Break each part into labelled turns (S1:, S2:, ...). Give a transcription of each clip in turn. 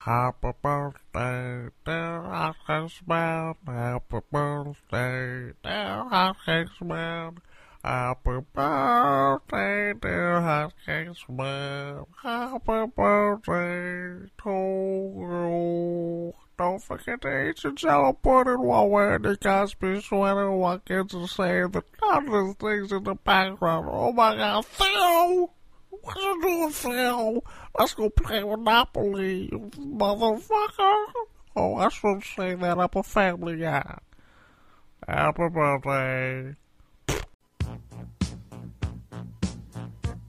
S1: Happy birthday, dear Iceman. Happy birthday, dear Iceman. Happy birthday, dear Iceman. Happy birthday to you. Don't forget to eat your jello pudding while wearing your Cosby sweater while kids are saying the countless things in the background. Oh my god, Theo! What you doing, Phil? Let's go play Monopoly, you motherfucker. Oh, I should say that. I'm a family guy. Happy birthday.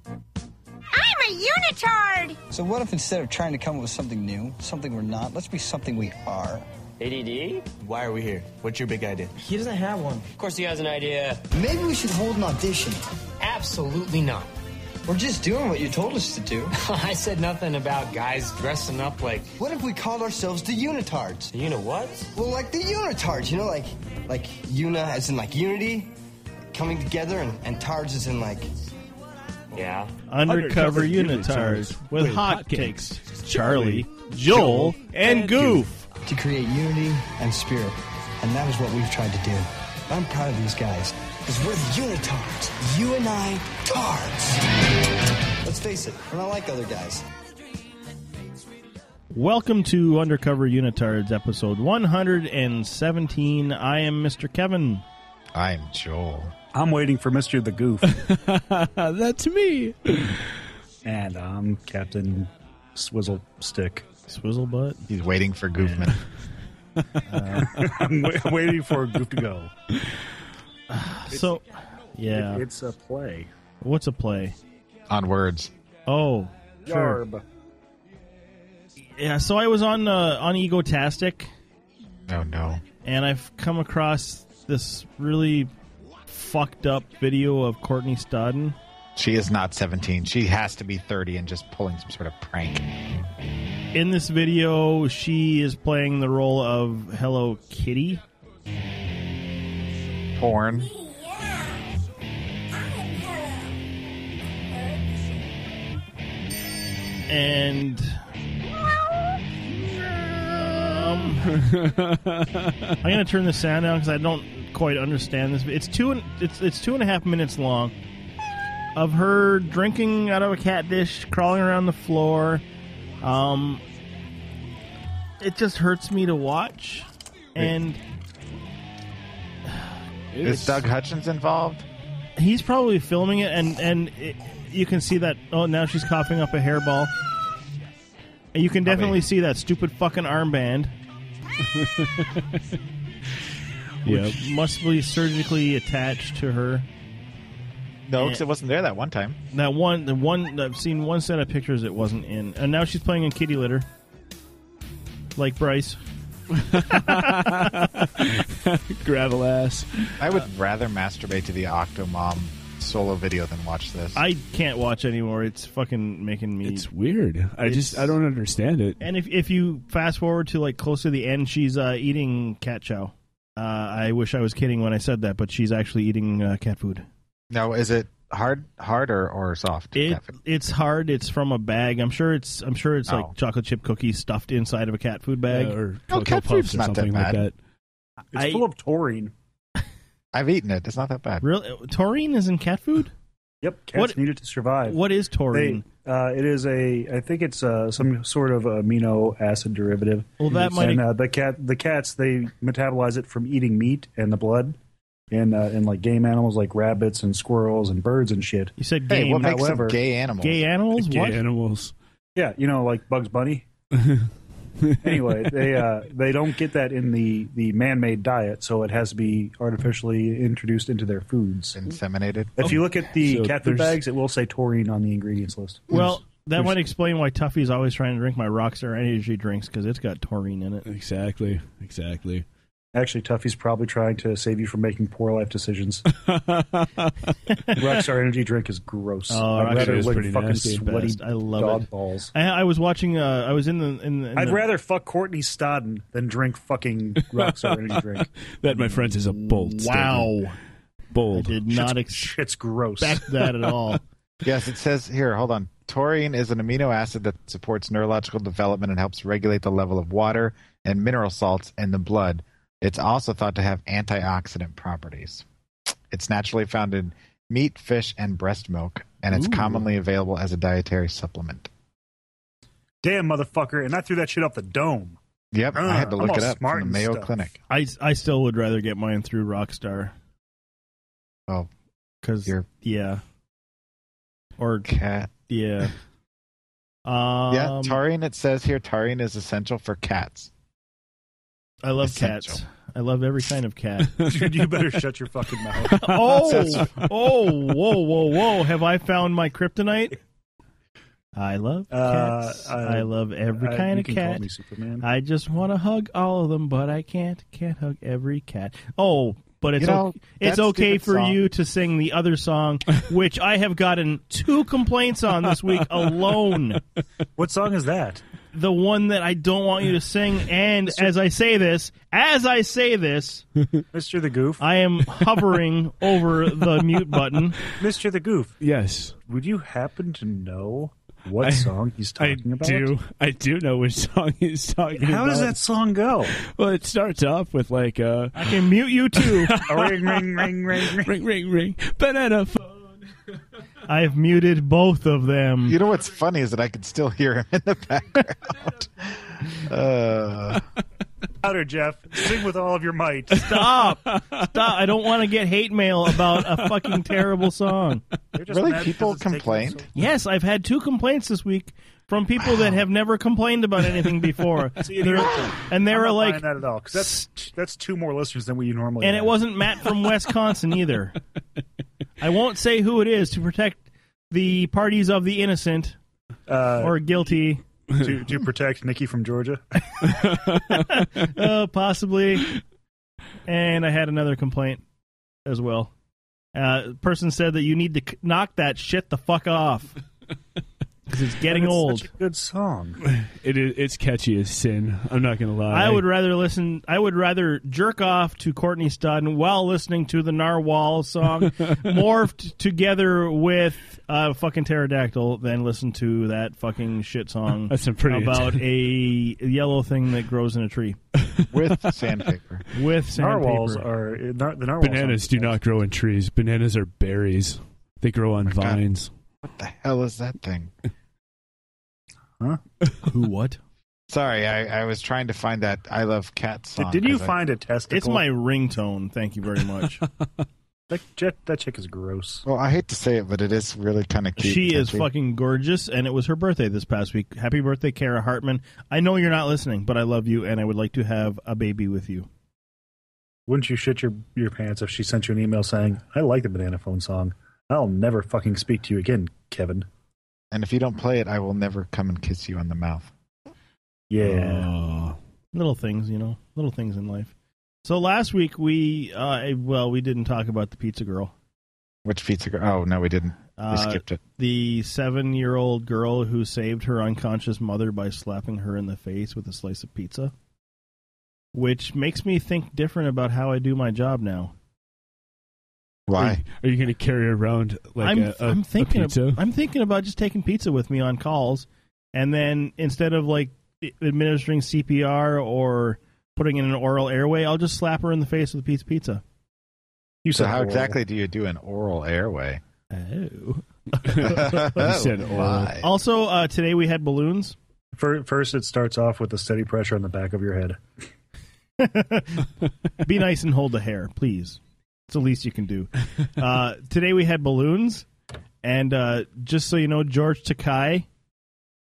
S2: I'm a unitard!
S3: So what if instead of trying to come up with something new, something we're not, let's be something we are?
S4: ADD?
S5: Why are we here? What's your big idea?
S6: He doesn't have one.
S4: Of course he has an idea.
S3: Maybe we should hold an audition.
S4: Absolutely not.
S3: We're just doing what you told us to do.
S4: I said nothing about guys dressing up like,
S3: What if we called ourselves the Unitards?
S4: you know what?
S3: Well, like the Unitards, you know, like like Una as in like unity, coming together, and, and Tards as in like
S4: Yeah.
S7: Undercover
S8: Undercover, Unitards
S7: Unitards
S8: with
S7: with
S8: hotcakes,
S7: hotcakes,
S8: Charlie,
S7: Charlie,
S8: Joel,
S7: Joel,
S8: and
S7: and
S8: Goof.
S3: to create unity and spirit, and that is what we've tried to do. I'm proud of these guys because we're the Unitards. You and I, Tards. Let's face it, we're not like other guys.
S7: Welcome to Undercover Unitards, episode 117. I am Mr. Kevin.
S9: I'm Joel.
S6: I'm waiting for Mr. the Goof.
S8: That's me.
S6: and I'm Captain Swizzle Stick.
S7: Swizzle butt.
S9: He's waiting for Goofman.
S6: I'm wa- waiting for Goof to go.
S7: So, yeah.
S6: It's a play.
S7: What's a play?
S9: on words.
S7: Oh, sure.
S6: Yarb.
S7: Yeah, so I was on uh, on Egotastic,
S9: Oh no.
S7: and I've come across this really fucked up video of Courtney Stodden.
S9: She is not 17. She has to be 30 and just pulling some sort of prank.
S7: In this video, she is playing the role of Hello Kitty.
S9: Porn.
S7: and um, I'm gonna turn the sound down because I don't quite understand this. It's two and it's it's two and a half minutes long of her drinking out of a cat dish, crawling around the floor. Um, it just hurts me to watch, and
S9: Is Doug Hutchins involved?
S7: he's probably filming it, and and it, you can see that. Oh, now she's coughing up a hairball. And you can definitely see that stupid fucking armband. Which must be surgically attached to her.
S9: No, because it wasn't there that one time.
S7: That one, the one I've seen one set of pictures it wasn't in, and now she's playing in kitty litter, like Bryce.
S8: Gravel ass.
S9: I would rather masturbate to the Octomom solo video than watch this.
S7: I can't watch anymore. It's fucking making me.
S8: It's weird. I just I don't understand it.
S7: and if if you fast forward to like close to the end, she's uh, eating cat chow. Uh, I wish I was kidding when I said that, but she's actually eating uh, cat food.
S9: no, is it hard, hard or, or soft?
S7: It
S9: Cat food?
S7: it's hard. It's from a bag. I'm sure it's I'm sure it's
S9: Oh.
S7: like chocolate chip cookies stuffed inside of a cat food bag.
S8: Uh, or
S9: No,
S8: Cocoa
S9: cat
S8: Puffs
S9: food's
S8: or
S9: not that
S8: something like
S9: bad.
S8: that.
S6: It's
S7: I-
S6: full of taurine.
S9: I've eaten it. It's not that bad.
S7: Really, taurine is in cat food.
S6: Yep, cats
S7: What-
S6: need it to survive.
S7: What is
S6: They,
S7: taurine?
S6: uh, it is a. I think it's uh, some sort of amino acid derivative.
S7: Well, that might
S6: And uh, the cat, the cats, they metabolize it from eating meat and the blood, and uh, and like game animals like rabbits and squirrels and birds and shit.
S7: you said
S9: Hey,
S7: game.
S9: what makes
S6: however-
S9: them gay animals?
S7: gay animals?
S8: Gay
S7: What?
S8: animals.
S6: Yeah, you know, like Bugs Bunny. anyway, they uh, they don't get that in the the man made diet, so it has to be artificially introduced into their foods.
S9: Inseminated?
S6: If you look at the
S8: So
S6: cat food
S8: there's-
S6: bags, it will say taurine on the ingredients list.
S7: Well, That might explain why Tuffy's always trying to drink my Rockstar energy drinks because it's got taurine in it.
S8: Exactly. Exactly.
S6: Actually, Tuffy's probably trying to save you from making poor life decisions. Rockstar energy drink is gross.
S7: Oh,
S6: I'd
S7: Rockstar
S6: rather
S7: is
S6: lick
S7: pretty
S6: fucking
S7: nasty.
S6: sweaty
S7: Best. I love
S6: dog
S7: it.
S6: balls.
S7: I, I was watching. Uh, I was in the. In the in
S6: I'd
S7: the-
S6: rather fuck Courtney Stodden than drink fucking Rockstar energy drink.
S8: That, my friends, is a bold.
S7: Wow.
S8: statement. Bold.
S7: did not
S6: Shit's- shit's gross.
S7: expect that at all.
S9: Yes, it says here, hold on. Taurine is an amino acid that supports neurological development and helps regulate the level of water and mineral salts in the blood. It's also thought to have antioxidant properties. It's naturally found in meat, fish, and breast milk, and it's
S6: Ooh.
S9: commonly available as a dietary supplement.
S6: Damn, motherfucker. And I threw that shit off the dome.
S9: Yep, I had to
S6: Ugh,
S9: look
S6: Ah, I'm
S9: it
S6: all
S9: up
S6: smart
S9: from the
S6: and
S9: Mayo
S6: stuff.
S9: Clinic.
S7: I I still would rather get mine through Rockstar.
S9: Oh,
S7: because
S9: you're
S7: yeah, or
S9: cat.
S7: Yeah. Um,
S9: yeah, taurine. It says here taurine is essential for cats.
S7: I love cats.
S9: Essential.
S7: I love every kind of cat.
S6: Dude, you better shut your fucking mouth.
S7: oh, oh, whoa, whoa, whoa! Have I found my kryptonite? I love
S6: Uh,
S7: cats.
S6: I-
S7: I, love every
S6: I-
S7: kind
S6: Uh, you
S7: of
S6: can
S7: cat.
S6: call me Superman.
S7: I just want to hug all of them, but I can't. Can't hug every cat. Oh, but it's
S9: You know,
S7: okay, it's
S9: that
S7: okay
S9: stupid
S7: for
S9: song-
S7: you to sing the other song, which I have gotten two complaints on this week alone.
S6: What song is that?
S7: The one that I don't want you to sing, and as I say this, as I say this,
S6: Mr. the Goof.
S7: I am hovering over the mute button.
S6: Mr. the Goof,
S8: Yes.
S6: would you happen to know what
S8: I-
S6: song he's talking
S8: I
S6: about?
S8: do. I do know which song he's talking
S6: How
S8: about.
S6: does that song go?
S8: Well, it starts off with like uh,
S7: I can mute you too.
S6: ring, ring, ring, ring, ring.
S8: ring, ring, ring, banana phone.
S7: I've muted both of them.
S9: You know what's funny is that I can still hear him in the background. uh,
S6: Louder, Jeff. Sing with all of your might.
S7: Stop! Stop! I don't want to get hate mail about a fucking terrible song.
S6: They're just
S9: really,
S6: mad
S9: people
S6: because it's taking
S9: complained.
S6: so-
S7: Yes, I've had two complaints this week from people that have never complained about anything before.
S6: See, and
S7: They're-
S6: you're-
S7: and they
S6: I'm
S7: were
S6: not
S7: like,
S6: buying that at all 'cause that's that's two more listeners than we normally.
S7: and it
S6: have.
S7: wasn't Matt from Wisconsin either. I won't say who it is to protect the parties of the innocent
S6: uh,
S7: or guilty,
S6: to, to protect Nikki from Georgia.
S7: uh, possibly. And I had another complaint as well. Uh, person said that you need to c- knock that shit the fuck off because it's getting
S6: It's
S7: old.
S6: Such a good song.
S8: It is. It's catchy as sin. I'm not gonna lie.
S7: I would rather listen. I would rather jerk off to Courtney Studden while listening to the Narwhal song, morphed together with uh, fucking pterodactyl, than listen to that fucking shit song
S8: That's some pretty-
S7: about a yellow thing that grows in a tree
S9: with sandpaper.
S7: with sandpaper.
S6: Narwhals are uh, nar- the narwhals.
S8: Bananas do not grow in trees. Bananas are berries. They grow on
S9: God.
S8: vines.
S9: What the hell is that thing?
S6: Huh?
S7: Who? What?
S9: Sorry, I, I was trying to find that I love cat song.
S6: Did you
S9: 'cause I-
S6: find a testicle?
S7: It's my ringtone. Thank you very much.
S6: that, jet, that chick is gross.
S9: well, I hate to say it, but it is really kind of cute.
S7: she
S9: and
S7: is
S9: catchy.
S7: fucking gorgeous, and it was her birthday this past week. Happy birthday, Kara Hartman. I know you're not listening, but I love you, and I would like to have a baby with you.
S6: Wouldn't you shit your your pants if she sent you an email saying, "I like the banana phone song. I'll never fucking speak to you again, Kevin."
S9: And if you don't play it, I will never come and kiss you on the mouth.
S6: Yeah.
S8: Oh.
S7: little things, you know, little things in life. So last week we, uh, well, we didn't talk about the pizza girl,
S9: Which pizza? Girl? Oh no, we didn't. We
S7: Uh,
S9: skipped it.
S7: the seven-year-old girl who saved her unconscious mother by slapping her in the face with a slice of pizza, which makes me think different about how I do my job now.
S9: Why?
S8: Are you gonna carry around like
S7: I'm,
S8: a, a,
S7: I'm thinking,
S8: a pizza?
S7: ab- I'm thinking about just taking pizza with me on calls, and then instead of like i- administering CPR or putting in an oral airway, I'll just slap her in the face with a piece of pizza.
S6: You
S9: So
S6: said
S9: how
S6: oral.
S9: exactly do you do an oral airway?
S7: Oh.
S9: you
S8: said oral.
S7: Also, uh, today we had balloons.
S6: Fir- First, it starts off with a steady pressure on the back of your head.
S7: Be nice and hold the hair, please. It's the least you can do. Uh, today we had balloons, and uh, just so you know, George Takai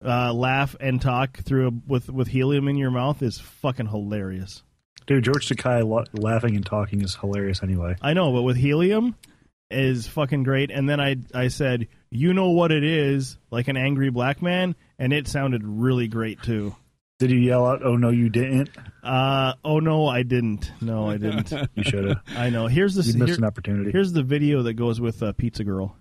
S7: uh, laugh and talk through a, with with helium in your mouth is fucking hilarious.
S6: Dude, George Takai lo- laughing and talking is hilarious. Anyway,
S7: I know, but with helium is fucking great. And then I I said You Know What It Is, like an angry black man, and it sounded really great too.
S6: Did you yell out, oh no, you didn't?
S7: Uh, oh no, I didn't. No, I didn't.
S6: You shoulda.
S7: I know. Here's the
S6: You missed an opportunity.
S7: Here's the video that goes with uh, Pizza Girl.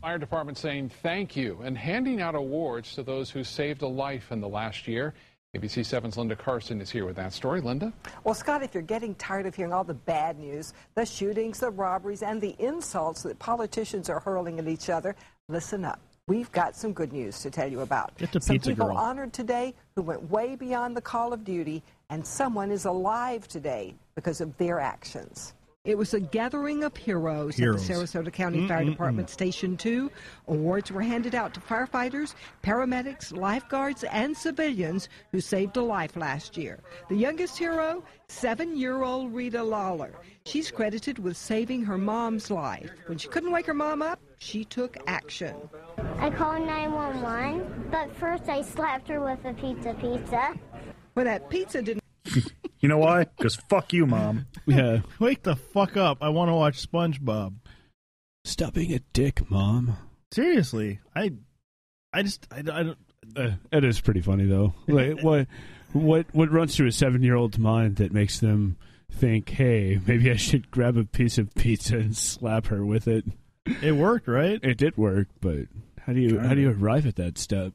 S10: Fire department saying thank you and handing out awards to those who saved a life in the last year. ABC 7's Linda Carson is here with that story. Linda?
S11: Well, Scott, if you're getting tired of hearing all the bad news, the shootings, the robberies, and the insults that politicians are hurling at each other, listen up. We've got some good news to tell you about.
S7: Get the
S11: some
S7: pizza
S11: people
S7: girl.
S11: honored today who went way beyond the call of duty, and someone is alive today because of their actions.
S12: It was a gathering of heroes,
S11: Heroes.
S12: at the Sarasota County Fire
S11: Mm-mm-mm.
S12: Department Station 2. Awards were handed out to firefighters, paramedics, lifeguards, and civilians who saved a life last year. The youngest hero, seven year old Rita Lawler. She's credited with saving her mom's life. When she couldn't wake her mom up, she took action.
S13: I called 911, but first I slapped her with a pizza pizza.
S12: When that pizza didn't
S6: You know why? Because fuck you, mom.
S7: Yeah. Wake the fuck up. I want to watch SpongeBob.
S8: Stop being a dick, mom.
S7: Seriously, I, I just, I, I don't.
S8: Uh, that is pretty funny though. Like what what what runs through a seven year old's mind that makes them think, hey, maybe I should grab a piece of pizza and slap her with it.
S7: It worked, right?
S8: It did work, but how do you how do you arrive at that step?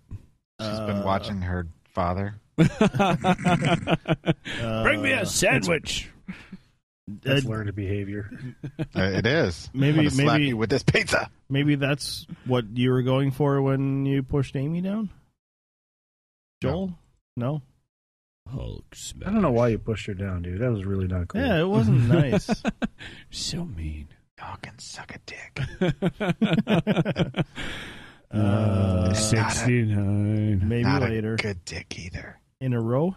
S9: She's been watching her father.
S8: Bring me a sandwich.
S6: Uh, That's
S7: Uh,
S6: learned behavior.
S8: Uh,
S9: Uh, it is.
S7: Maybe, maybe
S9: I'm gonna slap you with this pizza.
S7: Maybe that's what you were going for when you pushed Amy down. Joel, no.
S6: I don't know why you pushed her down, dude. That was really not cool.
S7: Yeah, it wasn't nice.
S8: so mean.
S9: Y'all can suck a dick.
S8: Uh,
S9: It's not a-
S8: sixty nine.
S7: Maybe
S9: Not a
S7: later.
S9: good dick either.
S7: In a row.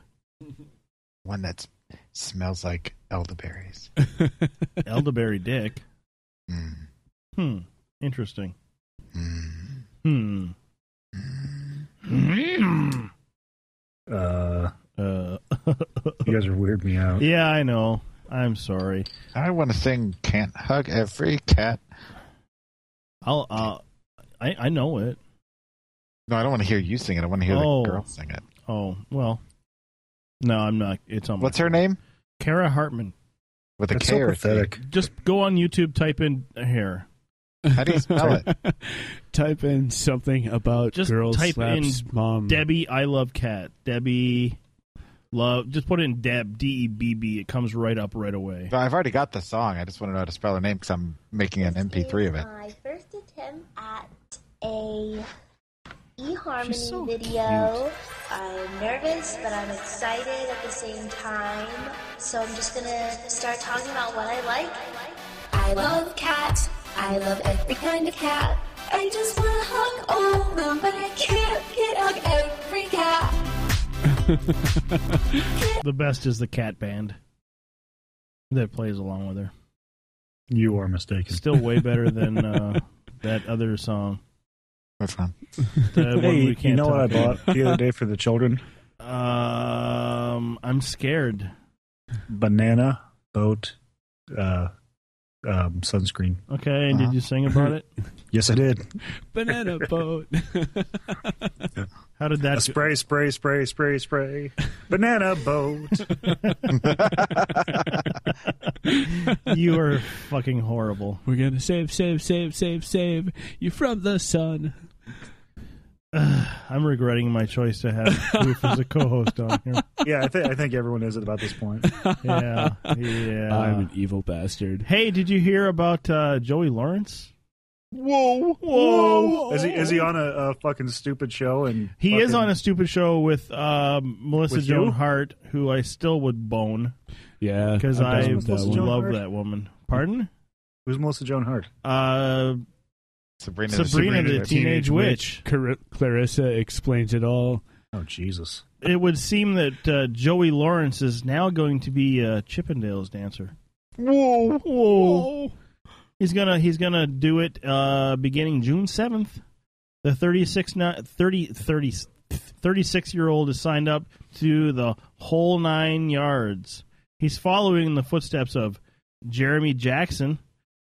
S9: One that smells like elderberries.
S7: elderberry dick. Hmm. Interesting. Hmm. Hmm.
S6: Uh,
S7: uh,
S6: you guys are weird me out.
S7: yeah, I know. I'm sorry.
S9: I want to sing "Can't Hug Every Cat."
S7: I'll. Uh, I I know it.
S9: No, I don't want to hear you sing it. I want to hear
S7: Oh.
S9: the girl sing it.
S7: Oh well. No, I'm not. It's on. my
S9: What's her name?
S7: Kara Hartman.
S9: With a
S6: That's
S9: K
S6: so
S9: or a T?
S6: pathetic.
S7: Just go on YouTube. Type in hair.
S9: How do you spell it?
S8: Type in something about
S7: Just
S8: girls
S7: type
S8: slaps
S7: in
S8: mom.
S7: Debbie. I love cat. Debbie. Love. Just put in Deb. D e b b. It comes right up right away.
S9: No, I've already got the song. I just want to know how to spell her name because I'm making an MP3 of it.
S13: My first attempt at a eHarmony
S14: She's so
S13: video. I'm nervous, but I'm excited at the same time. So I'm just gonna start talking about what I like. I love cats. I love every kind of cat. I just wanna hug all of them, but I can't get hug every cat.
S7: The best is the cat band that plays along with her.
S6: You are mistaken.
S7: Still way better than uh, that other song.
S9: Which one?
S7: The one
S6: hey,
S7: we
S6: you
S7: can't
S6: know what I
S7: talk about.
S6: bought the other day for the children?
S7: Um, I'm scared.
S6: Banana boat uh, um, sunscreen.
S7: Okay, and did you sing about it?
S6: Yes, I did.
S8: Banana boat.
S7: How did that? go-
S6: Spray, spray, spray, spray, spray. Banana boat.
S7: you are fucking horrible.
S8: We're gonna save, save, save, save, save you from the sun.
S7: I'm regretting my choice to have Roof as a co-host on here.
S6: yeah, I think I think everyone is at about this point.
S7: Yeah, yeah.
S8: I'm an evil bastard.
S7: hey, did you hear about uh, Joey Lawrence?
S8: Whoa,
S7: whoa!
S6: Is he is he on a, a fucking stupid show? And
S7: He is
S6: fucking-
S7: on a stupid show with um, Melissa
S6: With
S7: Joan
S6: you?
S7: Hart, who I still would bone
S8: Yeah,
S7: because
S6: I'm
S7: I
S6: done with that
S7: love
S6: one. Joan Hart?
S7: that woman. Pardon?
S6: Who's Melissa Joan Hart?
S7: Uh,
S9: Sabrina,
S7: Sabrina, the, Teenage, Witch.
S8: Car- Clarissa explains it all.
S6: Oh Jesus!
S7: It would seem that uh, Joey Lawrence is now going to be uh, Chippendales dancer.
S8: Whoa, Oh.
S7: Whoa. He's gonna he's gonna do it uh, beginning June seventh. The 36, ni- 30, 30, 36 year old is signed up to the whole nine yards. He's following in the footsteps of Jeremy Jackson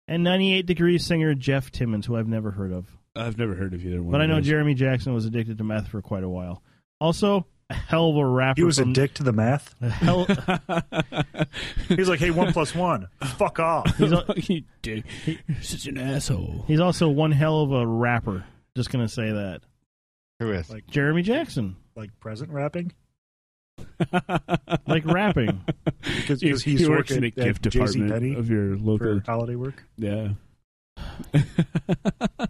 S7: and ninety eight degrees singer Jeff Timmons, who I've never heard of.
S8: I've never heard of either one.
S7: But I
S8: of
S7: know
S8: those.
S7: Jeremy Jackson was addicted to meth for quite a while. Also, a hell of a rapper.
S6: He was
S7: from-
S6: addicted to the math.
S7: Hell,
S6: He's like, hey, one plus one. Fuck off.
S7: He's al-
S8: such an asshole.
S7: He's also one hell of a rapper. Just gonna say that.
S9: Who is?
S7: Like Jeremy Jackson.
S6: Like present rapping?
S7: Like rapping.
S6: Because,
S8: He-
S6: because
S8: he
S6: he's
S8: works
S6: working
S8: in the gift department of your local-
S6: for holiday work.
S8: Yeah.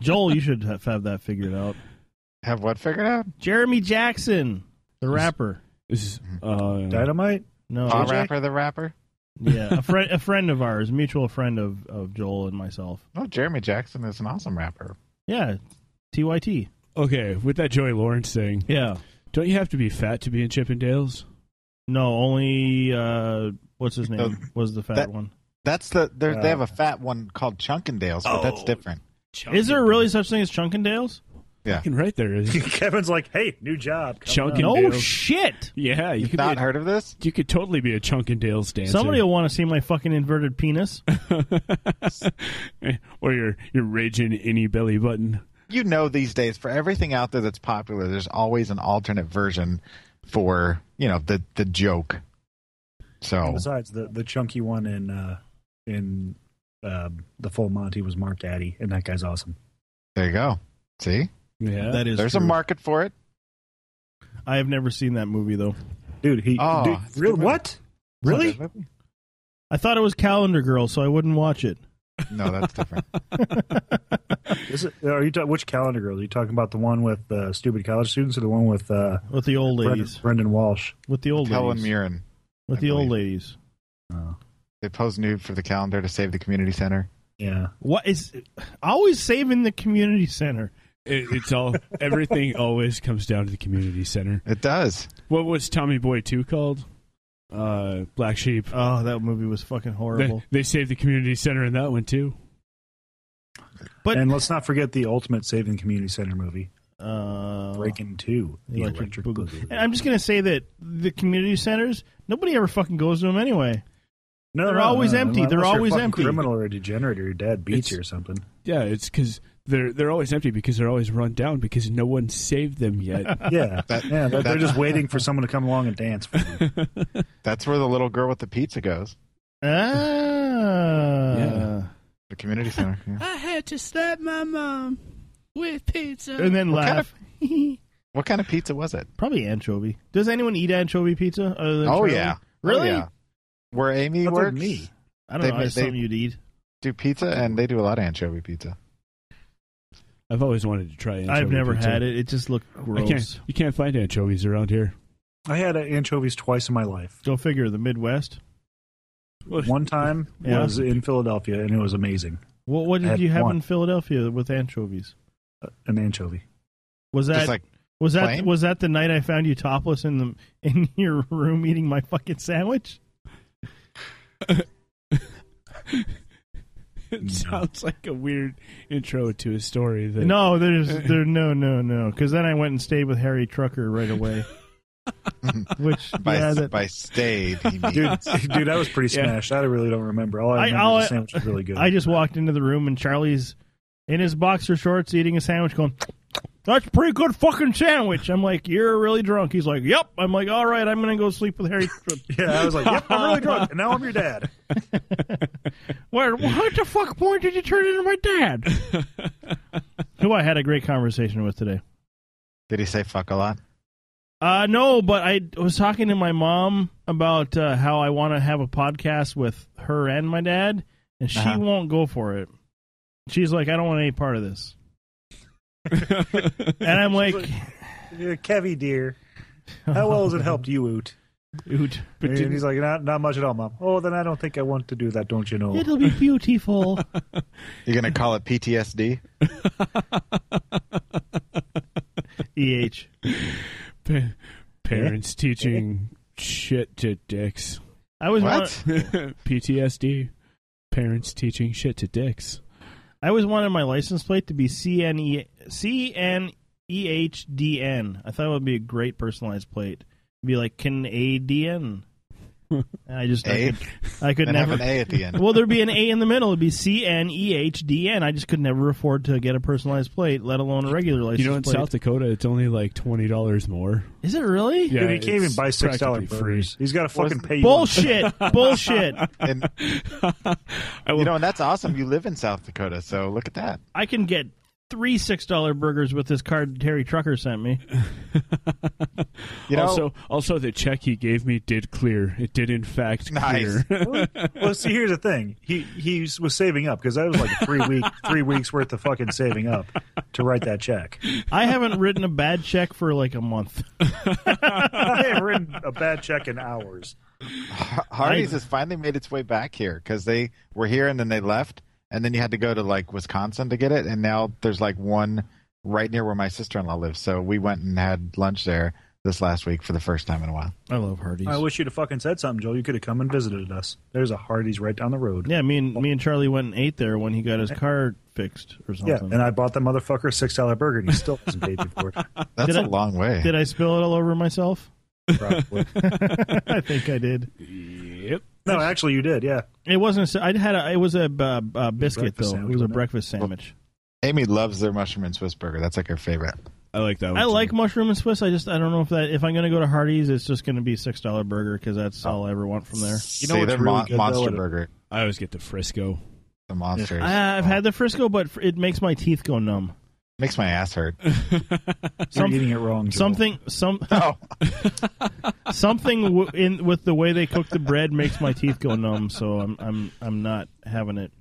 S7: Joel, you should have, have that figured out.
S9: Have what figured out?
S7: Jeremy Jackson, the rapper.
S8: Is uh,
S6: Dynamite?
S7: No,
S9: Paul Rapper the Rapper?
S7: yeah, a friend, a friend of ours, mutual friend of, of Joel and myself.
S9: Oh, Jeremy Jackson is an awesome rapper.
S7: Yeah, TYT.
S8: Okay, with that Joey Lawrence thing.
S7: Yeah.
S8: Don't you have to be fat to be in Chippendales?
S7: No, only uh, what's his name was the fat
S9: That-
S7: one.
S9: That's the they're- they have
S7: Uh,
S9: a fat one called Chunkendales, but that's
S7: Oh,
S9: different.
S7: Is there really such thing as Chunkendales?
S9: Yeah.
S8: right there is.
S6: Kevin's like, hey, new job. coming up."
S7: No shit.
S8: Yeah, you
S7: You've
S8: could
S7: not
S8: be
S9: heard of this?
S8: You could totally be a Chunkendales dancer.
S7: Somebody will want to see my fucking inverted penis.
S8: or your your raging any belly button.
S9: You know these days for everything out there that's popular, there's always an alternate version for, you know, the the joke.
S6: And
S9: So
S6: besides, the, the chunky one in uh, in um, the full Monty was Mark Addy, and that guy's awesome.
S9: there you go. See?
S8: Yeah,
S7: That is
S9: There's a
S7: true.
S9: market for it.
S7: I have never seen that movie though.
S6: Dude, he
S9: Oh, dude, it's a really- good movie.
S6: what?
S9: Really?
S7: I thought it was Calendar Girl, so I wouldn't watch it.
S9: No, that's different.
S6: Is it, are you ta- which calendar girl? Are you talking about the one with uh, stupid college students, or the one with uh,
S7: With the old
S6: Brendan,
S7: ladies.
S6: Brendan Walsh?
S7: With the old
S9: Helen
S7: ladies.
S9: Mirren.
S7: With
S9: I
S7: the old
S9: believe.
S7: ladies.
S9: They posed nude for the calendar to save the community center.
S6: Yeah.
S7: What is always saving the community center?
S8: It, it's all everything always comes down to the community center.
S9: It does.
S8: What was Tommy Boy two called? Uh, Black Sheep.
S7: Oh, that movie was fucking horrible.
S8: They, they saved the community center in that one too.
S7: But-
S6: and let's not forget the ultimate saving the community center movie,
S7: Uh,
S6: Breaking Two, the
S7: Electric
S6: Electric, Boogaloo.
S7: And I'm just gonna say that the community centers, nobody ever fucking goes to them anyway. they're always empty.
S6: unless
S7: They're
S6: you're a
S7: always
S6: fucking
S7: empty.
S6: Criminal or a degenerate, or your dad beats
S8: It's-
S6: you or something.
S8: Yeah, it's because they're they're always empty because they're always run down because no one saved them yet.
S6: Yeah,
S9: That-
S6: yeah. They're, they're
S9: that-
S6: just waiting for someone to come along and dance. For them.
S9: That's where the little girl with the pizza goes.
S7: Ah,
S8: Yeah.
S9: The community center. yeah.
S8: I had to slap my mom with pizza.
S7: and then
S9: What kind
S7: laugh.
S9: of- What kind of pizza was it?
S7: Probably anchovy. Does anyone eat anchovy pizza? Other than
S9: Oh
S7: Charlie?
S9: yeah,
S7: really?
S9: Oh, yeah. Where Amy
S6: Other than
S9: works,
S6: me.
S7: I don't
S9: They
S7: know.
S9: ma-
S7: It's
S9: they-
S7: something you'd eat.
S9: do pizza, and they do a lot of anchovy pizza.
S8: I've always wanted to try. Anchovy
S7: I've never
S8: pizza.
S7: had it. It just looked
S8: I
S7: gross.
S8: can't, you can't find anchovies around here.
S6: I had uh, anchovies twice in my life.
S7: Go figure. The Midwest.
S6: One time
S7: Yeah.
S6: was in Philadelphia, and it was amazing.
S7: What, what
S6: I
S7: did
S6: had
S7: you have
S6: one.
S7: in Philadelphia with anchovies?
S6: An anchovy.
S7: Was
S9: Just
S7: that
S9: like
S7: was that
S9: plain?
S7: was that the night I found you topless in the in your room eating my fucking sandwich?
S8: It sounds like a weird intro to a story. That
S7: No, there's there no no no because then I went and stayed with Harry Trucker right away. Which
S9: By
S7: yeah, that,
S9: by stayed, he means.
S6: dude, dude, I was pretty
S8: Yeah.
S6: smashed. I really don't remember. All I
S7: I-
S6: remember
S7: all
S6: is
S7: I-
S6: the sandwich was really good.
S7: I just walked into the room and Charlie's in his boxer shorts eating a sandwich, going, "That's a pretty good fucking sandwich." I'm like, "You're really drunk." He's like, "Yep." I'm like, "All right, I'm gonna go sleep with Harry." Trucker."
S6: yeah, I was like, yep, I'm really drunk, and now I'm your dad.
S7: Where? What the fuck point did you turn into my dad? Who I had a great conversation with today.
S9: Did he say fuck a lot?
S7: Uh, no, but I was talking to my mom about uh, how I want to have a podcast with her and my dad, and she
S9: Uh-huh.
S7: won't go for it. She's like, I don't want any part of this. and I'm like,
S6: Yeah, Kevy dear, how well has it helped you out?
S7: dude,
S8: But
S6: and
S8: didn't-
S6: he's like, not not much at all, mom. Oh, then I don't think I want to do that. Don't you know?
S7: it'll be beautiful.
S9: You're gonna call it PTSD?
S7: Eh,
S8: Pa- parents teaching shit to dicks.
S7: I was
S9: What?
S7: one-
S8: PTSD. Parents teaching shit to dicks.
S7: I always wanted my license plate to be E, CNE E CNEHDN. I thought it would be a great personalized plate. Be like Canadian. I just I
S9: A?
S7: could, I could
S9: Then have
S7: never
S9: an A at the end.
S7: Well, there'd be an A in the middle. It'd be C N E H D N. I just could never afford to get a personalized plate, let alone a regular license
S8: You know, in
S7: plate.
S8: South Dakota, it's only like twenty dollars more.
S7: Is it really?
S8: Yeah,
S6: Dude, he can't even
S8: it's
S6: buy six dollar
S8: practically
S6: burgers.
S8: free.
S6: He's got to fucking pay. you.
S7: Bullshit. Bullshit.
S9: And, you know, and that's awesome. You live in South Dakota, so look at that.
S7: I can get three six dollar burgers with this card Terry Trucker sent me.
S8: also, also the check he gave me did clear. It did in fact clear.
S6: well, see, here's the thing. He he was saving up because that was like a three week three weeks worth of fucking saving up to write that check.
S7: I haven't written a bad check for like a month.
S6: I haven't written a bad check in hours.
S9: Hardee's has finally made its way back here because they were here and then they left, and then you had to go to like Wisconsin to get it, and now there's like one right near where my sister in law lives. So we went and had lunch there this last week for the first time in a while.
S7: I love Hardee's.
S6: I wish you'd have fucking said something, Joel. You could have come and visited us. There's a Hardee's right down the road.
S7: Yeah, me and me and Charlie went and ate there when he got his car fixed or something.
S6: Yeah, and I bought that motherfucker a six dollar burger, and he still hasn't paid me for it.
S7: That's Did a I- long
S9: way.
S7: Did I spill it all over myself?
S6: Probably.
S7: I think I did.
S8: Yep.
S6: No, actually, you did. Yeah.
S7: It wasn't. I had. A, it was a uh, uh, biscuit though. It was a breakfast sandwich.
S9: Amy loves their mushroom and Swiss burger. That's like her favorite.
S8: I like that
S7: I like mushroom and Swiss. I just I don't know if that if I'm gonna go to Hardee's, it's just gonna be six dollar burger because that's all I ever want from there.
S9: You know See, what's they're really mon- good, though, monster at- burger.
S8: I always get the Frisco.
S9: The monsters.
S7: I, Uh, I've had the Frisco, but fr- it makes my teeth go numb.
S9: Makes my ass hurt.
S7: Some-
S6: You're eating it wrong. Joel.
S7: Something, some, something w- in with the way they cook the bread makes my teeth go numb. So I'm, I'm, I'm not having it.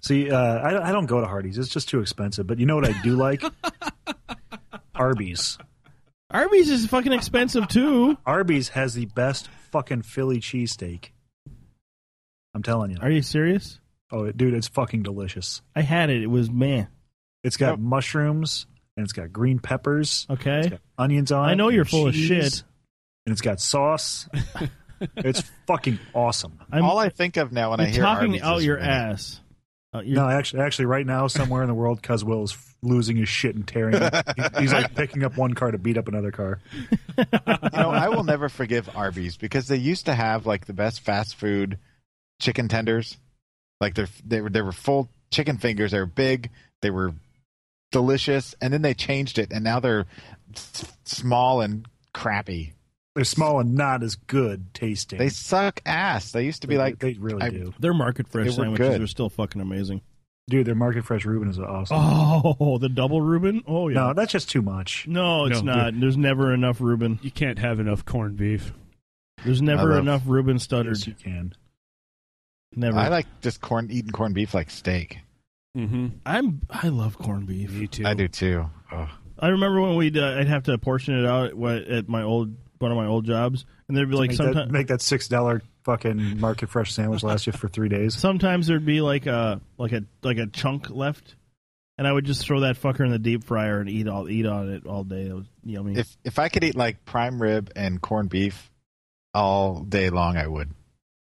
S6: See, uh, I, don't- I don't go to Hardee's. It's just too expensive. But you know what I do like? Arby's.
S7: Arby's is fucking expensive too.
S6: Arby's has the best fucking Philly cheesesteak. I'm telling you.
S7: Are you serious?
S6: Oh, it- dude, it's fucking delicious.
S7: I had it. It was man.
S6: It's got mushrooms and it's got green peppers.
S7: Oh. Okay.
S6: It's got onions on it.
S7: I know
S6: and
S7: you're full of
S6: cheese,
S7: shit.
S6: And it's got sauce. it's fucking awesome.
S9: All I think of now when I
S7: You're
S9: hear
S7: talking
S9: Arby's
S7: out
S9: is
S7: your
S9: really-
S7: ass. Uh, you're-
S6: No, actually, actually, right now, somewhere in the world, Cuz Will is f- losing his shit and tearing. it. He's like picking up one car to beat up another car.
S9: you know, I will never forgive Arby's because they used to have like the best fast food chicken tenders. Like they're, they were they were full chicken fingers. They were big. They were delicious. And then they changed it, and now they're s- small and crappy.
S6: They're small and not as good tasting.
S9: They suck ass. They used to be
S6: They-
S9: like
S6: they really
S9: I-
S6: do.
S7: Their market fresh
S9: They were
S7: sandwiches
S9: good.
S7: are still fucking amazing.
S6: Dude, their market fresh Reuben is awesome.
S7: Oh, the double Reuben. Oh yeah.
S6: No, that's just too much.
S7: No, it's
S8: No,
S7: not.
S8: dude.
S7: There's never enough Reuben.
S8: You can't have enough corned beef.
S7: There's never
S9: love-
S7: enough Reuben stuttered.
S6: Yes, you can.
S7: Never.
S9: I like just corn eating corned beef like steak.
S8: Mm-hmm.
S7: I'm. I love corned beef.
S8: Me too.
S9: I do too. Oh.
S7: I remember when we'd uh, I'd have to portion it out at, what, at my old one of my old jobs, and there'd be like
S6: make, that,
S7: sometimes
S6: make that six dollar fucking market fresh sandwich last you for three days.
S7: sometimes there'd be like a like a like a chunk left, and I would just throw that fucker in the deep fryer and eat all eat on it all day. It was yummy.
S9: If if I could eat like prime rib and corned beef all day long, I would.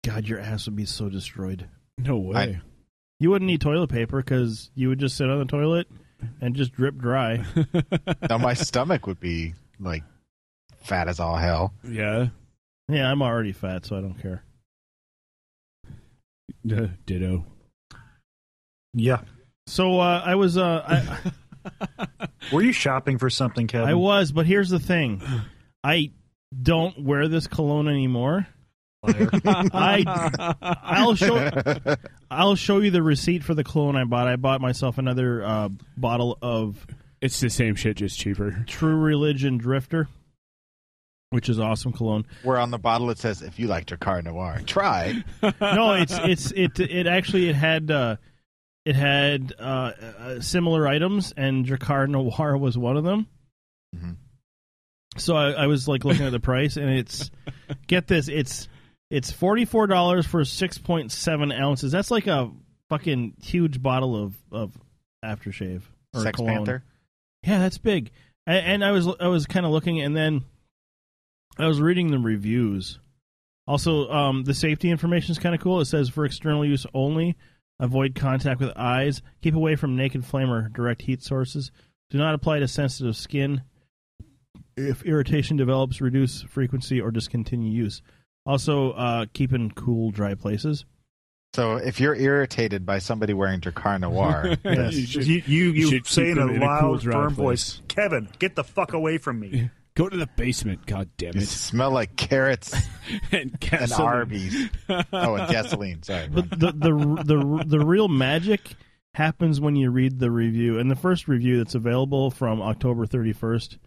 S7: God, your ass would be so destroyed.
S8: No way.
S7: You wouldn't need toilet paper because you would just sit on the toilet and just drip dry.
S9: now my stomach would be like fat as all hell.
S8: yeah.
S7: yeah, I'm already fat, so I don't care.
S8: Uh, Ditto.
S6: Yeah.
S7: So uh, I was uh, I,
S6: Were you shopping for something, Kevin?
S7: I was, but here's the thing. I don't wear this cologne anymore. I I'll show I'll show you the receipt for the cologne I bought. I bought myself another uh, bottle of
S8: It's the same shit, just cheaper.
S7: True Religion Drifter, which is awesome cologne.
S9: Where on the bottle it says, "If you liked your car noir, try."
S7: No, it's it's it it actually it had uh, it had uh, uh, similar items, and Jacquard Noir was one of them.
S9: Mm-hmm.
S7: So I, I was like looking at the price, and it's get this, it's it's forty four dollars for six point seven ounces. That's like a fucking huge bottle of of aftershave or
S9: Sex
S7: cologne.
S9: Panther.
S7: Yeah, that's big. A- And I was I was kind of looking, and then I was reading the reviews. Also, um, the safety information is kind of cool. It says for external use only. Avoid contact with eyes. Keep away from naked flame or direct heat sources. Do not apply to sensitive skin. If irritation develops, reduce frequency or discontinue use. Also, uh, keep in cool, dry places.
S9: So if you're irritated by somebody wearing Dracar Noir,
S6: Yes.
S9: that's-
S6: you you, you,
S9: you should
S6: say
S9: keep
S6: in a
S9: them in a
S6: loud,
S9: cool, dry
S6: firm
S9: place.
S6: voice, Kevin, get the fuck away from me.
S8: Go to the basement, god damn
S9: you smell like carrots
S8: and,
S7: gasoline.
S9: Arby's. oh, and gasoline. Sorry.
S7: But the the the the real magic happens when you read the review, and the first review that's available from October thirty first,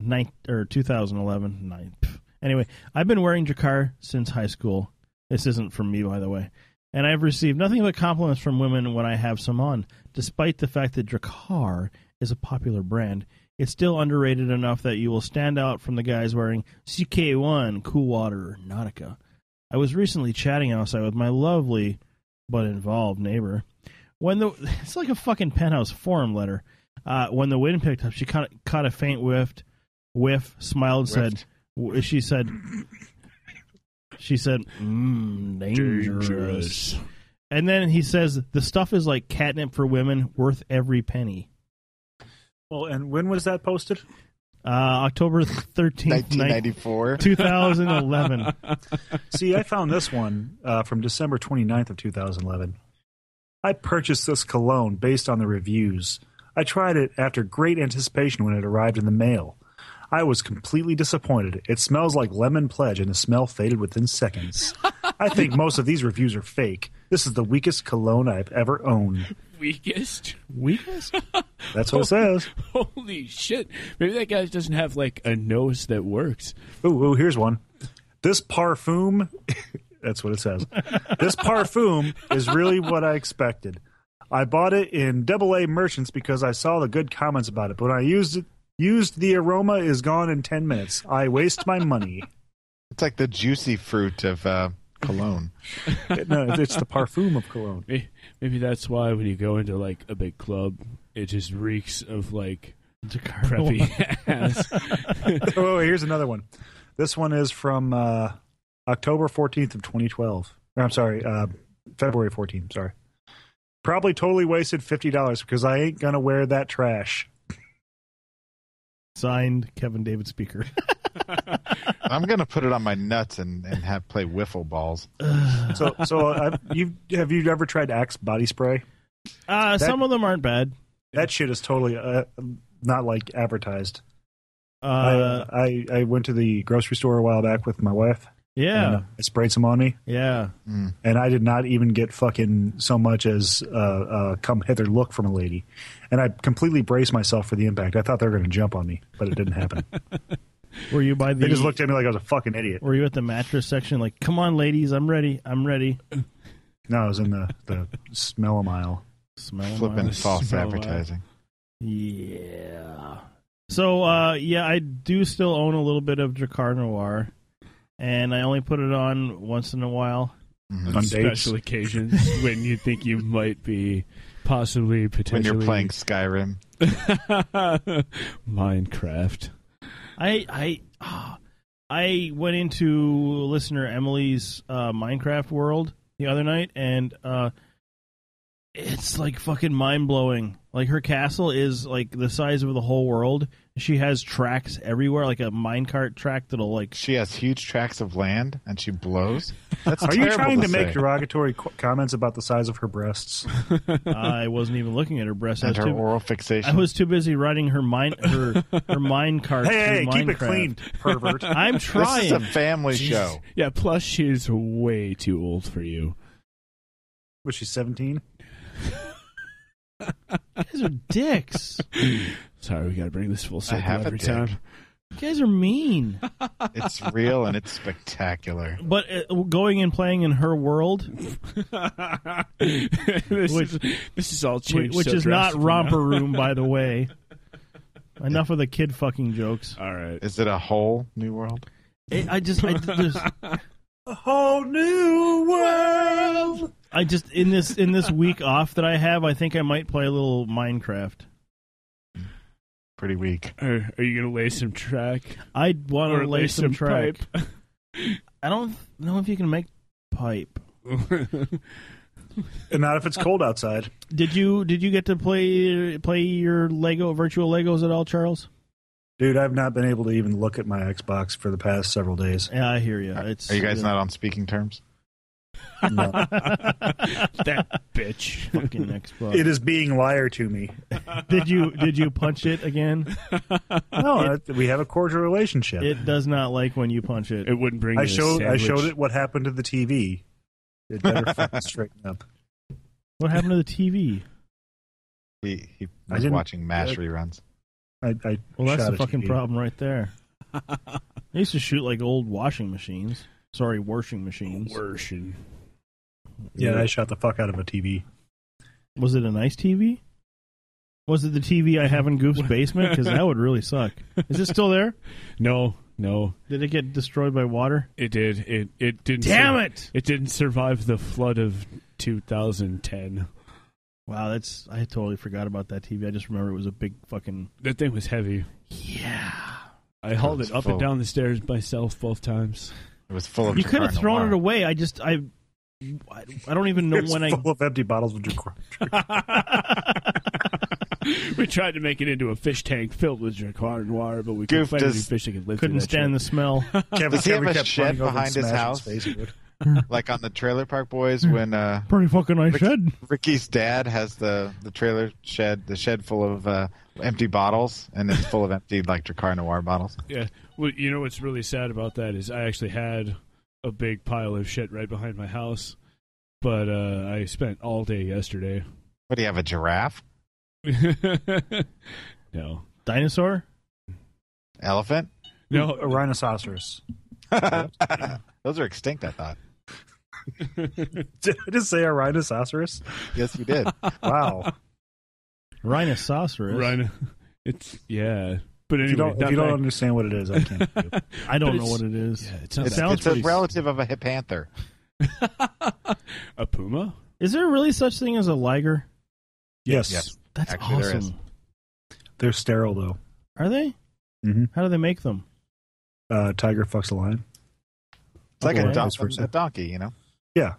S7: nine or two thousand eleven. Nine. pff. Anyway, I've been wearing Jakar since high school. This isn't from me, by the way. And I've received nothing but compliments from women when I have some on. Despite the fact that Dracar is a popular brand, it's still underrated enough that you will stand out from the guys wearing CK1, Cool Water, or Nautica. I was recently chatting outside with my lovely but involved neighbor. When the it's like a fucking penthouse forum letter. Uh, when the wind picked up, she caught, caught a faint whiff, whiff, smiled, said, w- she said, she said, mm, dangerous.
S8: Dangerous.
S7: And then he says, the stuff is like catnip for women, worth every penny.
S6: Well, and when was that posted?
S7: Uh, October 13th, ni- 2011.
S6: See, I found this one uh, from December 29th of 2011. I purchased this cologne based on the reviews. I tried it after great anticipation when it arrived in the mail. I was completely disappointed. It smells like lemon pledge, and the smell faded within seconds. I think most of these reviews are fake. This is the weakest cologne I've ever owned.
S8: Weakest.
S7: Weakest?
S6: That's what it says.
S8: Holy shit. Maybe that guy doesn't have like a nose that works.
S6: Ooh, ooh here's one. This parfum, that's what it says. this parfum is really what I expected. I bought it in Double A Merchants because I saw the good comments about it. But when I used it, used the aroma is gone in ten minutes. I waste my money.
S9: It's like the juicy fruit of uh, cologne.
S6: no, it's the parfum of cologne.
S8: May- Maybe that's why when you go into like a big club, it just reeks of like preppy ass.
S6: oh, here's another one. This one is from uh, October 14th of 2012. Or, I'm sorry, uh, February 14th. Sorry. Probably totally wasted fifty dollars because I ain't gonna wear that trash.
S7: Signed, Kevin David Speaker.
S9: I'm gonna put it on my nuts and, and have play wiffle balls.
S6: So, so uh, you have you ever tried Axe body spray?
S7: Uh,
S6: That-
S7: some of them aren't bad.
S6: That shit is totally uh, not like advertised.
S7: Uh,
S6: I, I I went to the grocery store a while back with my wife.
S7: Yeah.
S6: and, uh, I sprayed some on me.
S7: Yeah,
S6: and I did not even get fucking so much as uh, uh, "come hither" look from a lady, and I completely braced myself for the impact. I thought they were going to jump on me, but it didn't happen.
S7: Were you by the?
S6: they just looked at me like I was a fucking idiot.
S7: Were you at the mattress section? Like, come on, ladies, I'm ready. I'm ready.
S6: No, I was in the the smell mile.
S7: Smell
S9: Flipping false advertising.
S7: Yeah. So, uh, yeah, I do still own a little bit of Dracar Noir, and I only put it on once in a while.
S8: On special occasions when you think you might be possibly
S9: When
S8: potentially
S9: you're playing Skyrim,
S8: Minecraft.
S7: I I ah, I went into listener Emily's uh, Minecraft world the other night, and uh, it's like fucking mind blowing. Like her castle is like the size of the whole world. She has tracks everywhere, like a minecart track that'll like.
S9: She has huge tracts of land, and she blows. That's
S6: Are you
S9: terrible
S6: trying to, make
S9: say.
S6: derogatory qu- comments about the size of her breasts?
S7: I wasn't even looking at her breasts. I
S9: and
S7: was,
S9: her
S7: too,
S9: oral fixation?
S7: I was too busy riding her mine her her mine cart.
S6: Hey, hey,
S7: through
S6: keep it
S7: Minecraft.
S6: clean, pervert.
S7: I'm trying.
S8: Jeez. Yeah, plus she's way too old for you.
S6: Was she seventeen?
S7: These are dicks.
S8: Sorry, we got to bring this full circle
S9: have a
S8: every
S9: dick.
S8: time.
S7: You guys are mean.
S9: It's real and it's spectacular.
S7: But uh, going and playing in her world,
S8: this,
S7: Which-
S8: is, this is all
S7: which,
S8: changed.
S7: which
S8: so
S7: is not
S8: drastically
S7: romper
S8: now.
S7: room, by the way. Enough of the kid fucking jokes.
S8: All right.
S9: Is it a whole new world?
S7: I I just, I just,
S6: A
S7: Oh,
S6: whole new world.
S7: I just in this in this week off that I have, I think I might play a little Minecraft.
S9: Pretty weak.
S8: Are, are you going to lay some track?
S7: I want
S8: Or
S7: to lay
S8: lay
S7: some
S8: some
S7: track. I don't know if you can make pipe.
S6: And not if it's cold outside.
S7: Did you did you get to play play your Lego virtual Legos at all, Charles?
S6: Dude, I've not been able to even look at my Xbox for the past several days.
S7: Yeah, I hear you. It's,
S9: Are you guys
S7: yeah.
S9: not on speaking terms?
S6: No.
S7: that bitch. Fucking Xbox.
S6: It is being liar to me.
S7: Did you did you punch it again?
S6: No, I- we have a cordial relationship.
S7: It does not like when you punch it.
S8: It wouldn't bring.
S6: I showed I showed it what happened to the TV. It better fucking straighten up.
S7: What happened to the TV?
S9: He, he
S6: I
S9: was
S6: didn't-
S9: watching MASH
S6: I-
S9: reruns.
S6: I, I
S7: Well, that's
S6: shot
S7: the
S6: a
S7: fucking
S6: TV.
S7: problem right there. I used to shoot like old washing machines. Sorry, washing machines.
S8: Washing.
S6: Yeah, I shot the fuck out of a TV.
S7: Was it a nice TV? Was it the TV I have in Goof's basement? Because that would really suck. Is it still there?
S8: No, no.
S7: Did it get destroyed by water?
S8: It did. It it didn't.
S7: Damn
S8: sur-
S7: it!
S8: It didn't survive the flood of 2010.
S7: Wow, that's I totally forgot about that TV. I just remember it was a big fucking.
S8: That thing was heavy.
S7: Yeah.
S8: I hauled it
S7: It's
S8: up
S7: full.
S8: and down the stairs myself both times.
S9: It was full
S7: You could have thrown it away. I just I I, I don't even know
S6: It's
S7: when I
S6: full of empty bottles of Jack-
S8: we tried to make it into a fish tank filled with Dracar Noir, but we couldn't
S9: Goof,
S8: find any
S9: does-
S8: fish that could live.
S7: couldn't stand the smell.
S6: Kevin-
S9: Does he have
S6: Kevin
S9: a
S6: kept
S9: shed
S6: running over and
S9: behind his
S6: smashing
S9: house?
S6: his face with
S9: like on the Trailer Park Boys
S7: Hmm.
S9: when uh,
S7: Pretty fucking nice shed.
S9: Ricky's dad has the, the trailer shed, the shed full of uh, empty bottles, and it's full of empty like Dracar Noir bottles.
S8: Yeah. Well, you know what's really sad about that is I actually had a big pile of shit right behind my house, but uh, I spent all day yesterday.
S9: What do you have? A giraffe?
S8: No.
S7: Dinosaur?
S9: Elephant?
S8: No.
S6: a rhinoceros.
S9: Those are extinct, I thought.
S6: Did I just say a rhinoceros?
S9: Yes, you did.
S6: Wow.
S7: Rhinoceros.
S8: Rhino. It's yeah. But
S6: if
S8: anyway,
S6: you don't, if
S8: not
S6: you don't
S8: back-
S6: understand what it is, I can't. help you.
S7: I don't
S8: But
S7: know
S8: it's-
S7: what it is.
S8: yeah, it's
S7: it
S8: not bad.
S7: sounds
S9: It's a
S7: pretty.
S9: relative of a hip panther.
S8: a puma.
S7: is there really such thing as a liger?
S6: Yes.
S9: Yes.
S7: That's
S9: Actually, there
S7: awesome.
S9: is.
S6: They're sterile though.
S7: Are they?
S6: hmm
S7: How do they make them?
S6: Uh, tiger fucks a lion.
S9: It's like a,
S6: Or
S9: don-
S6: vice versa.
S9: a donkey, you know?
S6: Yeah.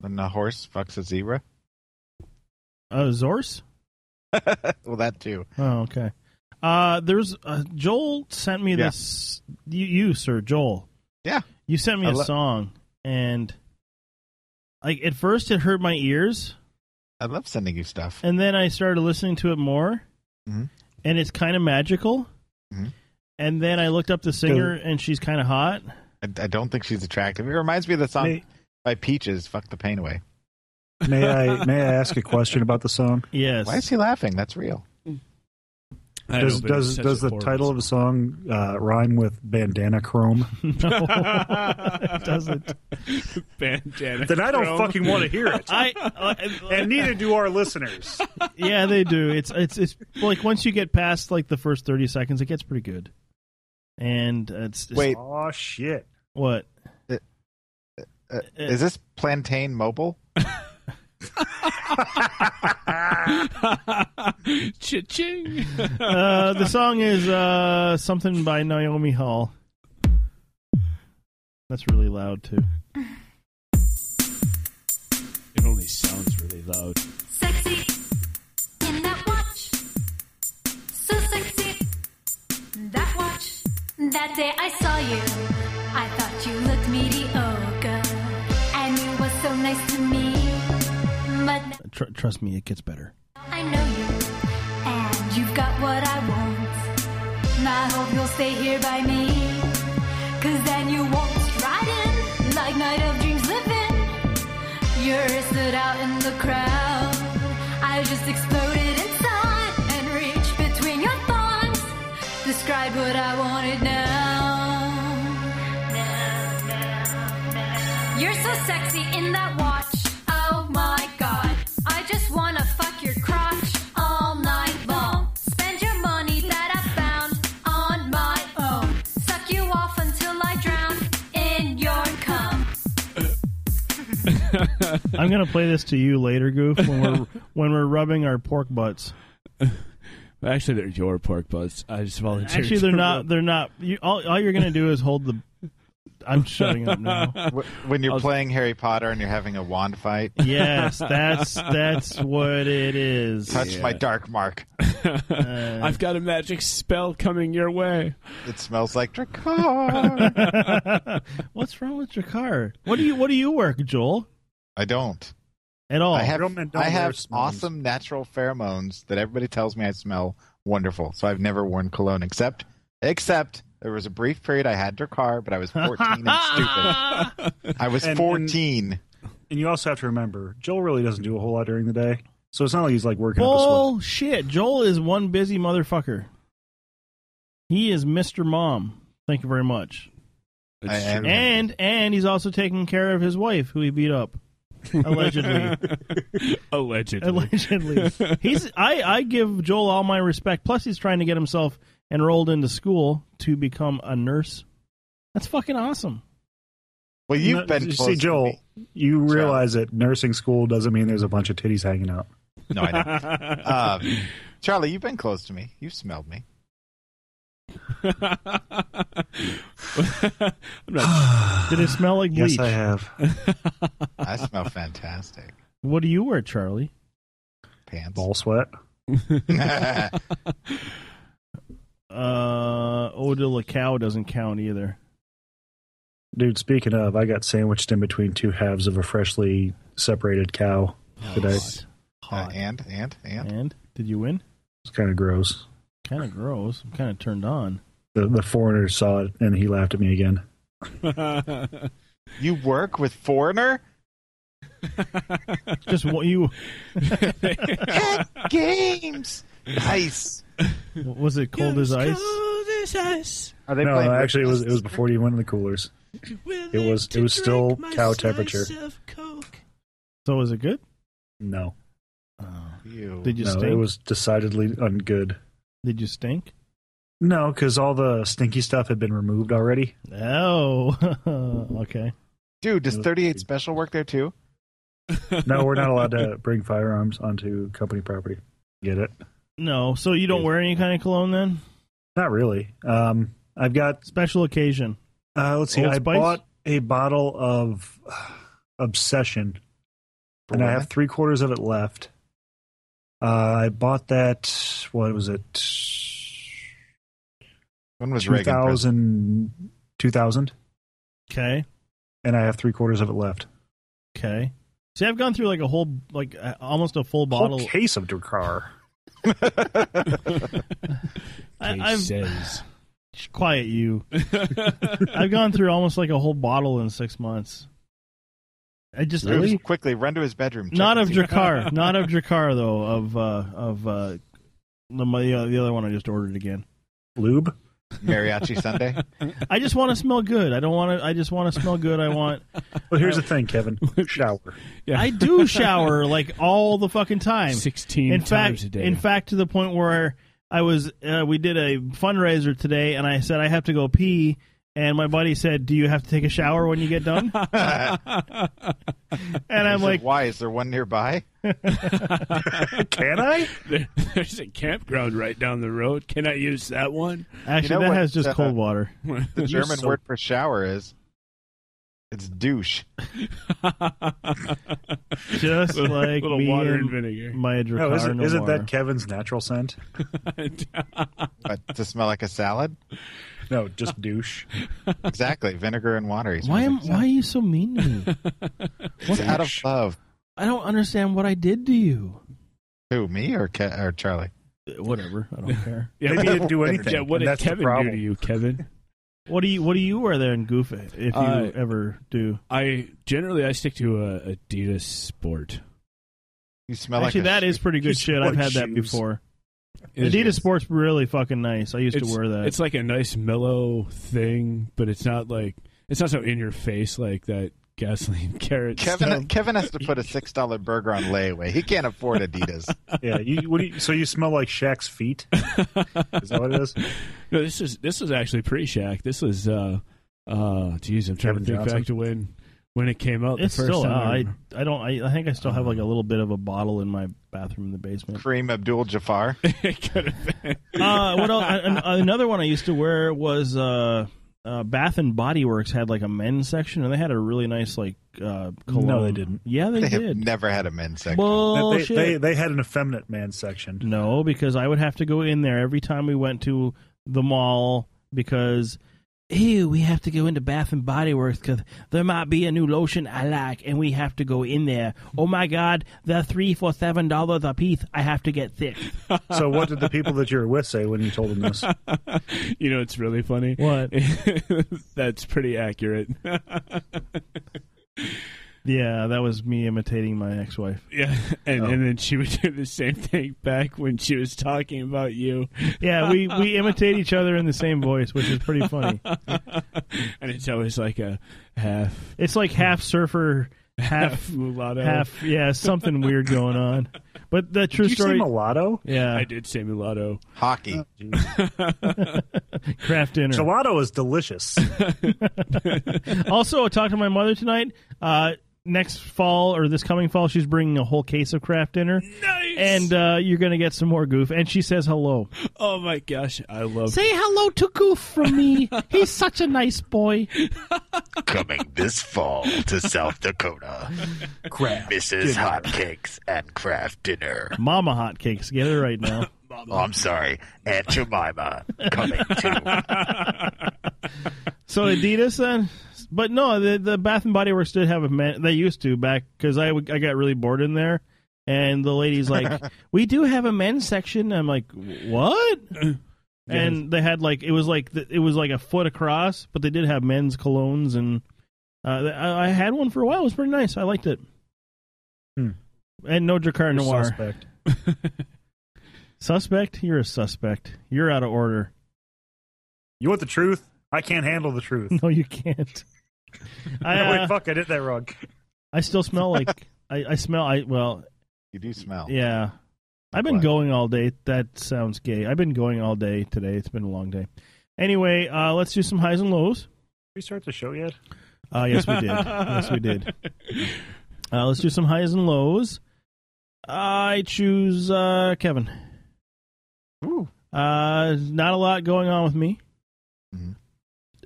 S9: When a horse fucks a zebra.
S7: Uh, Zorse?
S9: well, that too.
S7: Oh, okay. Uh, there's uh, Joel sent me
S9: Yeah.
S7: this. You, you, sir, Joel.
S9: Yeah.
S7: You sent me
S9: I
S7: a
S9: lo-
S7: song, and like at first it hurt my ears,
S9: I love sending you stuff.
S7: and then I started listening to it more,
S9: Mhm.
S7: and it's kind of magical.
S9: Mhm.
S7: And then I looked up the singer, and she's kind of hot.
S9: I, I don't think she's attractive. It reminds me of the song
S6: May-
S9: by Peaches, Fuck the Pain Away.
S6: May I may I ask a question about the song?
S7: Yes.
S9: Why is he laughing? That's real.
S8: I
S6: does
S8: know, but
S6: does
S8: it's such
S6: does
S8: a
S6: the
S8: horrible
S6: title of the song uh, rhyme with bandana chrome?
S7: no, it doesn't.
S8: bandana?
S6: then I don't
S8: Chrome.
S6: fucking want to hear it,
S7: I, I
S6: and neither do our listeners.
S7: yeah, they do. It's it's it's like once you get past like the first thirty seconds, it gets pretty good. And it's, it's
S9: Wait,
S6: Oh shit!
S7: what?
S9: uh, is this Plantain Mobile?
S8: Cha-ching.
S7: Uh, the song is uh, something by Naomi Hall. That's really loud too.
S8: It only sounds really loud.
S15: Sexy in that watch. So sexy. That watch. That day I saw you. I thought you looked mediocre. And you were so nice to me. But now
S7: Tr- trust me, it gets better.
S15: I know you. And you've got what I want. And I hope you'll stay here by me. Cause then you won't stride in like night of dreams living. You're stood out in the crowd. I just exploded inside and reached between your thoughts. Described what I wanted now. Now, now, now. You're so sexy in that watch. Oh my god. I just wanna fuck your crotch all night long. Spend your money that I found on my own. Suck you off until I drown in your cum.
S7: I'm gonna play this to you later, Goof, when we're when we're rubbing our pork butts.
S8: Actually, they're your pork butts. I just volunteered.
S7: Actually, they're
S8: to
S7: not. They're not. You, all, all you're gonna do is hold the. I'm shutting up now.
S9: Wh- When you're playing Harry Potter and you're having a wand fight,
S7: Yes, that's that's what it is.
S9: touch my dark mark.
S8: I've got a magic spell coming your way.
S9: It smells like Dracar.
S7: What's wrong with your car? What do you What do you work, Joel?
S9: I don't.
S7: At
S6: Oh,
S7: all.
S9: I have,
S7: Real men don't
S9: I
S7: wear
S9: have
S7: smells.
S9: awesome natural pheromones that everybody tells me I smell wonderful. So I've never worn cologne except except there was a brief period I had Dracar, but I was 14 and
S7: Ah!
S9: stupid. I was
S6: And- and-
S9: 14.
S6: And you also have to remember, Joel really doesn't do a whole lot during the day, so it's not like he's like working up a sweat.
S7: Bullshit. Joel is one busy motherfucker. He is Mr. Mom. Thank you very much.
S9: I am-
S7: And and he's also taking care of his wife, who he beat up, allegedly.
S8: Allegedly.
S7: allegedly, he's. I I give Joel all my respect. Plus, he's trying to get himself enrolled into school to become a nurse. That's fucking awesome.
S9: Well,
S7: you've been
S6: you see,
S7: close to
S6: Joel. You realize that nursing school doesn't mean there's a bunch of titties hanging out.
S9: No, I don't. uh, Charlie, you've been close to me. You've smelled me.
S7: Did it smell like bleach?
S9: Yes, I have. I smell fantastic.
S7: What do you wear, Charlie?
S9: Pants.
S6: Ball sweat.
S7: uh, Eau de la Cow doesn't count either.
S6: Dude, speaking of, I got sandwiched in between two halves of a freshly separated cow today. It's
S9: Uh, and and and
S7: And did you win?
S6: kind of gross.
S7: Kind of gross. I'm kind of turned on.
S6: The, the foreigner saw it and he laughed at me again.
S9: you work with foreigner?
S7: Just what you
S9: games. Nice.
S7: was it cold as ice?
S9: Are
S6: no, actually, it was it was before you went in the coolers. It was it was still cow temperature.
S7: So was it good?
S6: No,
S7: Did you
S6: no,
S7: stink?
S6: it was decidedly ungood.
S7: Did you stink?
S6: No, because all the stinky stuff had been removed already.
S7: Oh, okay.
S9: Dude, does 38 Special work there too?
S6: No, we're not allowed to bring firearms onto company property. Get it?
S7: No, so you don't wear any kind of cologne then?
S6: Not really. Um, I've got
S7: special occasion.
S6: Uh, let's see.
S7: Old
S6: I
S7: Spice?
S6: bought a bottle of uh, Obsession, and I
S9: women?
S6: have three quarters of it left. Uh, I bought that. What was it?
S9: When was Reagan? president?
S6: 2000, 2000
S7: Okay,
S6: and I have three quarters of it left.
S7: okay. See, I've gone through like a whole, like uh, almost a full bottle.
S6: Whole case of Dracar.
S7: I,
S8: Case
S7: I've
S8: says.
S7: Shh, quiet you. I've gone through almost like a whole bottle in six months. I just I was-
S9: Oops, quickly run to his bedroom. check
S7: not
S9: and
S7: of
S9: see-
S7: Dracar, not of Dracar though. Of uh, of uh, the mo- the other- the other one I just ordered again.
S6: Lube.
S9: Mariachi Sunday.
S7: I just want to smell good. I don't want to. I just want to smell good. I want.
S6: Well, here's the thing, Kevin. Shower.
S7: I do shower like all the fucking time.
S8: 16
S7: in
S8: times
S7: fact,
S8: a day.
S7: In fact, to the point where I was, uh, we did a fundraiser today, and I said I have to go pee, and my buddy said, "Do you have to take a shower when you get done?" and
S9: He
S7: I'm
S9: said,
S7: like,
S9: why? Is there one nearby?
S6: Can I?
S8: There- there's a campground right down the road. Can I use that one?
S7: Actually,
S9: know
S7: that
S9: what,
S7: has just
S9: uh,
S7: cold water.
S9: The
S8: Use
S9: German
S8: soap.
S9: word for shower is it's douche.
S7: just
S8: Little-
S7: like
S8: little
S7: me
S8: water
S7: and
S8: and vinegar.
S7: My
S6: No,
S7: Dracar
S6: isn't,
S7: no
S6: isn't
S7: more.
S6: that Kevin's natural scent?
S9: But to smell like a salad?
S6: No, just douche.
S9: Exactly. Vinegar and water. He
S7: Why
S9: smells
S7: am
S9: like
S7: Why are you so mean to me?
S9: It's out of love.
S7: I don't understand what I did to you.
S9: Who, me or, Ke- or Charlie?
S7: Whatever, I don't care.
S8: Yeah,
S6: Maybe
S8: what-
S6: you didn't do anything.
S8: Yeah, what
S6: and
S8: did
S6: that's the
S8: Kevin do
S6: problem.
S8: to you, Kevin?
S7: What do you What do you wear there in Goof if you
S8: Uh,
S7: ever do?
S8: I generally I stick to uh, Adidas Sport.
S9: You smell
S7: Actually,
S9: like
S7: that is pretty good shit. I've had that before.
S8: Is
S7: Adidas Sport's really fucking nice. I used
S8: It's,
S7: to wear that.
S8: it's like a nice mellow thing, but it's not like it's not so in your face like that gasoline carrot.
S9: Kevin,
S8: stuff.
S9: Kevin has to put a six dollar burger on layaway. He can't afford Adidas.
S6: Yeah, you, what do you, so you smell like Shaq's feet? Is that what it is?
S8: No, this is this was actually pre Shack. This was uh uh geez, I'm trying
S6: Kevin
S8: to think
S6: Johnson.
S8: back to when when it came out
S7: It's
S8: the first
S7: still
S8: time.
S7: out.
S8: I
S7: I,
S8: remember.
S7: I don't. I, I think I still have like a little bit of a bottle in my bathroom in the basement.
S9: Kareem Abdul Jafar.
S8: It could have been.
S7: Uh, what else? an- an- another one I used to wear was uh, uh, Bath and Body Works had like a men's section, and they had a really nice like uh, cologne.
S6: No, they didn't.
S7: Yeah, they,
S9: They have
S7: did.
S9: never had a men's section.
S7: Bullshit.
S6: They, they, they had an effeminate man section.
S7: No, because I would have to go in there every time we went to the mall because ew, we have to go into Bath and Body Works because there might be a new lotion I like, and we have to go in there. Oh my God, they're three for seven dollars a piece. I have to get thick.
S6: So what did the people that you were with say when you told them this?
S8: You know, it's really funny.
S7: What?
S8: That's pretty accurate.
S7: Yeah, that was me imitating my ex-wife.
S8: Yeah, and, and then she would do the same thing back when she was talking about you.
S7: Yeah, we, we imitate each other in the same voice, which is pretty funny.
S8: and it's always like a half.
S7: It's like half surfer, half,
S8: Half mulatto.
S7: half yeah, something weird going on. But the true
S8: you say
S7: story,
S6: mulatto.
S7: Yeah,
S8: I did say mulatto.
S9: Hockey.
S7: Craft dinner.
S6: Gelato is delicious.
S7: also, I talked to my mother tonight. Uh, next fall or this coming fall, she's bringing a whole case of craft dinner. Nice. And uh, you're gonna get some more goof. And she says hello.
S8: Oh my gosh, I love
S7: Say hello to Goof from me. He's such a nice boy.
S14: Coming this fall to South Dakota.
S6: Craft
S14: Mrs. Hotcakes and Craft Dinner.
S7: Mama hotcakes, get it right now.
S14: Oh, I'm sorry, Aunt
S9: Oh,
S14: Jemima. Coming to.
S7: So Adidas then, but no, the the Bath and Body Works did have a men. They used to back because I would- I got really bored in there, and the lady's like, "We do have a men's section." I'm like, "What?" And they had like it was like the, it was like a foot across, but they did have men's colognes, and uh, th- I, I had one for a while. It was pretty nice. I liked it.
S6: Hmm.
S7: And no Jacquard
S6: You're
S7: Noir.
S6: suspect.
S7: Suspect? You're a suspect. You're out of order.
S6: You want the truth? I can't handle the truth.
S7: No, you can't. I,
S6: No,
S7: uh,
S6: wait, fuck, I did that wrong.
S7: I still smell like I, I smell. I well,
S9: You do smell.
S7: yeah. I've been going all day. That sounds gay. I've been going all day today. It's been a long day. Anyway, uh, let's do some highs and lows.
S6: we start the show yet?
S7: Uh, yes, we did. yes, we did. Uh, let's do some highs and lows. I choose uh, Kevin.
S6: Ooh.
S7: Uh, not a lot going on with me.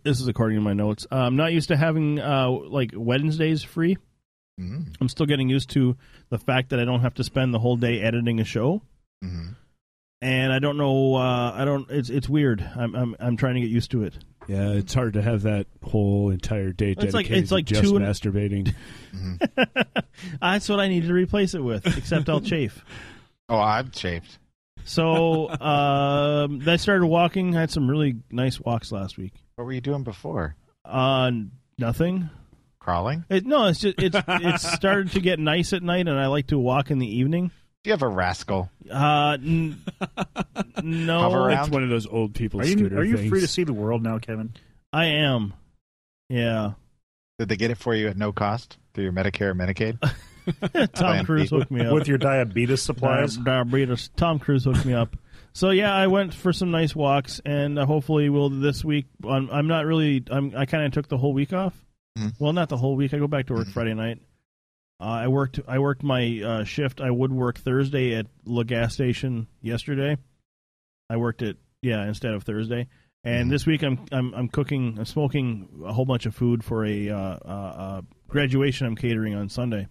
S7: This is according to my notes. Uh, I'm not used to having uh, like Wednesdays free. I'm still getting used to the fact that I don't have to spend the whole day editing a show. And I don't know. Uh, I don't. It's it's weird. I'm I'm I'm trying to get used to it.
S8: Yeah, it's hard to have that whole entire day
S7: It's like-
S8: dedicated
S7: it's like
S8: to just
S7: two and-
S8: masturbating.
S7: That's what I need to replace it with. Except I'll chafe.
S9: Oh, I'm chafed.
S7: So um, I started walking. I had some really nice walks last week.
S9: What were you doing before?
S7: Uh, nothing.
S9: Crawling?
S7: It, no, it's just it's it's started to get nice at night, and I like to walk in the evening.
S9: Do you have a rascal?
S7: Uh, n- no,
S9: Hover around?
S8: It's one of those old people
S6: Are you
S8: scooter
S6: are you
S8: things.
S6: free to see the world now, Kevin?
S7: I am. Yeah,
S9: Did they get it for you at no cost through your Medicare or Medicaid?
S7: Tom Cruise hooked me up
S6: With your diabetes supplies?
S7: Di- diabetes. Tom Cruise hooked me up. So yeah, I went for some nice walks, and uh, hopefully will this week. I'm, I'm not really. I'm, I kind of took the whole week off. Well, not the whole week. I go back to work Friday night. Uh, I worked. I worked my uh, shift. I would work Thursday at La Gas Station yesterday. I worked it. Yeah, instead of Thursday. And this week I'm I'm I'm cooking. I'm smoking a whole bunch of food for a uh, uh, uh, graduation. I'm catering on Sunday.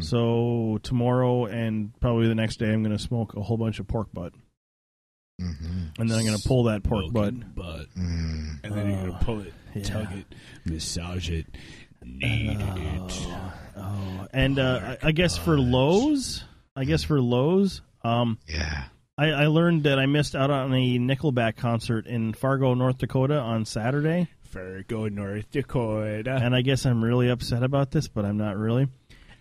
S7: So tomorrow and probably the next day, I'm going to smoke a whole bunch of pork butt, and then I'm going to pull that pork butt.
S8: Smoking butt.
S9: Mm.
S8: Ah, And then you're gonna pull it, tug it, massage it, knead it.
S7: And uh, I, I guess for lows, I guess for lows, um,
S9: yeah,
S7: I, I learned that I missed out on a Nickelback concert in Fargo, North Dakota, on Saturday,
S8: Fargo, North Dakota.
S7: and I guess I'm really upset about this, but I'm not really.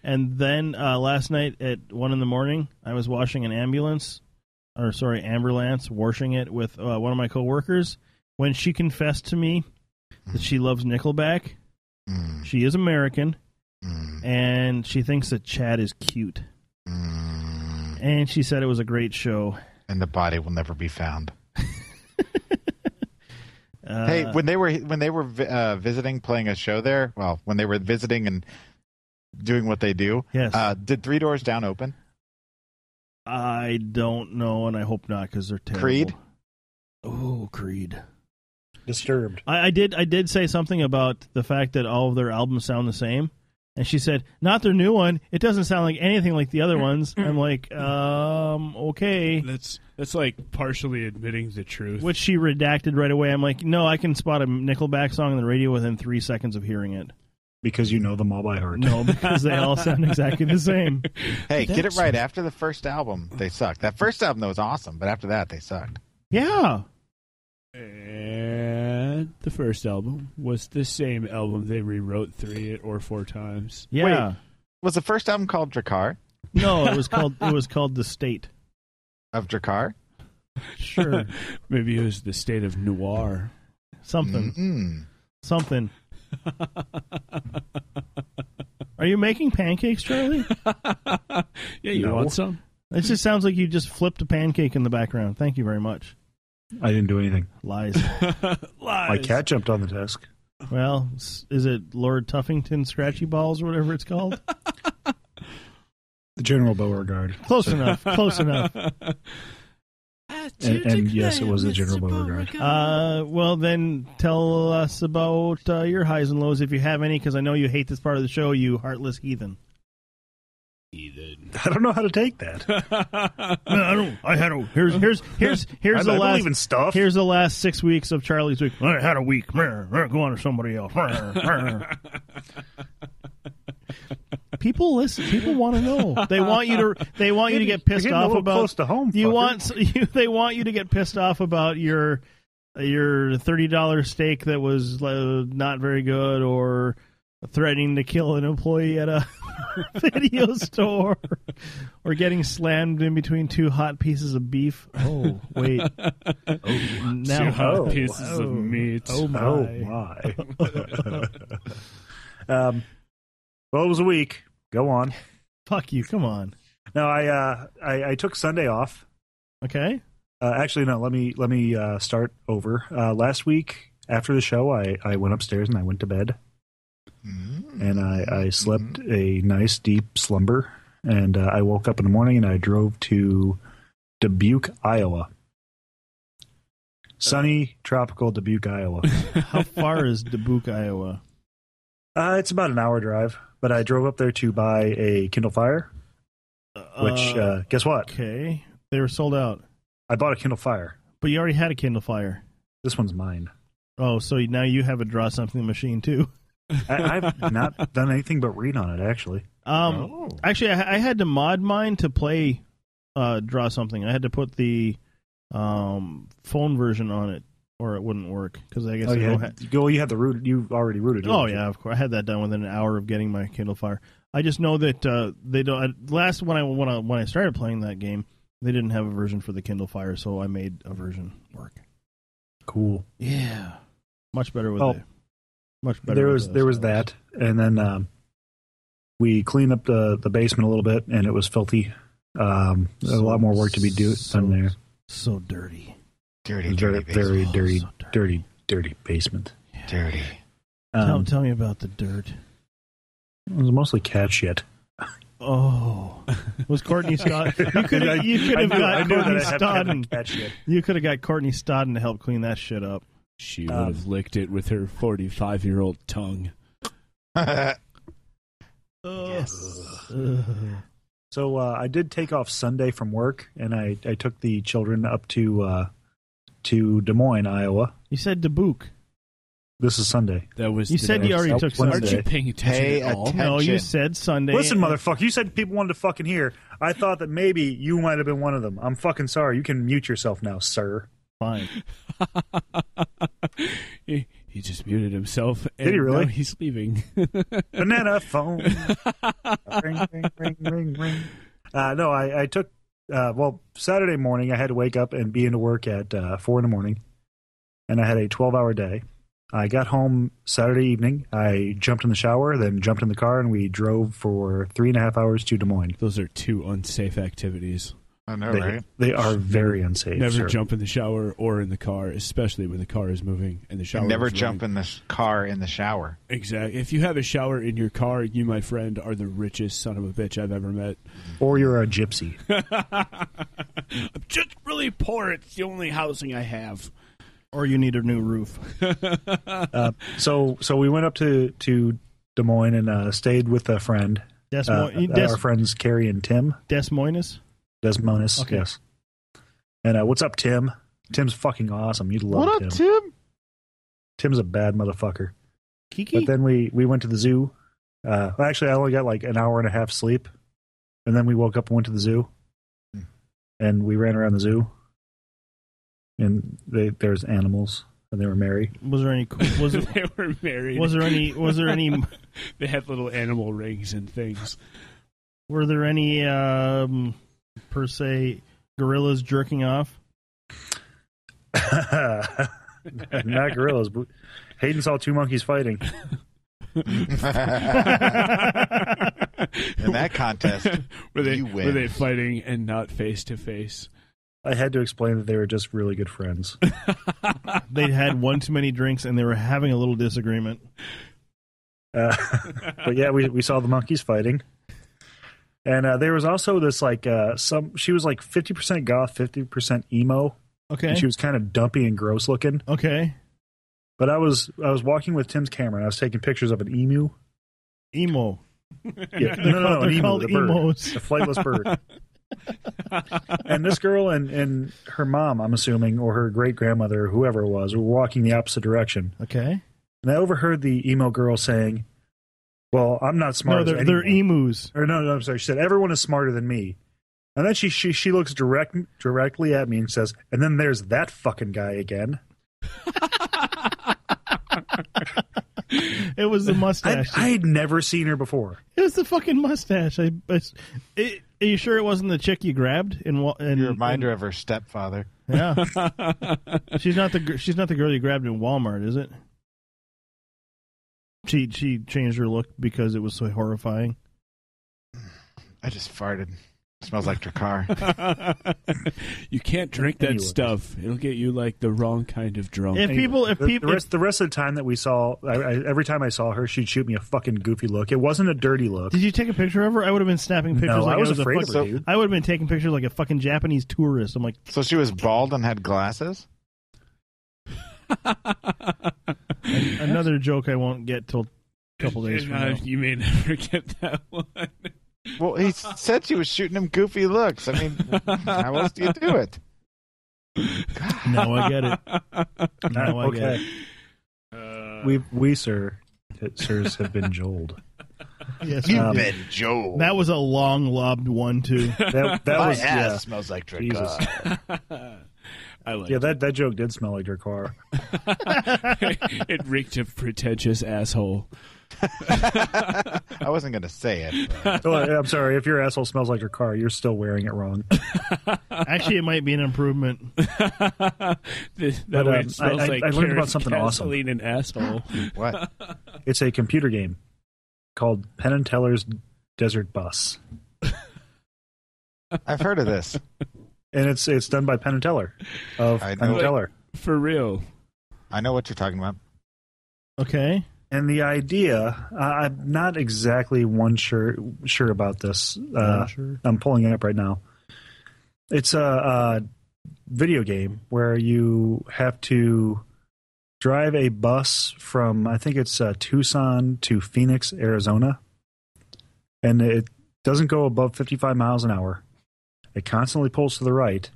S7: And then uh, last night at one in the morning, I was washing an ambulance, or sorry, ambulance, washing it with uh, one of my coworkers. When she confessed to me that
S9: Hmm.
S7: she loves Nickelback, she is American,
S9: Hmm.
S7: and she thinks that Chad is cute.
S9: Hmm.
S7: And she said it was a great show.
S9: and the body will never be found.
S7: Uh,
S9: hey,
S6: Uh-huh.
S9: when they were when they were vi- uh, visiting, playing a show there. Well, when they were visiting and doing what they do.
S7: Yes.
S9: Uh, did Three Doors Down open?
S7: I don't know, and I hope not because they're terrible.
S9: Creed?
S7: Oh, Creed.
S6: disturbed.
S7: I, I did I did say something about the fact that all of their albums sound the same, and she said, "Not their new one. It doesn't sound like anything like the other ones." I'm like, um, okay.
S8: That's that's like partially admitting the truth.
S7: Which she redacted right away. I'm like, no, I can spot a Nickelback song on the radio within three seconds of hearing it.
S6: Because you know them all by heart.
S7: No, because they all sound exactly the same.
S9: Hey, get it
S7: That's-
S9: right. After the first album, they sucked. That first album, though, was awesome, but after that, they sucked.
S7: Yeah.
S8: And the first album was the same album they rewrote three or four times.
S9: Wait, was the first album called Drakkar?
S7: No, it was called it was called the state
S9: of Drakkar.
S7: Sure,
S8: maybe it was the state of noir.
S7: Something.
S9: Hmm.
S7: Something. Are you making pancakes, Charlie?
S8: Yeah, you
S7: No.
S8: want some?
S7: It just sounds like you just flipped a pancake in the background. Thank you very much.
S6: I didn't do anything.
S7: Lies.
S6: My cat jumped on the desk.
S7: Well, s- is it Lord Tuffington Scratchy Balls or whatever it's called?
S6: The General Beauregard.
S7: Close enough. Close enough.
S6: And, and yes, it was the General Beauregard.
S8: Ah,
S7: Uh, well, then tell us about uh, your highs and lows if you have any, because I know you hate this part of the show, you heartless heathen.
S6: I don't know how to take that.
S7: No, I don't. I had a here's here's here's here's the
S6: Oh. I- I
S7: last
S6: believe in stuff.
S7: Here's the last six weeks of Charlie's week. I had a week. Meh, meh, Go on to somebody else. Meh, meh. people listen. People want to know. They want you to. They want you to get
S6: You're
S7: pissed
S6: getting a
S7: off
S6: little
S7: about
S6: close to home,
S7: You
S6: fucker.
S7: want. You, they want you to get pissed off about your your thirty dollar steak that was uh, not very good or threatening to kill an employee at a video store or getting slammed in between two hot pieces of beef. Oh, wait. now
S8: Oh, Two hot pieces of
S7: oh,
S8: meat.
S7: Oh my.
S6: Oh my. um, well, it was a week. Go on.
S7: Fuck you. Come on.
S6: No, I uh, I, I took Sunday off.
S7: Okay.
S6: Uh, actually, no. Let me let me uh, start over. Uh, last week after the show, I, I went upstairs and I went to bed, and I I slept a nice deep slumber. And uh, I woke up in the morning and I drove to Dubuque, Iowa. Sunny, tropical Dubuque, Iowa.
S7: How far is Dubuque, Iowa?
S6: Uh, it's about an hour drive, but I drove up there to buy a Kindle Fire, which uh, guess what?
S7: Okay. They were sold out.
S6: I bought a Kindle Fire.
S7: But you already had a Kindle Fire.
S6: This one's mine.
S7: Oh, so now you have a draw something machine too.
S6: I, I've not done anything but read on it, actually.
S7: Um,
S6: Oh.
S7: actually, I, I had to mod mine to play uh, draw something. I had to put the um, phone version on it, or it wouldn't work because I guess
S6: oh,
S7: I
S6: you
S7: don't
S6: had,
S7: ha-
S6: you- well, you had the root. You already rooted. it.
S7: Oh yeah, of course. I had that done within an hour of getting my Kindle Fire. I just know that uh, they don't. I, last when I when I when I started playing that game, they didn't have a version for the Kindle Fire, so I made a version work.
S6: Cool.
S7: Yeah, much better with
S6: Oh.
S7: it. Much better.
S6: There
S7: with
S6: was
S7: the
S6: there was
S7: stylus.
S6: that, and then um, we cleaned up the the basement a little bit, and it was filthy. Um, a lot more work to be do, done there.
S7: So dirty. Oh,
S9: Dirty,
S6: very,
S9: dirty
S6: very
S9: basement.
S6: dirty, dirty, dirty basement.
S9: Dirty.
S7: tell,
S6: Um,
S7: tell me about the dirt.
S6: it was mostly cat shit.
S7: Oh, was Courtney Stodden? You could
S6: I-
S7: have you could have
S6: I knew-
S7: got
S6: I knew that
S7: Courtney
S6: I had to
S7: Stodden.
S6: that shit.
S7: You could have got Courtney Stodden to help clean that shit up.
S8: She would have licked it with her 45 year old tongue.
S6: So uh, I did take off Sunday from work, and I, I took the children up to uh, to Des Moines, Iowa.
S7: You said Dubuque.
S6: This is Sunday.
S8: That was
S7: You said you already took Sunday. No, you said Sunday.
S6: Oh, Listen, motherfucker, you said people wanted to fucking hear. I thought that maybe you might have been one of them. I'm fucking sorry. You can mute yourself now, sir.
S7: Fine.
S8: He, he just muted himself. And
S6: Did he really?
S8: now he's leaving.
S6: Banana phone. ring, ring, ring, ring, ring. Uh, no, I, I took. Uh, well, Saturday morning I had to wake up and be into work at uh, four in the morning, and I had a twelve-hour day. I got home Saturday evening. I jumped in the shower, then jumped in the car, and we drove for three and a half hours to Des Moines.
S8: Those are two unsafe activities.
S9: I
S6: know, They- right? they are very unsafe,
S8: Never
S6: sir.
S8: jump in the shower or in the car, especially when the car is moving and the shower.
S9: And never
S8: is
S9: jump in the s- car in the shower.
S8: Exactly. If you have a shower in your car, you, my friend, are the richest son of a bitch I've ever met.
S6: Or you're a gypsy.
S8: I'm just really poor. It's the only housing I have.
S7: Or you need a new roof.
S6: uh, so so we went up to to Des Moines and uh, stayed with a friend.
S7: Des
S6: Uh,
S7: Moines- Des-
S6: our friends Carrie and Tim.
S7: Des Moines.
S6: Des Moines.
S7: Okay.
S6: Yes. And uh, what's up, Tim? Tim's fucking awesome. You'd love
S9: What
S6: Tim.
S9: up, Tim?
S6: Tim's a bad motherfucker.
S7: Kiki.
S6: But then we we went to the zoo. Uh, well, actually, I only got like an hour and a half sleep, and then we woke up and went to the zoo, and we ran around the zoo, and they, there's animals, and they were merry.
S7: Was there any? Was there,
S8: they were married.
S7: Was there any? Was there any?
S8: they had little animal rings and things.
S7: Were there any um, per se gorillas jerking off?
S6: Not gorillas. But Hayden saw two monkeys fighting.
S9: In that contest,
S8: were they
S9: you win.
S8: were they fighting and not face to face?
S6: I had to explain that they were just really good friends.
S7: They had one too many drinks and they were having a little disagreement.
S6: Uh, but yeah, we we saw the monkeys fighting, and uh, there was also this like uh, some. She was like fifty percent goth, fifty percent emo.
S7: Okay.
S6: and she was kind of dumpy and gross looking.
S7: Okay,
S6: but I was I was walking with Tim's camera. and I was taking pictures of an emu.
S7: Emo.
S6: Yeah, no, no, no, an emu, the bird, the flightless bird. and this girl and, and her mom, I'm assuming, or her great grandmother, whoever it was, were walking the opposite direction.
S7: Okay.
S6: And I overheard the emo girl saying, "Well, I'm not smart."
S7: No, they're-
S6: as
S7: they're
S6: anyone."
S7: emus.
S6: Or no, no, I'm sorry. She said, "Everyone is smarter than me." And then she she she looks direct directly at me and says, "And then there's that fucking guy again."
S7: it was the mustache.
S6: I had never seen her before.
S7: It was the fucking mustache. I, it's- it, are you sure it wasn't the chick you grabbed? And you
S9: reminder of her stepfather.
S7: Yeah, she's not the gir- she's not the girl you grabbed in Walmart, is it? She she changed her look because it was so horrifying.
S9: I just farted. Smells like your car.
S8: you can't drink that
S6: Anyways.
S8: stuff. It'll get you like the wrong kind of drunk.
S6: Anyway, the, the rest, the rest of the time that we saw, I, I, every time I saw her, she'd shoot me a fucking goofy look. It wasn't a dirty look.
S7: Did you take a picture of her? I would have been snapping pictures.
S6: No,
S7: like
S6: I was
S7: a
S6: afraid of
S7: fucking,
S6: her, dude.
S7: I would have been taking pictures like a fucking Japanese tourist. I'm like,
S9: So she was bald and had glasses.
S7: another joke I won't get till a couple days from now.
S8: Uh, you may never get that one.
S9: Well, he said she was shooting him goofy looks. I mean, how else do you do it?
S7: No, I get it.
S6: No,
S7: No, I get
S6: okay.
S7: it.
S6: we, we, sir, sirs, have been joled.
S7: Yes,
S6: You've
S7: um,
S6: been
S9: Joe.
S7: That was a long lobbed one too.
S6: That, that was Oh, yeah. Jesus.
S8: I like
S6: yeah, that, that joke did smell like your car.
S8: it reeked of pretentious asshole.
S9: I wasn't going to say it.
S6: Oh, I- I'm sorry. If your asshole smells like your car, you're still wearing it wrong.
S7: Actually, it might be an improvement.
S8: That
S6: But,
S8: way
S6: um,
S8: it smells
S6: I- I-
S8: like
S6: I learned about
S8: carrot
S6: something awesome.
S8: gasoline and asshole.
S9: What?
S6: It's a computer game called Penn and Teller's Desert Bus,
S9: I've heard of this.
S6: and it's it's done by Penn and Teller of
S9: I
S6: Penn and
S9: know.
S6: Teller.
S8: For real.
S9: I know what you're talking about.
S7: Okay.
S6: And the idea, uh, I'm not exactly one sure sure about this. Uh,
S7: Not sure.
S6: I'm pulling it up right now. It's a, a video game where you have to drive a bus from I think it's uh, Tucson to Phoenix, Arizona, and it doesn't go above 55 miles an hour. It constantly pulls to the right,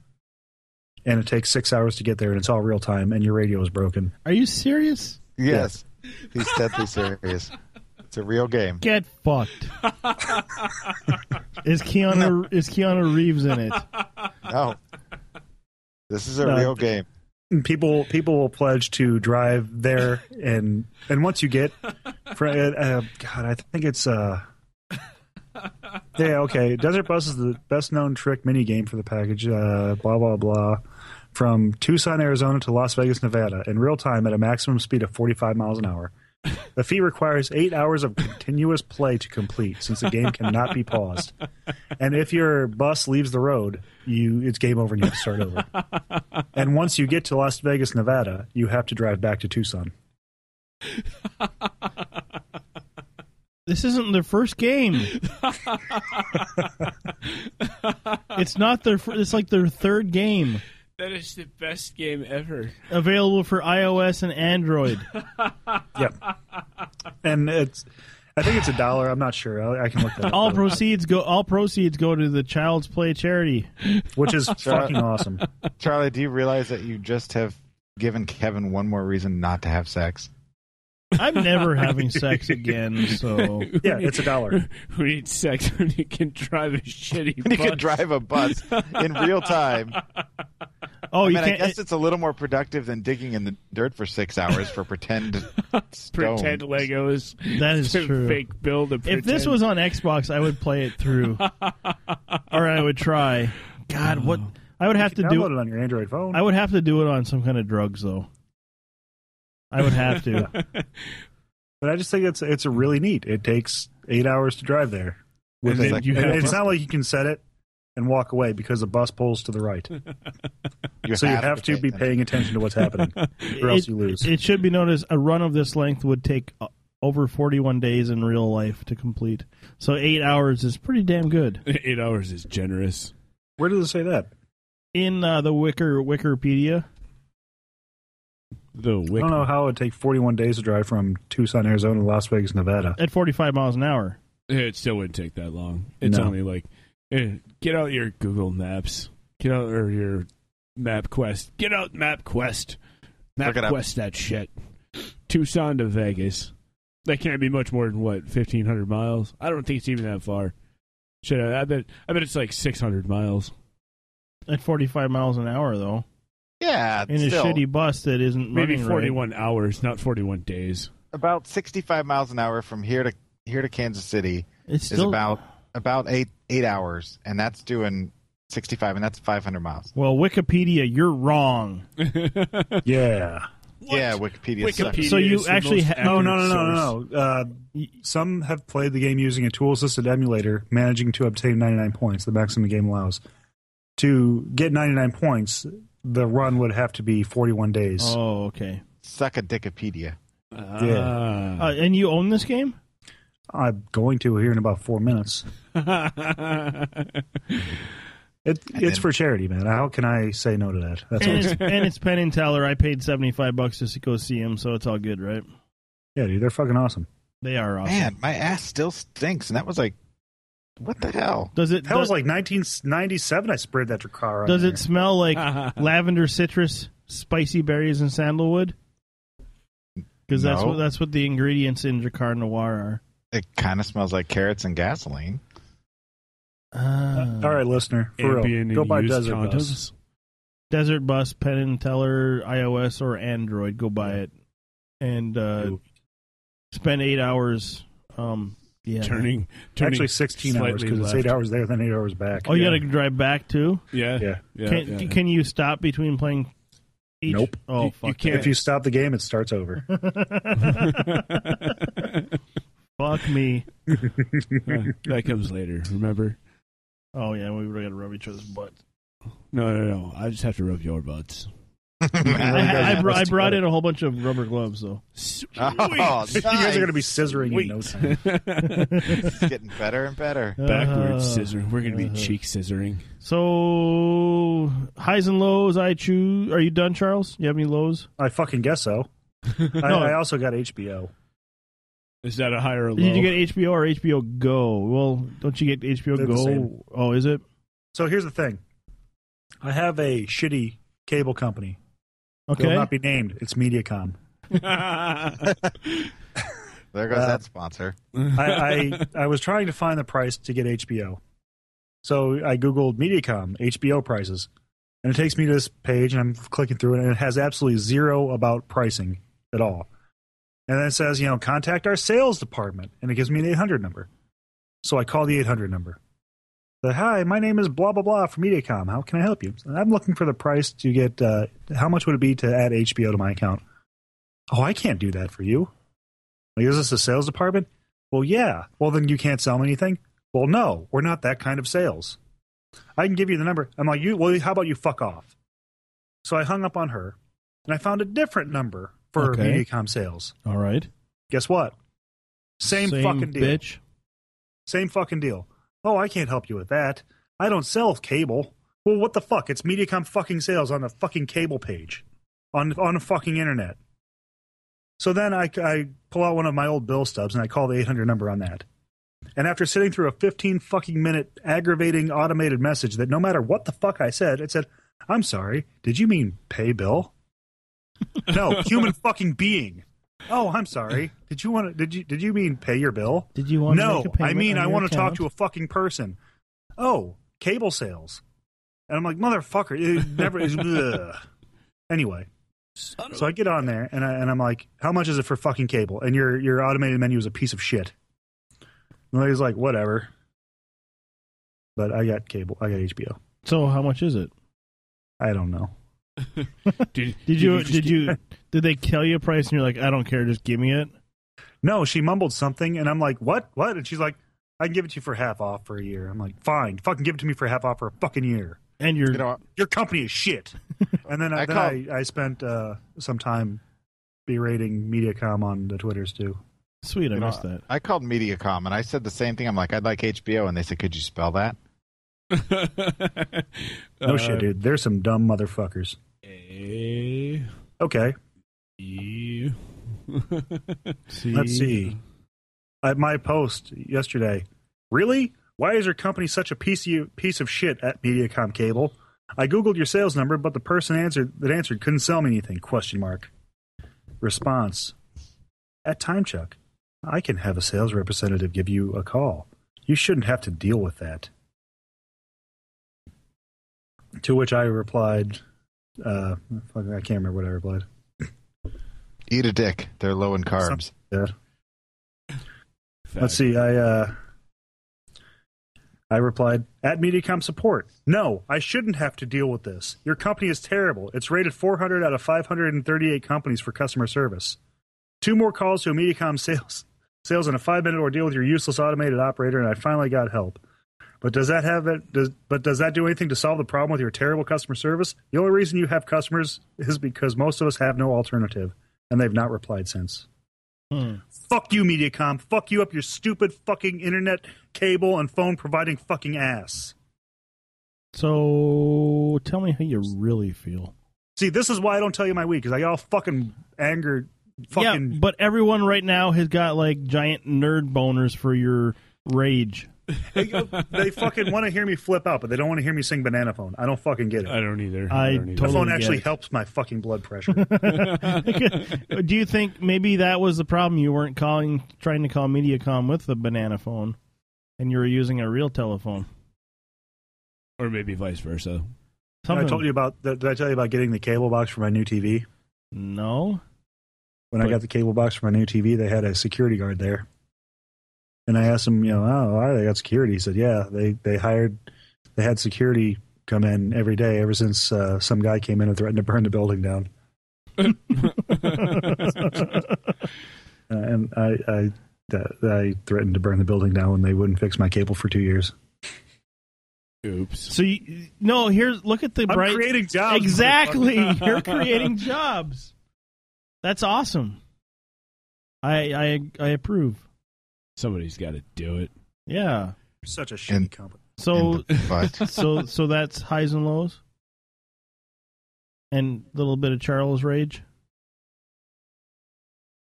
S6: and it takes six hours to get there, and it's all real time, and your radio is broken.
S7: Are you serious?
S9: Yes. He's deadly serious. It's a real game.
S7: Get fucked. is Keanu is Keanu Reeves in it?
S9: No. This is a
S6: No.
S9: real game.
S6: people people will pledge to drive there and and once you get for, uh, uh, god i think it's uh yeah okay desert bus is the best known trick mini game for the package uh blah blah blah from tucson arizona to las vegas nevada in real time at a maximum speed of 45 miles an hour the feat requires eight hours of continuous play to complete since the game cannot be paused and if your bus leaves the road you it's game over and you have to start over and once you get to Las Vegas, Nevada, you have to drive back to Tucson.
S7: This isn't their first game. it's not their. Fir- it's like their third game.
S16: That is the best game ever.
S7: Available for iOS and Android.
S6: yep. And it's, I think it's a dollar. I'm not sure. I, I can look that up.
S7: All proceeds go. All proceeds go to the Child's Play charity,
S6: which is fucking awesome.
S9: Charlie, do you realize that you just have given Kevin one more reason not to have sex?
S7: I'm never having sex again. So
S6: yeah, it's a dollar.
S8: Who needs sex when you can drive a shitty?
S9: You
S8: bus?
S9: can drive a bus in real time.
S7: Oh,
S9: I
S7: you
S9: mean, I
S7: can't-
S9: guess it's a little more productive than digging in the dirt for six hours for pretend stone.
S16: Pretend Legos.
S7: That is
S16: to
S7: true.
S16: Fake build a.
S7: If this
S16: pretend-
S7: was on Xbox, I would play it through, or I would try. God, what I would have to
S6: can
S7: do
S6: download it on your Android phone.
S7: I would have to do it on some kind of drugs, though. I would have to.
S6: But I just think it's it's a really neat. It takes eight hours to drive there. With
S7: And then
S6: it.
S7: you
S6: And
S7: have-
S6: it's not like you can set it and walk away because the bus pulls to the right. so you have to, be paying attention to what's happening, or else
S7: it,
S6: you lose.
S7: it should be noticed a run of this length would take uh, over 41 days in real life to complete. So eight hours is pretty damn good.
S8: Eight hours is generous.
S6: Where does it say that?
S7: In uh, the Wicker Wikipedia.
S8: The
S6: I
S8: Wick.
S6: don't know how it would take 41 days to drive from Tucson, Arizona, to Las Vegas, Nevada.
S7: at 45 miles an hour.
S8: It still wouldn't take that long. It's
S6: No.
S8: only like, eh, get out your Google Maps. Get out or your MapQuest. Get out MapQuest.
S9: Look it up.
S8: MapQuest that shit. Tucson to Vegas. That can't be much more than what fifteen hundred miles. I don't think it's even that far. Shit, I, I bet. I bet it's like six hundred miles.
S7: At 45 miles an hour, though.
S9: Yeah,
S7: In
S9: still.
S7: a shitty bus that isn't
S8: Maybe
S7: running right.
S8: forty-one hours, not forty-one days.
S9: about 65 miles an hour from here to here to Kansas City
S7: it's
S9: is
S7: still-
S9: about about eight eight hours, and that's doing 65, and that's 500 miles.
S7: Well, Wikipedia, you're wrong.
S6: yeah.
S9: Yeah, Wikipedia. sucks.
S7: Wikipedia So you is the actually most ha-
S6: oh, no no no
S7: accurate
S6: no no. no. Uh, some have played the game using a tool-assisted emulator, managing to obtain 99 points, the maximum the game allows. To get 99 points, the run would have to be 41 days.
S7: Oh, okay.
S9: suck a Dickipedia.
S6: Yeah.
S7: Uh, and you own this game?
S6: I'm going to here in about four minutes.
S8: Ah.
S6: Uh, It, it's for charity, man. How can I say no to that? That's
S7: and,
S6: all.
S7: it's, and it's Penn and Teller. I paid 75 bucks just to go see him, so it's all good, right?
S6: yeah, dude, they're fucking awesome.
S7: They are awesome.
S9: Man, my ass still stinks, and that was like, what the hell?
S7: Does it
S6: That was like 1997. I sprayed that car. on
S7: Does
S6: there.
S7: it smell like lavender, citrus, spicy berries, and sandalwood? Because that's
S9: No.
S7: what that's what the ingredients in Jacquard Noir
S9: It kind of smells like carrots and gasoline.
S7: are. Ah.
S6: Uh, All right, listener, for real,
S8: Ambient
S6: go buy
S8: used
S6: Desert Bus.
S8: condoms.
S7: Desert Bus, Penn and Teller, iOS or Android. Go buy it and uh, spend eight hours. Um, yeah,
S8: Turning, turning
S6: Actually, 16 hours
S8: slightly
S6: because it's
S8: left.
S6: eight hours there, then eight hours back.
S7: Oh, you got to drive back too.
S8: Yeah,
S6: Yeah.
S8: yeah,
S7: can
S8: yeah.
S7: can you stop between playing? Each?
S6: Nope.
S7: Oh fuck. that.
S6: If you stop the game, it starts over.
S7: fuck me.
S8: that comes later. Remember?
S7: Oh yeah, we really got to rub each other's butt.
S8: No, no, no. I just have to rub your butts.
S7: I, I, br- I brought in a whole bunch of rubber gloves though.
S9: Oh,
S6: you guys are going to be scissoring in no time.
S9: it's getting better and better.
S8: Backward
S7: Uh,
S8: scissoring. We're gonna be cheek scissoring.
S7: So highs and lows. I choose. Are you done, Charles? You have any lows?
S6: I fucking guess so. I,
S7: No.
S6: I also got HBO.
S8: Is that a higher or low?
S7: Did you get HBO or HBO Go? Well, don't you get HBO
S6: They're the same.
S7: Go? Oh, is it?
S6: So here's the thing. I have a shitty cable company. It
S7: Okay.
S6: will not be named. It's MediaCom.
S9: There goes
S6: Uh,
S9: that sponsor.
S6: I, I I was trying to find the price to get HBO. So I googled MediaCom HBO prices, and it takes me to this page, and I'm clicking through it, and it has absolutely zero about pricing at all. And then it says, you know, contact our sales department, and it gives me an 800 number. So I call the 800 number. The hi, my name is blah blah blah from MediaCom. How can I help you? I'm looking for the price to get. Uh, how much would it be to add HBO to my account? Oh, I can't do that for you. Like, is this a sales department? Well, yeah. Well, then you can't sell me anything? Well, no, we're not that kind of sales. I can give you the number. I'm like, you, well, how about you fuck off? So I hung up on her and I found a different number for
S7: Okay.
S6: MediaCom sales.
S7: All right.
S6: Guess what? Same, fucking deal.
S7: bitch.
S6: Same fucking deal. Oh, I can't help you with that. I don't sell cable. Well, what the fuck? It's MediaCom fucking sales on the fucking cable page, on on the fucking internet. So then I, I pull out one of my old bill stubs and I call the 800 number on that. And after sitting through a 15 fucking minute aggravating automated message that no matter what the fuck I said, it said, I'm sorry, did you mean pay bill? no, human fucking being. Oh, I'm sorry. Did you want to? Did you did you mean pay your bill?
S7: Did you want to
S6: No,
S7: make a
S6: I
S7: payment
S6: mean
S7: on
S6: I
S7: your
S6: want to talk
S7: account?
S6: to a fucking person. Oh, cable sales, and I'm like motherfucker. It never is. ugh. Anyway, so I get on there and I and I'm like, how much is it for fucking cable? And your your automated menu is a piece of shit. And the lady's like, whatever. But I got cable. I got HBO.
S7: So how much is it?
S6: I don't know.
S8: did,
S7: did you
S6: just
S7: did
S6: get-
S7: you did they tell you a price and you're like I don't care just give me it?
S6: No, she mumbled something, and I'm like, "What? What?" And she's like, "I can give it to you for half off for a year." I'm like, "Fine, fucking give it to me for half off for a fucking year."
S7: And your
S6: your company is shit. and then, I,
S7: I
S6: then I, I spent uh, some time berating MediaCom on the Twitters too.
S7: Sweet,
S6: I missed
S7: that.
S9: I called MediaCom and I said the same thing. I'm like, I'd like HBO, and they said, could you spell that?
S6: No
S9: Uh,
S6: shit, dude. There's some dumb motherfuckers.
S7: Uh,
S6: Okay. Let's see. At my post yesterday, really? Why is your company such a piece of, piece of shit at MediaCom Cable? I googled your sales number, but the person answered that answered couldn't sell me anything. Question mark. Response. At TimeChuck, I can have a sales representative give you a call. You shouldn't have to deal with that. To which I replied, uh, fuck, I can't remember what I replied.
S9: Eat a dick. They're low in carbs.
S6: Yeah. Let's see. I uh, I replied at MediaCom support. No, I shouldn't have to deal with this. Your company is terrible. It's rated 400 out of 538 companies for customer service. Two more calls to a MediaCom sales sales in a five minute ordeal with your useless automated operator, and I finally got help. But does that have it? Does, but does that do anything to solve the problem with your terrible customer service? The only reason you have customers is because most of us have no alternative, and they've not replied since. Fuck you, MediaCom. Fuck you up your stupid fucking internet cable and phone providing fucking ass.
S7: So tell me how you really feel.
S6: See, this is why I don't tell you my week because I got all fucking angered. Fucking
S7: Yeah, but everyone right now has got like giant nerd boners for your rage.
S6: they fucking want to hear me flip out, but they don't want to hear me sing Banana Phone. I don't fucking get it. I
S8: don't either.
S7: I I don't either.
S6: the phone
S7: totally
S6: actually
S7: get it.
S6: helps my fucking blood pressure.
S7: Do you think maybe that was the problem? You weren't calling, trying to call MediaCom with the banana phone, and you were using a real telephone.
S8: or maybe vice versa.
S6: I told you about. Did I tell you about getting the cable box for my new TV?
S7: No.
S6: When I got the cable box for my new TV, they had a security guard there, and I asked him, you know, oh, why they got security? He said, yeah, they they hired, they had security come in every day ever since uh, some guy came in and threatened to burn the building down. Uh, and I, I, that, I threatened to burn the building down when they wouldn't fix my cable for two years.
S8: Oops.
S7: So you, no, here's look at the
S6: I'm
S7: bright
S6: creating jobs,
S7: Exactly,
S6: motherfucker.
S7: you're creating jobs. That's awesome. I I I approve.
S8: Somebody's got to do it.
S7: Yeah.
S6: You're such a shitty
S8: And-
S6: company.
S7: So
S8: And the butt.
S7: so so that's highs and lows, and a little bit of Charles rage.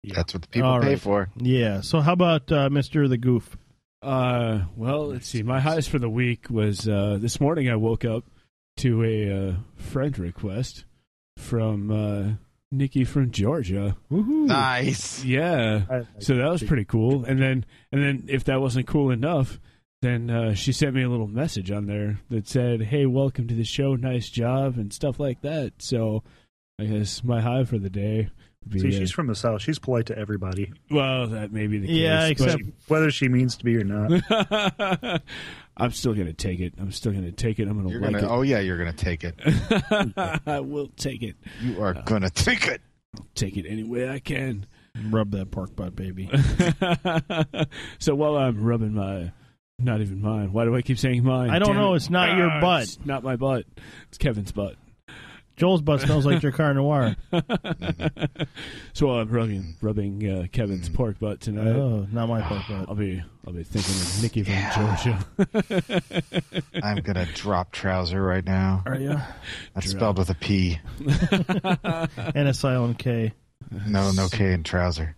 S9: That's what the people
S7: All
S9: pay
S7: right.
S9: for.
S7: Yeah. So how about uh, Mister the Goof?
S8: Uh, well, let's see. My highs for the week was uh, this morning. I woke up to a uh, friend request from uh, Nikki from Georgia.
S7: Woohoo!
S9: Nice.
S8: Yeah. So that was pretty cool. And then, and then, if that wasn't cool enough, then uh, she sent me a little message on there that said, "Hey, welcome to the show. Nice job," and stuff like that. So, I guess my high for the day. Would be
S6: See,
S8: that.
S6: she's from the South. She's polite to everybody.
S8: Well, that may be the
S6: Yeah,
S8: case.
S6: except- whether she means to be or
S8: not. I'm still gonna take it. I'm still gonna take it. I'm gonna
S9: You're
S8: like
S9: gonna,
S8: it.
S9: oh yeah, you're gonna take it.
S8: I will take it.
S9: You are gonna take it.
S8: Take it any way I can.
S7: Rub that pork butt, baby.
S8: so while I'm rubbing my, not even mine. Why do I keep saying mine?
S7: I don't
S8: Damn
S7: know.
S8: it.
S7: It's not your
S8: Ah,
S7: butt.
S8: It's not my butt. It's Kevin's butt.
S7: Joel's butt smells like your car noir.
S8: so while I'm rubbing rubbing uh, Kevin's
S9: Hmm.
S8: pork butt tonight.
S7: Oh, not my pork butt.
S8: I'll be I'll be thinking of Nikki from Georgia.
S9: I'm gonna drop trouser right now.
S7: Are ya?
S9: That's spelled with a P.
S7: and a silent K.
S9: No, no K in trouser.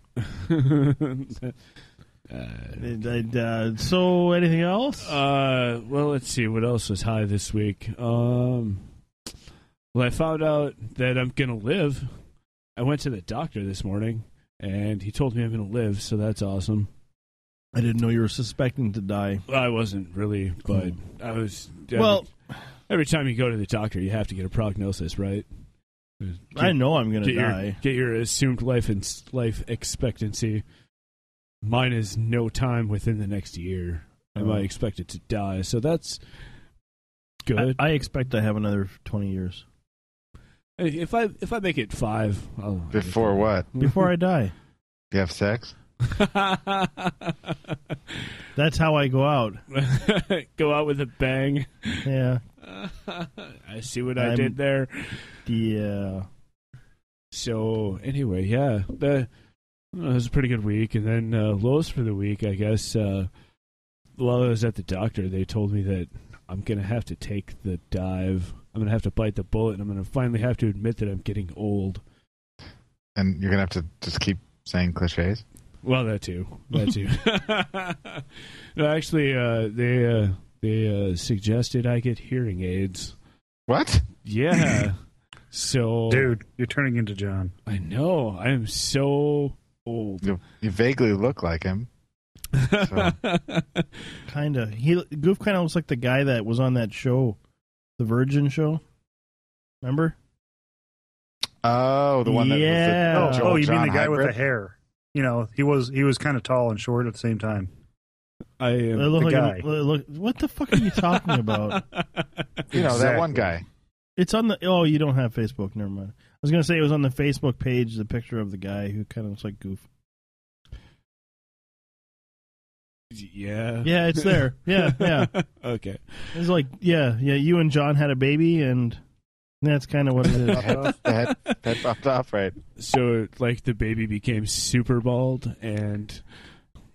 S7: And, and, uh, so, anything else?
S8: Uh, well, let's see what else was high this week. Um, well, I found out that I'm gonna live. I went to the doctor this morning, and he told me I'm gonna live, so that's awesome.
S7: I didn't know you were suspecting to die.
S8: I wasn't really, but I was. every-
S7: Well-
S8: every time you go to the doctor, you have to get a prognosis, right?
S7: I know I'm gonna
S8: get your-
S7: die.
S8: get your assumed life and s- life expectancy. Mine is no time within the next year. Am I
S7: Oh.
S8: expected to die? So that's good.
S7: I, I expect I have another 20 years.
S8: if I if I make it five, oh, I'll,
S9: Before what?
S7: Before I die.
S9: You have sex?
S7: That's how I go out.
S8: go out with a bang.
S7: Yeah.
S8: I see what I
S7: I'm-
S8: did there.
S7: Yeah.
S8: So anyway, yeah, that, that was a pretty good week. And then uh, lows for the week, I guess. Uh, while I was at the doctor, they told me that I'm gonna have to take the dive. I'm gonna have to bite the bullet, and I'm gonna finally have to admit that I'm getting old.
S9: And you're gonna have to just keep saying cliches.
S8: Well, that too. That too. no, actually, uh, they uh, they uh, suggested I get hearing aids.
S9: What?
S8: Yeah. so,
S6: Dude, you're turning into John.
S8: I know I am so old.
S9: You, you vaguely look like him.
S7: Kinda. He Goof kind of looks like the guy that was on that show, the Virgin show. Remember?
S9: Oh, the one that
S7: Yeah.
S9: was the
S6: oh,
S9: Joel
S6: you
S9: John
S6: mean the guy with the
S9: hybrid?
S6: hair? You know, he was he was kind of tall and short at the same time.
S8: I
S7: It
S8: am
S7: looked like
S6: the guy.
S7: an- it looked- what the fuck are you talking about?
S9: You know Oh, that one guy.
S7: It's on the. Oh, you don't have Facebook. Never mind. I was gonna say it was on the Facebook page. The picture of the guy who kind of looks like Goof.
S8: Yeah.
S7: Yeah, it's there. Yeah, yeah.
S8: okay.
S7: It's like, yeah, yeah. You and John had a baby, and that's kind of what it is.
S9: head, the head, head popped off, right?
S8: So, like, the baby became super bald and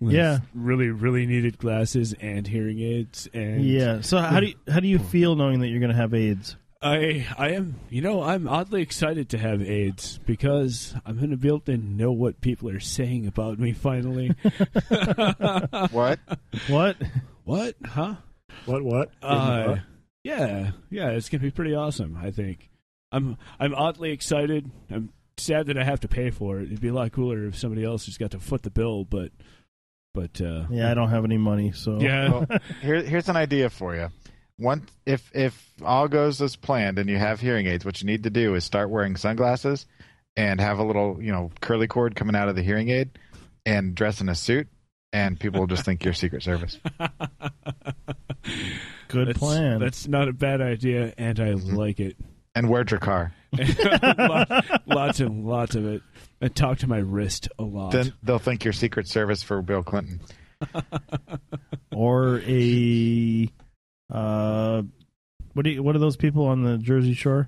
S7: Yeah.
S8: really, really needed glasses and hearing aids. And
S7: yeah. So how do you, how do you feel knowing that you're gonna have AIDS?
S8: I I am you know I'm oddly excited to have AIDS because I'm gonna be able to know what people are saying about me finally.
S9: What?
S7: What?
S8: what? Huh?
S6: What? What?
S8: Uh, yeah, yeah. It's gonna be pretty awesome. I think I'm I'm oddly excited. I'm sad that I have to pay for it. It'd be a lot cooler if somebody else just got to foot the bill. But but uh,
S7: Yeah, I don't have any money, so
S8: Yeah.
S9: Well, here, here's an idea for you. One, if if all goes as planned and you have hearing aids, what you need to do is start wearing sunglasses and have a little, you know, curly cord coming out of the hearing aid, and dress in a suit, and people will just think you're Secret Service.
S7: Good
S8: that's,
S7: plan.
S8: That's not a bad idea, and I like it.
S9: And wear your car.
S8: Lot- lots and lots of it. I talk to my wrist a lot.
S9: Then they'll think you're Secret Service for Bill Clinton.
S7: or a uh, what do you, what are those people on the Jersey Shore?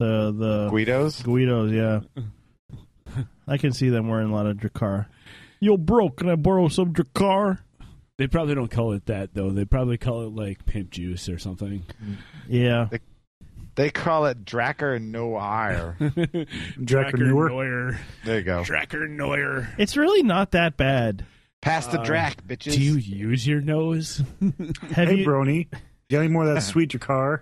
S7: The the
S9: Guidos.
S7: Guidos, yeah. I can see them wearing a lot of Dracar. Yo, bro, can I borrow some Dracar?
S8: they probably don't call it that though. They probably call it like pimp juice or something.
S7: Yeah,
S9: They call it Dracker Noir.
S6: Dracker Newer.
S8: Neuer.
S9: There you go.
S6: Oh.
S8: Dracker Neuer.
S7: it's really not that bad.
S9: Pass the
S8: Uh,
S9: drac, bitches.
S8: Do you use your nose?
S7: Have
S6: hey,
S7: you
S6: Brony, you got any more of that sweet Dracar?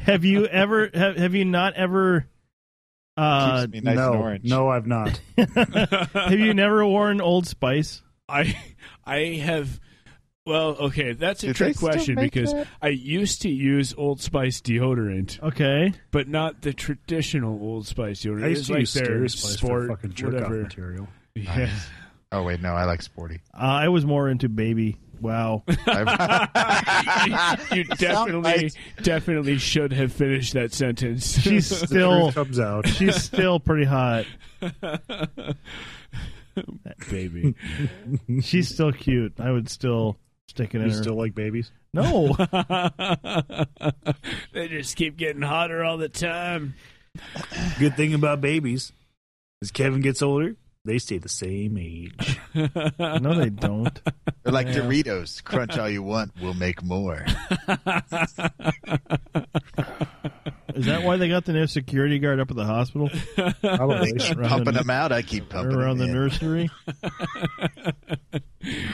S7: have you ever have have you not ever uh
S9: Keeps me nice
S6: no,
S9: and orange.
S6: no, I've not.
S7: have you never worn Old Spice?
S8: I I have well, okay, that's a
S9: Do they
S8: trick
S9: still
S8: question
S9: make
S8: because
S9: that?
S8: I used to use Old Spice deodorant,
S7: Okay.
S8: but not the traditional Old Spice deodorant.
S6: I used
S8: It's
S6: to
S8: like
S6: use
S8: their
S6: Scary Spice
S8: sport,
S6: for fucking jerk off
S8: whatever.
S6: material.
S8: Yeah.
S9: Oh wait, no, I like sporty.
S7: Uh, I was more into baby. Wow.
S9: I-
S8: you definitely definitely should have finished that sentence.
S7: She's still
S6: Truth comes out.
S7: she's still pretty hot.
S8: baby.
S7: She's still cute. I would still stick it in
S6: You
S7: her.
S6: still like babies?
S7: No.
S8: they just keep getting hotter all the time.
S6: Good thing about babies as Kevin gets older, they stay the same age.
S7: no, they don't.
S14: They're like Doritos. Crunch all you want. We'll make more.
S7: Is that why they got the new security guard up at the hospital?
S14: Probably. They keep
S7: Around
S14: pumping
S7: the-
S14: them out. I keep pumping
S7: around
S14: them
S7: the
S14: in.
S7: nursery.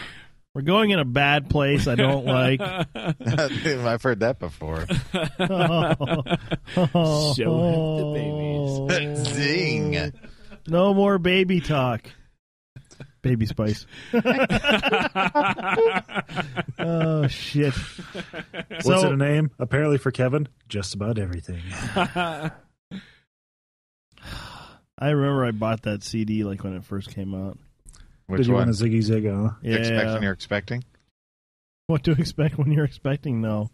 S7: We're going in a bad place. I don't like.
S9: I've heard that before.
S7: Show
S8: Oh.
S7: him the babies. Zing. No more baby talk. Baby spice. oh shit.
S6: What's
S7: So-
S6: her name? Apparently for Kevin, just about everything.
S7: I remember I bought that CD like when it first came out.
S6: Which Did you one? want a Ziggy Zig, huh?
S7: Yeah.
S9: Expect when you're expecting.
S7: What to expect when you're expecting? No,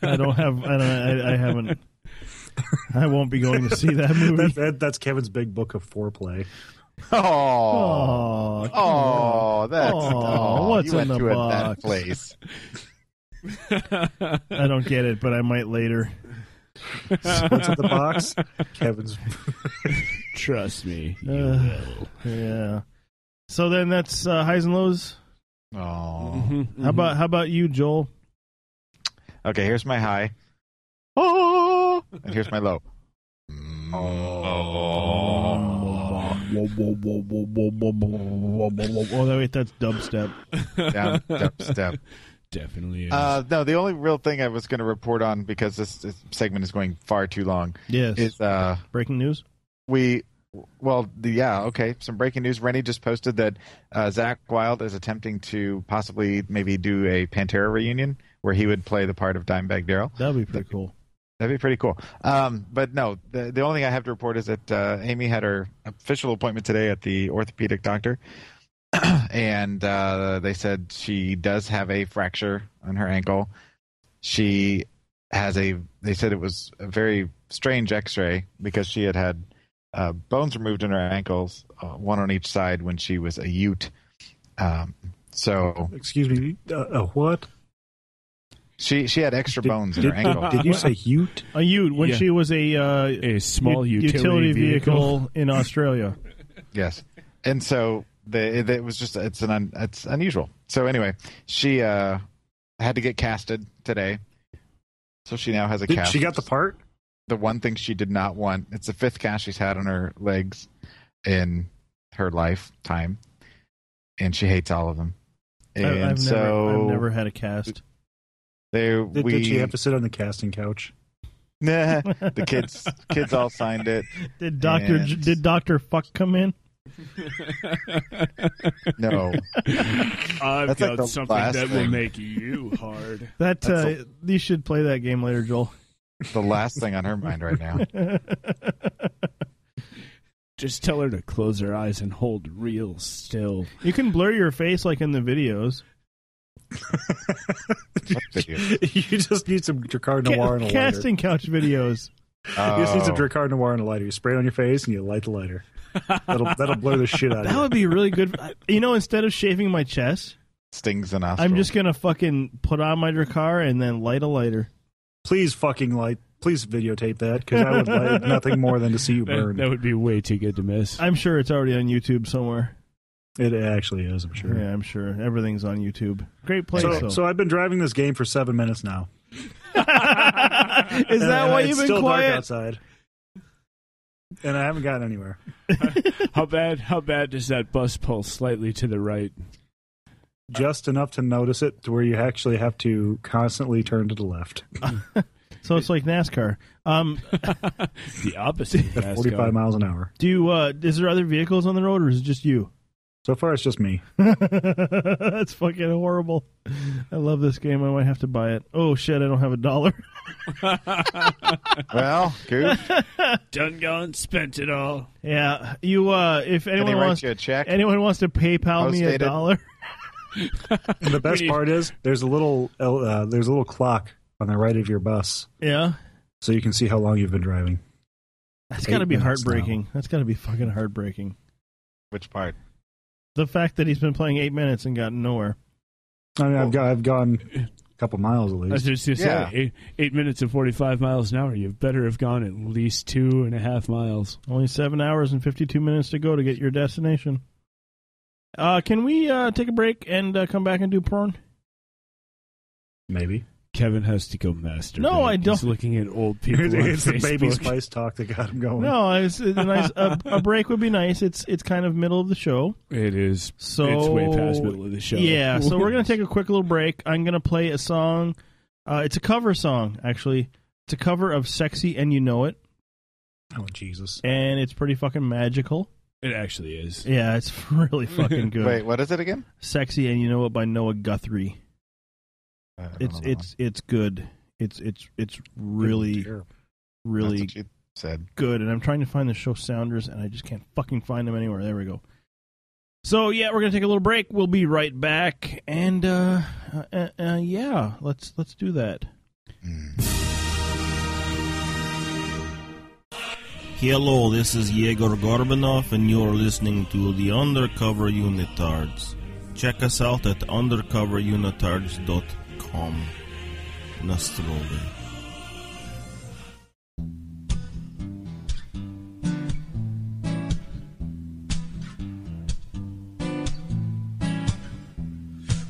S7: I don't have. I don't. I, I haven't. I won't be going to see that movie.
S6: That- that- that's Kevin's big book of foreplay.
S9: Oh,
S7: come
S9: oh,
S7: on.
S9: that's
S7: Aw,
S9: oh,
S7: what's
S9: you went
S7: in the
S9: to a bad
S7: box?
S9: place.
S7: I don't get it, but I might later.
S6: What's in the box? Kevin's.
S8: Trust me. you
S7: Uh,
S8: will.
S7: yeah. So then that's uh, highs and lows.
S9: Oh,
S8: Uh.
S9: Mm-hmm.
S7: How about how about you, Joel?
S9: okay. Here's my high. Oh, and here's my low.
S7: Oh, no, wait, that's dubstep.
S9: Down, dubstep.
S8: Definitely.
S9: Uh, no, the only real thing I was going to report on because this, this segment is going far too long.
S7: Yes.
S9: Is uh,
S7: breaking news?
S9: We, well, the, yeah, okay. Some breaking news. Rennie just posted that uh, Zach Wild is attempting to possibly maybe do a Pantera reunion where he would play the part of Dimebag Daryl.
S7: That'd be pretty cool.
S9: That'd be pretty cool. Um, but no, the, the only thing I have to report is that uh, Amy had her official appointment today at the orthopedic doctor, and uh, they said she does have a fracture on her ankle. She has a. They said it was a very strange X-ray because she had had uh, bones removed in her ankles, uh, one on each side, when she was a Ute. Um, so
S6: Excuse me. Uh, uh, what?
S9: she she had extra bones in her
S6: did-
S9: ankle.
S6: did you say Ute?
S7: A Ute Uh, when
S9: Yeah.
S7: she was a uh,
S8: a small utility
S7: vehicle,
S8: vehicle.
S7: in Australia.
S9: Yes, and so the it, it was just it's an un, it's unusual. So anyway, she uh had to get casted today, so she now has a
S6: Did-
S9: cast.
S6: she got the part.
S9: The one thing she did not want. It's the fifth cast she's had on her legs in her lifetime, and she hates all of them.
S7: I-
S9: And
S7: I've,
S9: so
S7: never, I've never had a cast.
S9: they
S6: Did,
S9: we
S6: did she have to sit on the casting couch?
S9: nah, the kids kids all signed it.
S7: Did Doctor
S9: and-
S7: J Did Doctor Fuck come in?
S9: no?
S8: I've
S9: That's like
S8: got
S9: the
S8: something
S9: last
S8: that will
S9: thing.
S8: make you hard.
S7: That
S9: That's
S7: uh,
S9: a-
S7: you should play that game later, Joel.
S9: The last thing on her mind right now.
S8: Just tell her to close her eyes and hold real still.
S7: You can blur your face like in the videos.
S6: you just need some Dracar Noir and a lighter.
S7: Casting couch videos.
S6: You just need
S9: Oh.
S6: some Dracar Noir and a lighter. You spray it on your face and you light the lighter. That'll that'll blur the shit out of
S7: That
S6: you.
S7: would be really good. You know, instead of shaving my chest,
S9: Stings and nostril.
S7: I'm just gonna fucking put on my Dracar and then light a lighter.
S6: Please fucking light. Please videotape that because I would like nothing more than to see you burn.
S8: That, that would be way too good to miss.
S7: I'm sure it's already on YouTube somewhere.
S6: It actually is. I'm sure.
S7: Yeah, I'm sure everything's on YouTube. Great place.
S6: Mm-hmm. So,
S7: though.
S6: so I've been driving this game for seven minutes now.
S7: is that
S6: And
S7: why
S6: it's
S7: you've been
S6: still Dark
S7: quiet?
S6: outside. And I haven't gotten anywhere.
S8: How bad? How bad does that bus pull slightly to the right?
S6: Just enough to notice it to where you actually have to constantly turn to the left.
S7: So it's like NASCAR. Um,
S8: The opposite.
S6: At 45 miles an hour.
S7: do you, uh, is there other vehicles on the road, or is it just you?
S6: So far, it's just me.
S7: That's fucking horrible. I love this game. I might have to buy it. Oh shit! I don't have a dollar.
S9: well, Goop,
S8: Done gone, spent it all.
S7: Yeah, you. uh If
S9: can he
S7: anyone
S9: write
S7: wants,
S9: you a check?
S7: anyone wants to PayPal me a
S9: Post-dated?
S7: dollar,
S6: And the best part is there's a little uh, there's a little clock on the right of your bus,
S7: yeah,
S6: so you can see how long you've been driving.
S7: that's
S6: Eight
S7: got to be
S6: minutes now.
S7: heartbreaking. That's got to be fucking heartbreaking.
S9: Which part?
S7: The fact that he's been playing eight minutes and gotten nowhere.
S6: I mean, I've got I've gone couple miles at least.
S8: I was just gonna say, eight, eight minutes and 45 miles an hour. You better have gone at least two and a half miles.
S7: Only seven hours and 52 minutes to go to get your destination. Uh, can we uh, take a break and uh, come back and do porn?
S6: Maybe.
S8: Kevin has to go master.
S7: No, I
S8: He's
S7: don't.
S8: looking at old people.
S6: It's-
S8: on
S6: it's the baby
S8: Facebook.
S6: spice talk that got him going.
S7: No, it's, it's a nice. A, a break would be nice. It's it's kind of middle of the show.
S8: It is.
S7: So
S8: it's way past middle of the show.
S7: Yeah, so we're gonna take a quick little break. I'm gonna play a song. Uh, it's a cover song, actually. It's a cover of "Sexy and You Know It,"
S6: Oh Jesus!
S7: and it's pretty fucking magical.
S8: It actually is.
S7: Yeah, it's really fucking good.
S9: Wait, what is it again?
S7: "Sexy and You Know It" by Noah Guthrie.
S9: don't
S7: It's
S9: know that
S7: it's it's good. It's it's it's really really
S9: said
S7: good. And I'm trying to find the show Sounders, and I just can't fucking find them anywhere. There we go. So yeah, we're gonna take a little break. We'll be right back, and uh, uh, uh, uh yeah, let's let's do that.
S17: Hmm. Hello, this is Yegor Gorbanov, and you're listening to the Undercover Unitards. Check us out at undercoverunitards.com. Nostrovia.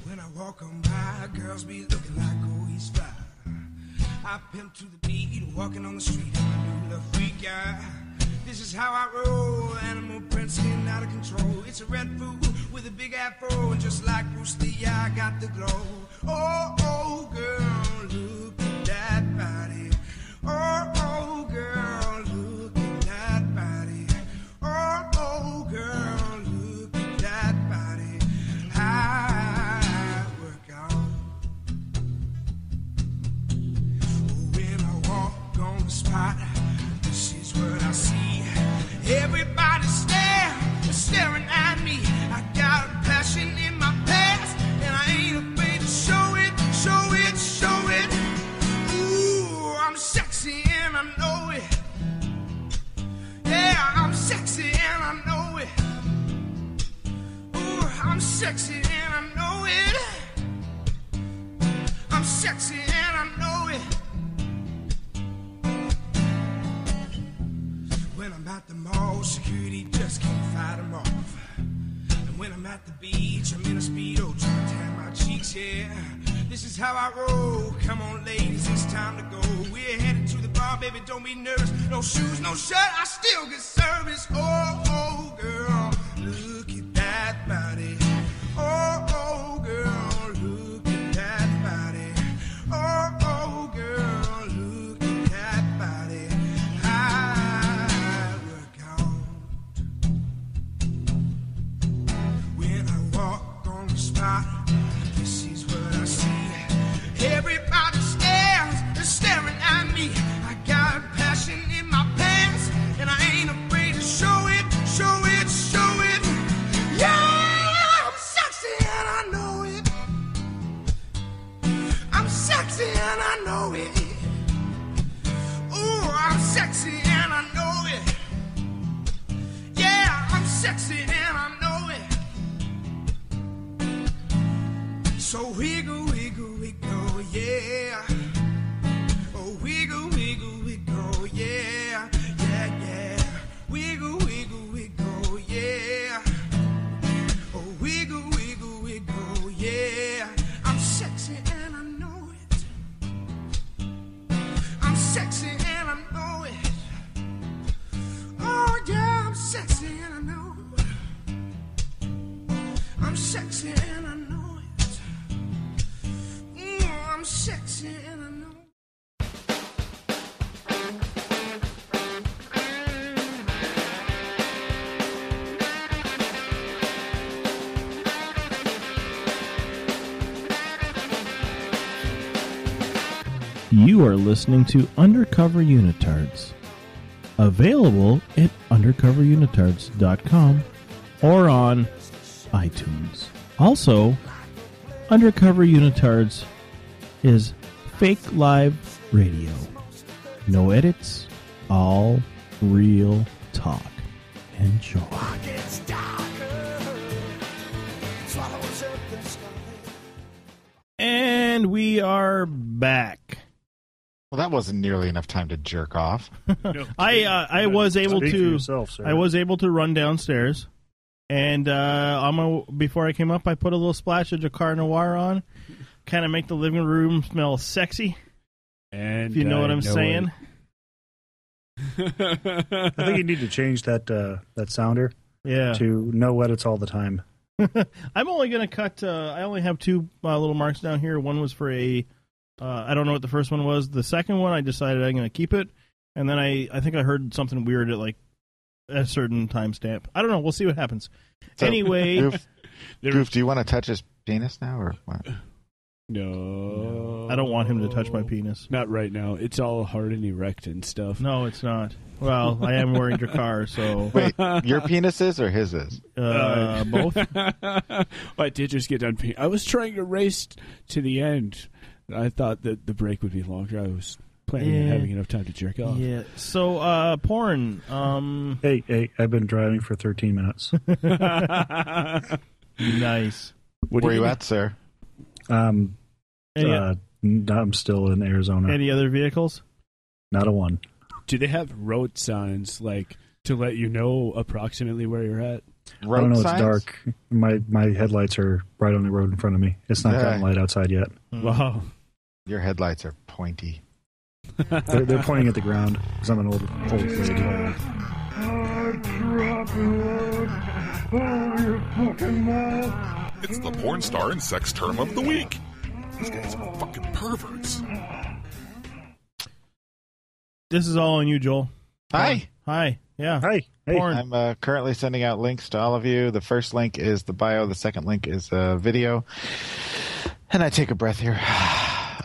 S18: When I walk on by, girls be looking like oh he's fly. I pimp to the beat, walking on the street. I'm a little freak guy. This is how I roll. Animal print skin out of control. It's a red fool with a big afro, and just like Bruce Lee, I got the glow. Oh oh girl, look at that body. Oh oh girl, look at that body. Oh oh girl, look at that body. I work out. When I walk on the spot, this is what I see. Everybody stare, staring at me. I got a passion in my past, and I ain't afraid to show it, show it, show it. Ooh, I'm sexy and I know it. Yeah, I'm sexy and I know it. Ooh, I'm sexy and I know it. I'm sexy and I know it. When I'm at the mall, security just can't fight 'em off. And when I'm at the beach, I'm in a speedo trying to tan my cheeks, yeah. This is how I roll. Come on, ladies, it's time to go. We're headed to the bar, baby, don't be nervous. No shoes, no shirt, I still get service. Oh, oh, girl, look at that body. Oh, oh, girl, look at that body. Oh, oh, girl, look at that body. I work out. When I walk on the spot, this is what I see. Everybody stares, they're staring at me. I got passion in my pants, and I ain't afraid to show it, show it, show it. Yeah, I'm sexy and I know it. I'm sexy and I know it. Ooh, I'm sexy and I know it. Yeah, I'm sexy and I know it. So wiggle, wiggle, wiggle, yeah. Oh, wiggle, wiggle, wiggle, Oh, yeah. Yeah, yeah. Wiggle, wiggle, wiggle, yeah. Oh, wiggle, wiggle, wiggle, yeah. I'm sexy and I know it. I'm sexy and I know it. Oh, yeah, I'm sexy and I know it. I'm sexy and I know it. Mm, I'm sexy and I know
S7: You are listening to Undercover Unitards, available at undercoverunitards.com or on iTunes. Also, Undercover Unitards is fake live radio. No edits, all real talk. Enjoy.
S18: gets darker. Swallows up the sky.
S7: And And we are back.
S9: Well, that wasn't nearly enough time to jerk off.
S7: I uh, I was able
S9: Speak for
S7: to
S9: yourself, sir.
S7: I was able to run downstairs, and uh, on my before I came up, I put a little splash of Jacquard Noir on, kind of make the living room smell sexy.
S8: And
S7: if you know
S8: I
S7: what I'm
S8: know
S7: saying,
S6: I think you need to change that uh, that sounder.
S7: Yeah.
S6: To no edits all the time.
S7: I'm only gonna cut. Uh, I only have two uh, little marks down here. One was for a. Uh, I don't know what the first one was. The second one, I decided I'm gonna keep it, and then I I think I heard something weird at like a certain timestamp. I don't know. We'll see what happens.
S9: So,
S7: anyway,
S9: Goof, Goof, do you want to touch his penis now or what?
S8: No.
S7: I don't want him to touch my penis.
S8: Not right now. It's all hard and erect and stuff.
S7: No, it's not. Well, I am wearing Drakkar, so
S9: Wait, your penis is or his is?
S7: Uh, both?
S8: I did just get done. Pe- I was trying to race to the end. I thought that the break would be longer. I was planning on
S7: Yeah.
S8: having enough time to jerk off.
S7: yeah. So uh, porn. Um,
S6: hey, hey, I've been driving for 13 minutes.
S7: nice.
S8: What
S9: Where you at, sir?
S6: Um,
S7: Any-
S6: uh, n- I'm still in Arizona.
S7: Any other vehicles?
S6: Not a one.
S8: Do they have road signs like to let you know approximately where you're at?
S6: I don't know. It's dark. My my headlights are right on the road in front of me. It's not gotten
S9: Yeah.
S6: light outside yet.
S7: Hmm.
S8: Wow.
S9: Your headlights are pointy.
S6: They're, they're pointing at the ground because I'm an old old lady.
S19: It's the porn star and sex term of the week. These guys are fucking perverts.
S7: This is all on you, Joel.
S9: Hi.
S7: Hi. Yeah.
S6: Hi.
S7: Porn.
S9: I'm uh, currently sending out links to all of you. The first link is the bio. The second link is a video. And I take a breath here.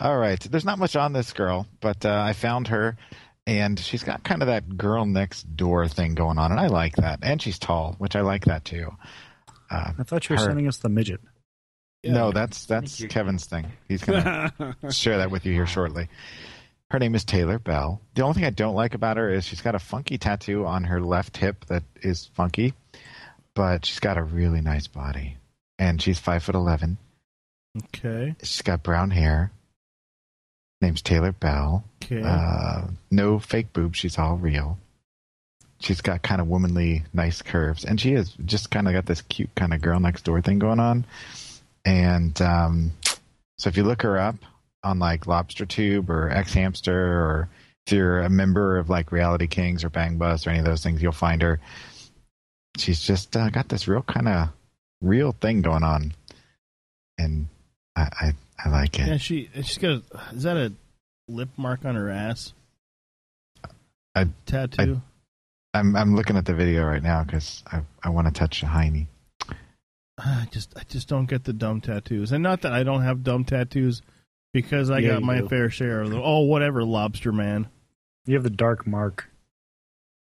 S9: all right. There's not much on this girl, but uh, I found her, and she's got kind of that girl next door thing going on, and I like that. And she's tall, which I like that too. Uh,
S6: I thought you were sending us the midget.
S9: No, that's that's Kevin's thing. He's gonna share that with you here shortly. Her name is Taylor Bell. The only thing I don't like about her is she's got a funky tattoo on her left hip that is funky, but she's got a really nice body, and she's five foot eleven.
S7: Okay.
S9: She's got brown hair. Name's Taylor Bell.
S7: Okay.
S9: Uh, no fake boobs. She's all real. She's got kind of womanly, nice curves, and she is just kind of got this cute kind of girl next door thing going on. And um, so, if you look her up on like Lobster Tube or X Hamster, or if you're a member of like Reality Kings or Bang Bus or any of those things, you'll find her. She's just uh, got this real kind of real thing going on, and I I, I like it.
S7: Yeah. She. She's got. A, is that a lip mark on her ass?
S9: I,
S7: tattoo.
S9: I, am I'm looking at the video right now because I I want to touch Heine.
S7: Ah, I just. I just don't get the dumb tattoos, and not that I don't have dumb tattoos, because I
S6: Yeah,
S7: got
S6: you
S7: my
S6: do.
S7: fair share of them. Oh, whatever, lobster man.
S6: You have the dark mark.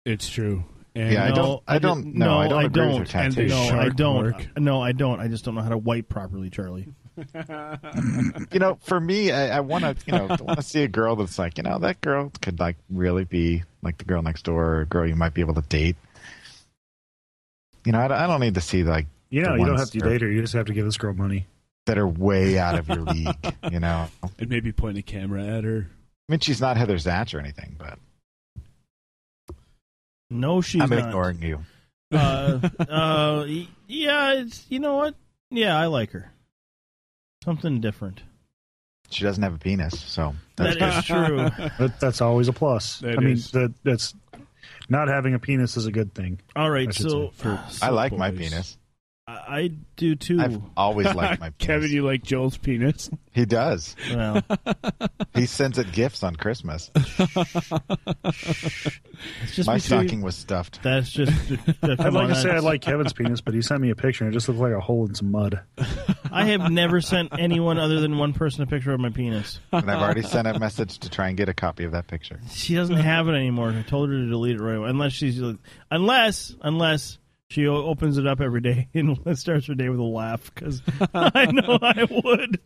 S8: It's true.
S9: Yeah, I
S7: No,
S9: don't- I
S7: di-
S9: don't- no, I don't agree with your
S7: And
S9: tattoos.
S7: No, I
S9: Shark
S7: don't.
S9: mark.
S7: No, I don't. I just don't know how to wipe properly, Charlie.
S9: you know, for me, I, I want to you know want to see a girl that's like you know that girl could like really be like the girl next door, or a girl you might be able to date. You know, I, don't- I don't need to see like
S6: You
S9: the
S6: know, you don't
S9: ones
S6: have to
S9: that are-
S6: date her. You just have to give this girl money.
S9: that are way out of your league. You know, I
S8: And maybe point a camera at her.
S9: mean, she's not Heather Zatch or anything, but
S7: No, she's
S9: I'm
S7: not.
S9: ignoring you.
S7: uh, uh, y- yeah, it's you know what? Yeah, I like her. Something different.
S9: She doesn't have a penis, so
S7: That is true.
S6: That, that's always a plus.
S7: That
S6: I mean,
S7: is.
S6: that that's not having a penis is a good thing.
S7: All
S6: I
S7: right,
S6: should
S7: so,
S6: say, for-
S7: so
S9: Ah, I like my
S7: boys.
S9: penis.
S7: I, I do too.
S9: I've always liked my penis.
S8: Kevin, you like Joel's penis?
S9: He does.
S7: Well.
S9: he sends it gifts on Christmas.
S7: just
S9: My
S7: between-
S9: stocking was stuffed.
S7: That's just.
S6: I'd like to say I like Kevin's penis, but he sent me a picture and it just looked like a hole in some mud.
S7: I have never sent anyone other than one person a picture of my penis.
S9: And I've already sent a message to try and get a copy of that picture.
S7: She doesn't have it anymore. I told her to delete it right away. Unless she's unless unless she o- opens it up every day and starts her day with a laugh because I know I would.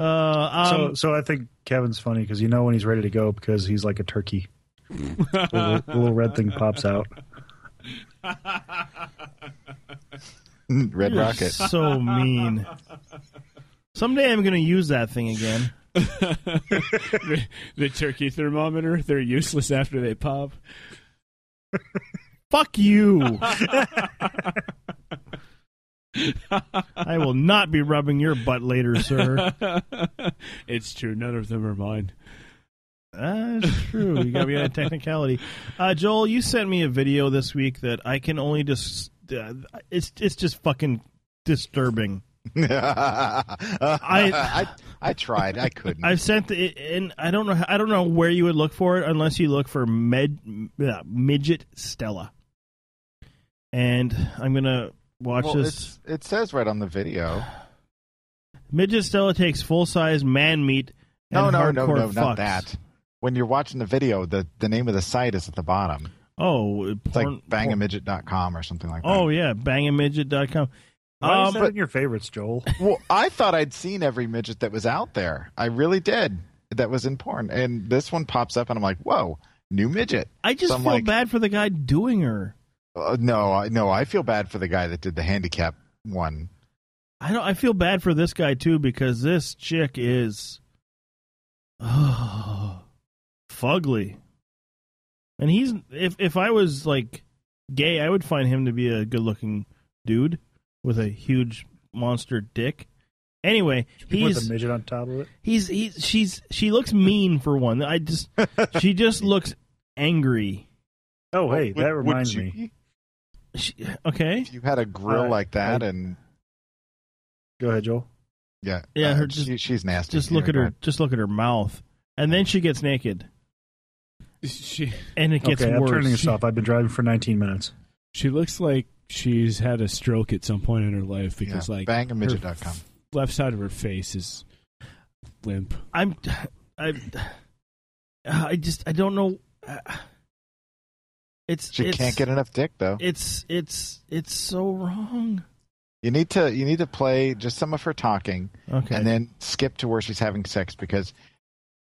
S7: Uh, um,
S6: so, so I think Kevin's funny because you know when he's ready to go because he's like a turkey. the, little, the little red thing pops out.
S7: You're
S9: Red Rocket.
S7: So mean. Someday I'm going to use that thing again.
S8: the, the turkey thermometer, they're useless after they pop.
S7: Fuck you. I will not be rubbing your butt later, sir.
S8: it's true. None of them are mine.
S7: That's true. You got to be on a technicality. Uh, Joel, you sent me a video this week that I can only just. Uh, it's it's just fucking disturbing.
S9: I, I tried. I couldn't.
S7: I've sent the, and I don't know. I don't know where you would look for it unless you look for med uh, midget Stella. And I'm gonna watch
S9: Well,
S7: this.
S9: it's- It says right on the video.
S7: Midget Stella takes full size man meat. And
S9: no, no,
S7: hardcore
S9: no, no,
S7: fucks.
S9: not that. When you're watching the video, the, the name of the site is at the bottom.
S7: Oh,
S9: it's like bangamidget.com or something like that.
S7: Oh yeah, bangamidget.com.
S9: Why is that in
S7: your favorites, Joel?
S9: Well, I thought I'd seen every midget that was out there. I really did. That was in porn. And this one pops up, and I'm like, whoa, new midget.
S7: I just
S9: So I'm
S7: feel
S9: like,
S7: bad for the guy doing her.
S9: uh, no, I, no, I feel bad for the guy that did the handicap one.
S7: I don't. I feel bad for this guy too because this chick is, oh, fugly, and he's. If if I was like gay, I would find him to be a good looking dude with a huge monster dick. Anyway,
S6: You put
S7: he's
S6: the midget on top of it.
S7: He's he's she's she looks mean for one. I just she just looks angry.
S6: Oh, hey, that reminds me.
S7: Okay,
S9: you had a grill
S6: Uh,
S9: like that,
S6: I-
S9: and
S6: Go ahead, Joel.
S9: yeah,
S7: Yeah,
S9: uh,
S7: her just-
S9: she- she's nasty.
S7: just look
S9: Yeah,
S7: at her. Just look at her mouth, and then she gets naked.
S8: She
S7: and it gets
S6: okay,
S7: worse.
S6: I'm turning this off. I've been driving for 19 minutes.
S8: She looks like she's had a stroke at some point in her life because,
S9: Yeah,
S8: like,
S9: bangamidget.com.
S8: her f- left side of her face is limp.
S7: I'm, I, I just I don't know. uh, It's
S9: She
S7: it's,
S9: can't get enough dick though.
S7: It's it's it's so wrong.
S9: You need to you need to play just some of her talking,
S7: Okay.
S9: and then skip to where she's having sex because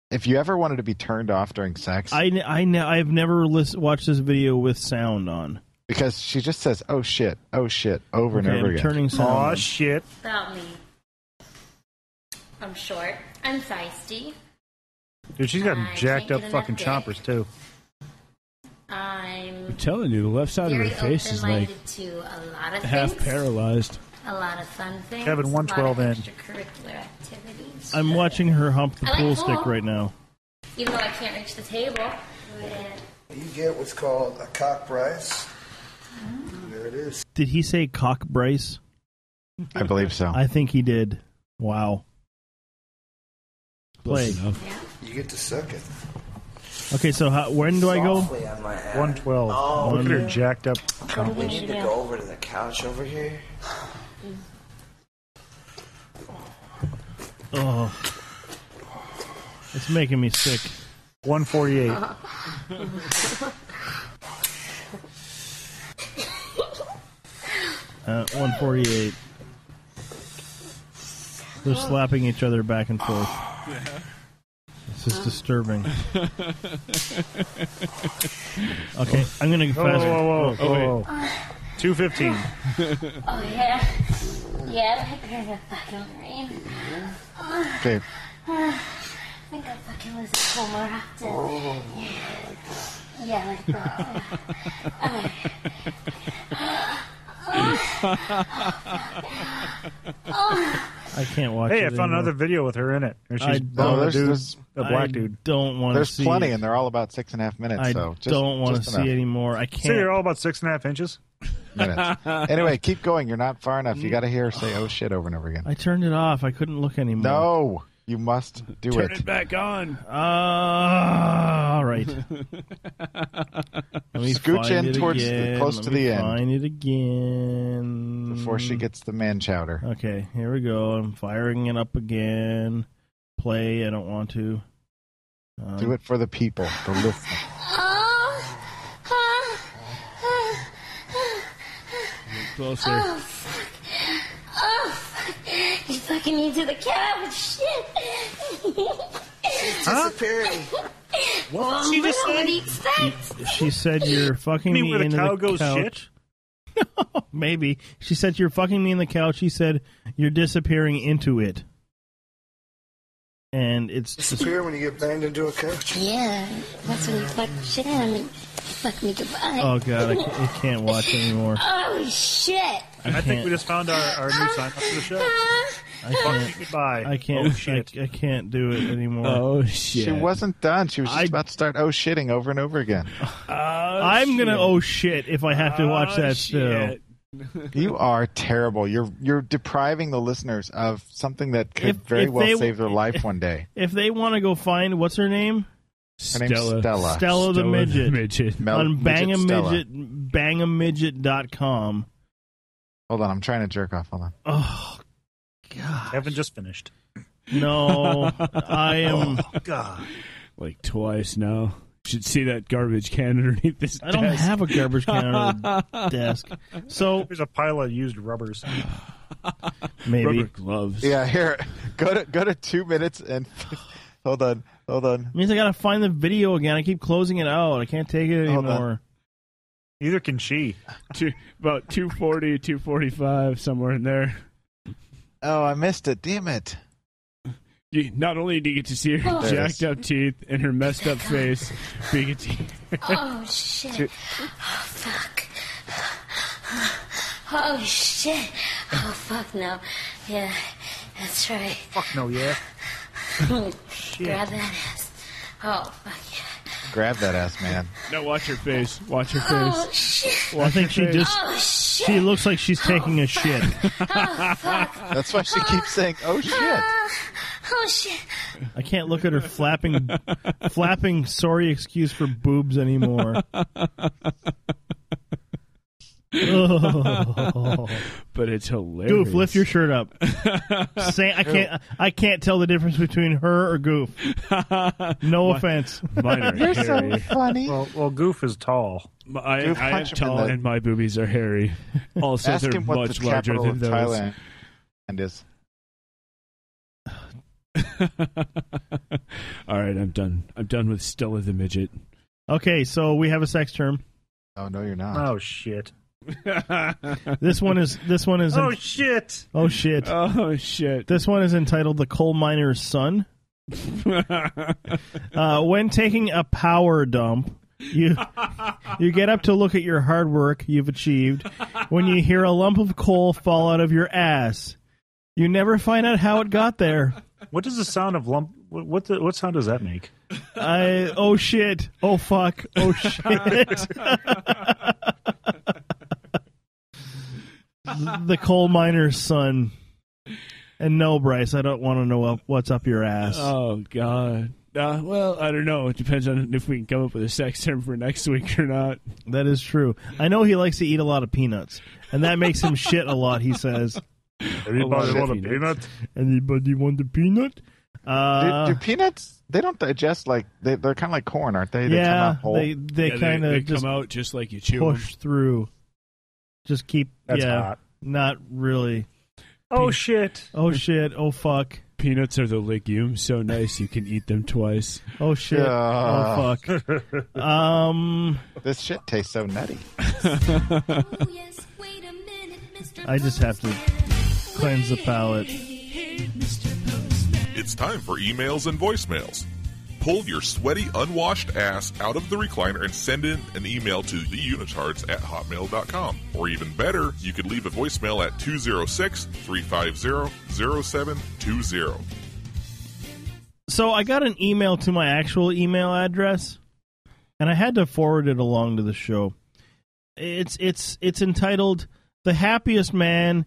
S9: if you ever wanted to be turned off during sex,
S7: I ne- I ne- I've never lis- watched this video with sound on.
S9: because she just says "oh shit, oh shit" over
S7: Okay,
S9: and over
S7: I'm
S9: again.
S7: turning sound Aw, on.
S6: shit!
S13: About me. I'm short. I'm feisty.
S6: Dude, she's got
S13: I
S6: jacked up
S13: can't get
S6: fucking
S13: enough
S6: chompers too.
S13: I'm
S8: I'm telling you, the left side of her
S13: very
S8: face is like
S13: open-minded to a lot of
S8: half
S13: things.
S8: paralyzed.
S13: A lot of fun things.
S7: Kevin,
S13: a lot
S7: 112
S13: of
S7: in.
S13: Extracurricular activities.
S7: I'm watching her hump the
S13: I like
S7: pool
S13: pool.
S7: stick right now.
S13: Even though I can't reach the table.
S15: You get what's called a cock brace. There it is.
S7: Did he say cock brace?
S9: I believe so.
S7: I think he did. Wow. Play.
S15: You get to suck it.
S7: Okay, so how, when do I go?
S15: Softly on my ass.
S6: 112.
S15: Oh,
S6: Look at her
S15: yeah.
S6: jacked up.
S15: We
S6: chompers.
S15: need to go over to the couch over here.
S7: Oh, it's making me sick.
S6: 148.
S7: Uh, 148. They're slapping each other back and forth. This is disturbing. Okay, I'm gonna go
S6: Whoa,
S7: fast.
S6: whoa, whoa,
S7: Oh, wait.
S6: whoa. 215.
S13: Oh yeah. Yeah, I think I fucking rain.
S9: Okay.
S13: I think I fucking was at home more often. Yeah. Yeah, like that.
S7: I can't watch.
S6: Hey,
S7: it
S6: I found
S7: anymore.
S6: another video with her in it. And she's
S7: I
S6: blowing
S7: don't-
S6: a dude,
S7: there's-
S6: a black
S7: I
S6: dude.
S7: don't wanna
S9: There's
S7: see
S9: plenty,
S7: it.
S9: and they're all about six and a half minutes.
S7: I
S9: so just,
S7: don't want to
S9: just
S7: see
S9: enough
S7: anymore. I
S6: See, they're
S7: can't.
S6: all about six and a half inches.
S9: minutes. anyway, keep going. You're not far enough. You got to hear her say "oh shit" over and over again.
S7: I turned it off. I couldn't look anymore.
S9: No, you must do
S7: Turn
S9: it.
S8: back on.
S7: Uh, all right. Let me
S9: Scooch
S7: find
S9: in
S7: it
S9: towards the-
S7: again.
S9: close
S7: Let
S9: to
S7: me
S9: the end.
S7: Find it again
S9: Before she gets the man chowder.
S7: Okay, here we go. I'm firing it up again. Play. I don't want to. Um,
S9: Uh, Do it for the people, the listeners.
S13: Ah. Oh, fuck. Oh, fuck. You fucking need to the couch. Shit.
S15: Disappearing.
S13: What did you just say? What do you expect?
S7: She said you're fucking
S6: You
S7: me
S6: mean where the
S7: into
S6: cow
S7: the
S6: goes
S7: couch. Maybe she said you're fucking me in the couch. She said you're disappearing into it. and it's
S15: Disappear when you get banged into a couch.
S13: Yeah, that's when you fuck shit out of me. Fuck me goodbye.
S7: oh god, I can't, I can't watch anymore.
S13: Oh shit!
S6: I, think
S7: can't.
S6: we just found our, our new sign up for the show.
S7: I can't.
S6: Goodbye.
S7: I can't.
S6: Oh, shit.
S7: I, I can't do it anymore.
S8: Oh shit!
S9: She wasn't done. She was just about to start oh shitting over and over again.
S7: I'm gonna oh shit Oh, if I have to watch
S8: Oh,
S7: that still.
S9: you are terrible. You're you're depriving the listeners of something that could very
S7: if
S9: well
S7: they-
S9: save their life one day.
S7: If they want to go find what's her name,
S9: Her name's Stella. Stella.
S7: Stella the
S9: Stella the
S7: midget,
S9: Midget. Mel-
S7: on
S9: Midget
S7: bangamidget, bangamidget.com.
S9: Hold on, I'm trying to jerk off. Hold on.
S7: Oh
S6: I haven't just finished.
S7: no, I am.
S6: Oh, God.
S8: like twice now. Should see that garbage can underneath this.
S7: I don't
S8: desk.
S7: have a garbage can under the desk. So
S6: there's a pile of used rubbers.
S7: Maybe.
S8: Rubber gloves.
S9: Yeah, here. Go to go to two minutes and hold on, hold on.
S7: It means I gotta find the video again. I keep closing it out. I can't take it
S9: Hold on.
S7: anymore.
S6: Neither can she.
S8: Two, about 240, 245, somewhere in there.
S9: Oh, I missed it. Damn it.
S8: You, not only do you get to see her
S13: There it
S8: jacked up teeth and her messed up face, but you get to
S13: Oh shit! Oh fuck! Oh shit! Oh fuck no! Yeah, that's right.
S6: Fuck no, yeah.
S13: Grab that ass! Oh fuck!
S9: Grab that ass, man.
S8: No, watch her face. Watch her
S13: Oh
S8: face.
S13: shit!
S7: I think she
S8: your face.
S7: just.
S13: Oh shit!
S7: She looks like she's taking a shit.
S13: Oh fuck!
S9: That's why she keeps saying, "Oh shit."
S13: Ah. Oh shit!
S7: I can't look at her flapping, flapping. Sorry, excuse for boobs anymore. Oh.
S8: But it's hilarious.
S7: Goof, lift your shirt up. Say, I can't. I can't tell the difference between her or Goof. No offense.
S8: Mine are hairy.
S9: funny.
S6: Well, well, Goof is tall.
S8: My- I,
S9: Goof,
S8: I am
S9: punch him in
S8: tall
S9: the-
S8: and my boobies are hairy. Also,
S9: Ask
S8: they're
S9: him what the
S8: much larger
S9: capital
S8: than
S9: of
S8: those.
S9: Thailand is.
S8: All right, I'm done. I'm done with Stella the midget.
S7: Okay, so we have a sex term.
S9: Oh no, you're not.
S6: Oh shit.
S7: This one is. This one is.
S6: Oh shit.
S7: oh shit.
S8: oh shit!
S7: This one is entitled "The Coal Miner's Son." Uh, when taking a power dump, you you get up to look at your hard work you've achieved when you hear a lump of coal fall out of your ass. You never find out how it got there.
S6: What does the sound of lump? What what the, what sound does that make?
S7: I oh shit. Oh fuck. Oh shit. the coal miner's son. And no, Bryce, I don't want to know up- what's up your ass.
S8: oh god. Uh, well, I don't know. It depends on if we can come up with a sex term for next week or not.
S7: That is true. I know he likes to eat a lot of peanuts, and that makes him shit a lot. He says,
S6: Anybody
S8: want a peanut?
S7: "Anybody want a peanut?"
S9: Do,
S7: Uh,
S9: do peanuts? They don't digest like they, they're kind of like corn, aren't they? They come
S7: yeah,
S9: out whole.
S7: they they
S8: Yeah,
S7: kind
S8: they
S7: of just
S8: come out just like you chew 'em.
S7: push through. Just keep,
S6: That's
S7: yeah,
S6: hot.
S7: not really.
S6: Oh shit.
S7: Oh shit! Oh fuck!
S8: Peanuts are the legume so nice you can eat them twice.
S7: Oh shit!
S9: Yeah.
S7: Oh fuck! um,
S9: This shit tastes so nutty.
S13: Oh yes! Wait a minute, Mr.
S7: I just have to cleanse the palate.
S19: It's time for emails and voicemails. Pull your sweaty, unwashed ass out of the recliner and send in an email to theunitards at hotmail.com. Or even better, you could leave a voicemail at 206 350 0720.
S7: So I got an email to my actual email address, and I had to forward it along to the show. It's it's it's entitled "The Happiest Man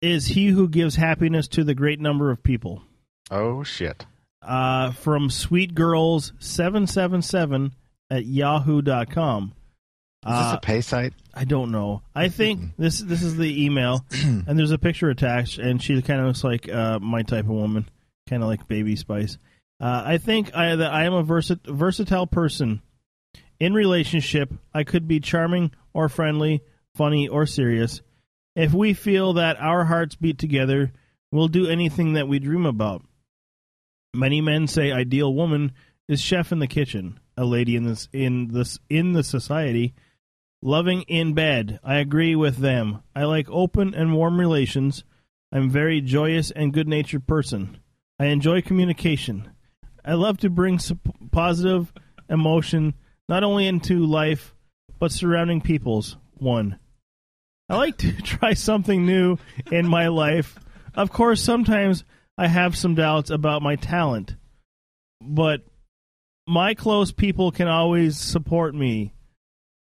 S7: Is He Who Gives Happiness to the Great Number of People."
S9: Oh shit.
S7: Uh, from Sweet Girls seven seven seven at yahoo.com.
S9: Is this
S7: Ah,
S9: a pay site?
S7: I don't know. I think this this is the email, and there's a picture attached, and she kind of looks like uh, my type of woman, kind of like Baby Spice. Uh, I think I that I am a versa- versatile person. In relationship, I could be charming or friendly, funny or serious. If we feel that our hearts beat together, we'll do anything that we dream about. Many men say ideal woman is chef in the kitchen, a lady in this in this in the society. Loving in bed. I agree with them. I like open and warm relations. I'm a very joyous and good-natured person. I enjoy communication. I love to bring sup- positive emotion not only into life but surrounding people's. One. I like to try something new in my life. Of course, sometimes I have some doubts about my talent, but my close people can always support me.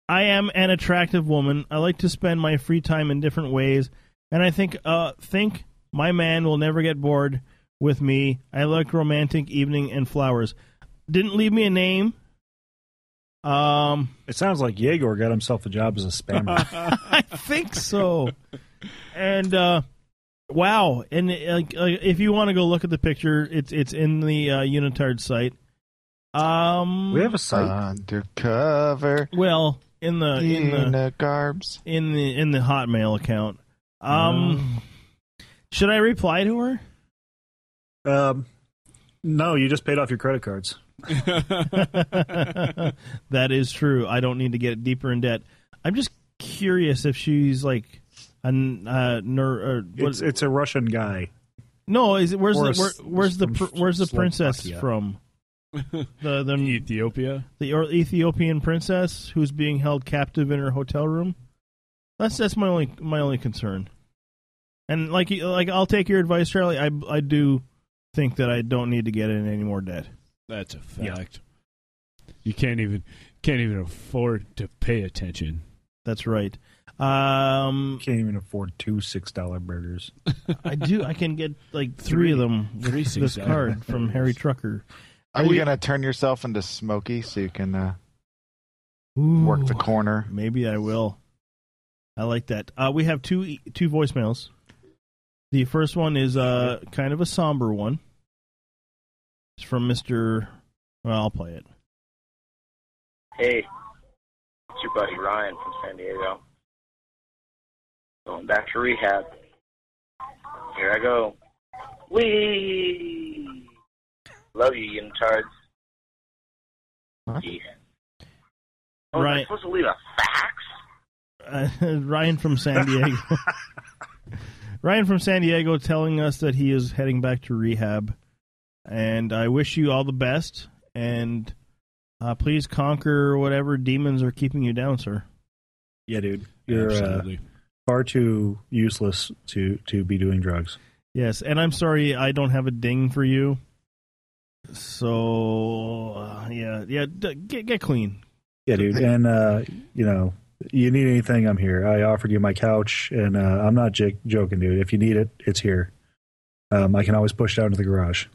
S7: I am an attractive woman. I like to spend my free time in different ways, and I think uh think my man will never get bored with me. I like romantic evening and flowers. Didn't leave me a name. Um,
S6: it sounds like Yegor got himself a job as a spammer.
S7: I think so. And uh, wow, and uh, like, like, if you want to go look at the picture, it's it's in the uh, Unitard site. Um,
S6: we have a site
S9: undercover.
S7: Well, in the Uh, in the
S9: garbs
S7: in the in the Hotmail account. Um,
S6: Oh.
S7: should I reply to her?
S6: Um, no, you just paid off your credit cards.
S7: that is true. I don't need to get deeper in debt. I'm just curious if she's like a n- uh, ner- or what-
S6: It's, it's a Russian guy.
S7: no. Is it where's
S6: or
S7: the
S6: a s-
S7: where, where's the
S6: from
S7: pr- where's the princess
S6: Slovakia.
S7: from? The the
S8: Ethiopia.
S7: the or- Ethiopian princess who's being held captive in her hotel room. That's that's my only my only concern. And like you- like I'll take your advice, Charlie. I I do think that I don't need to get in any more debt.
S8: That's a fact. You can't even can't even afford to pay attention.
S7: That's right. Um,
S6: Can't even afford two six dollar burgers.
S7: I do. I can get like three, of them with
S8: Three
S7: this
S8: six-dollar
S7: card from Harry Trucker.
S9: Are
S7: We-
S9: you gonna turn yourself into Smokey so you can uh,
S7: Ooh,
S9: work the corner?
S7: Maybe I will. I like that. Uh, we have two two voicemails. The first one is uh, kind of a somber one. It's from Mister. Well, I'll play it.
S20: Hey, it's your buddy Ryan from San Diego. Going back to rehab. Here I go. Wee! Love you, unitards. Peace. Oh, was I
S7: Ryan-
S20: supposed to leave a fax?
S7: Uh, Ryan from San Diego. Ryan from San Diego telling us that he is heading back to rehab, and I wish you all the best. And uh, please conquer whatever demons are keeping you down, sir.
S6: Yeah, dude, you're uh,
S8: Absolutely.
S6: far too useless to to be doing drugs.
S7: Yes, and I'm sorry I don't have a ding for you. So uh, yeah, yeah, d- get get clean.
S6: Yeah, dude, and uh, you know, you need anything, I'm here. I offered you my couch, and uh, I'm not j- joking, dude. If you need it, it's here. Um, I can always push it out into the garage.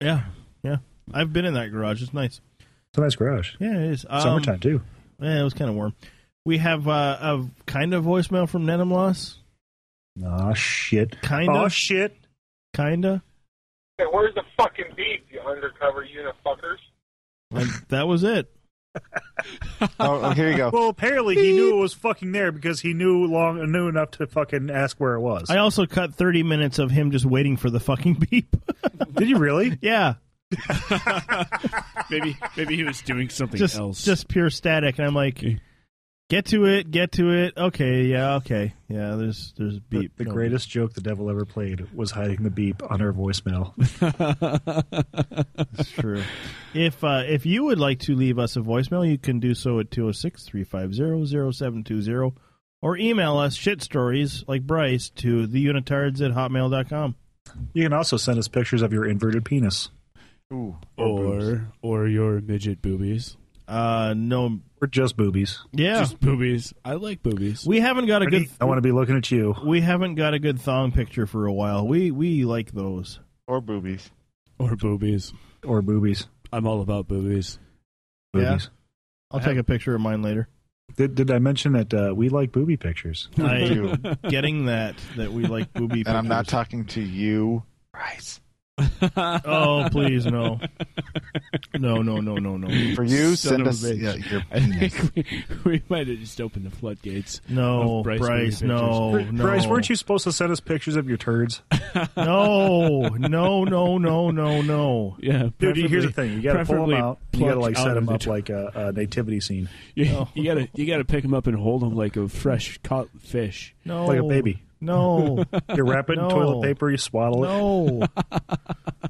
S7: Yeah, yeah. I've been in that garage. It's nice.
S6: It's a nice garage.
S7: Yeah, it is. Um,
S6: Summertime too.
S7: Yeah, it was kind of warm. We have uh, a kind of voicemail from Nenemloss.
S6: Aw, shit.
S7: Kind of.
S6: Aw, shit.
S7: Kinda.
S21: Hey, where's the fucking beef, you undercover unit fuckers?
S7: Like, that was it.
S9: oh, here you go.
S6: Well, apparently he knew it was fucking there because he knew long knew enough to fucking ask where it was.
S7: I also cut 30 minutes of him just waiting for the fucking beep.
S6: Did you really?
S7: yeah.
S8: Maybe maybe he was doing something
S7: Just
S8: else.
S7: just pure static and I'm like get to it, get to it. Okay, yeah, okay. Yeah, there's there's a
S6: The,
S7: beep.
S6: the
S7: No
S6: greatest joke the devil ever played was hiding the beep on her voicemail.
S7: That's true. If uh, if you would like to leave us a voicemail, you can do so at 206-350-0720 or email us shit stories like Bryce to theunitards at hotmail.com.
S6: You can also send us pictures of your inverted penis.
S9: Ooh.
S8: or or your midget boobies.
S7: Uh no
S6: Or just boobies.
S7: Yeah.
S8: Just boobies. I like boobies.
S7: We haven't got a good
S6: I want to be looking at you.
S7: we haven't got a good thong picture for a while. We we like those.
S9: Or boobies.
S8: or boobies.
S6: Or boobies.
S8: I'm all about boobies.
S7: Yeah.
S6: Boobies.
S7: I'll take a picture of mine later.
S6: Did, did I mention that uh, we like booby pictures?
S9: You.
S7: I'm getting that that we like booby.
S9: And I'm not
S7: pictures.
S9: talking to you, Bryce.
S7: Oh please no, no no no no no.
S9: For you,
S8: Son
S9: send
S8: of a
S9: us
S8: bitch.
S9: yeah, your
S8: I
S9: penis.
S8: think we, we might have just opened the floodgates.
S7: No,
S8: of
S7: Bryce,
S8: movie
S9: Oh,
S7: no,
S8: pictures.
S7: no.
S6: Bryce, weren't you supposed to send us pictures of your turds?
S7: No, no, no, no, no, no.
S8: Yeah,
S6: Dude, you- here's the thing:
S8: preferably-
S6: you gotta pull them
S8: preferably
S6: out. You gotta like
S8: plucked out
S6: set them
S8: of the
S6: up
S8: tr-
S6: like a, a nativity scene,
S8: You, you gotta you gotta pick them up and hold them like a fresh caught fish.
S7: No,
S6: like a baby.
S7: No.
S6: You wrap it
S7: No.
S6: in toilet paper, you swaddle
S7: No.
S6: it.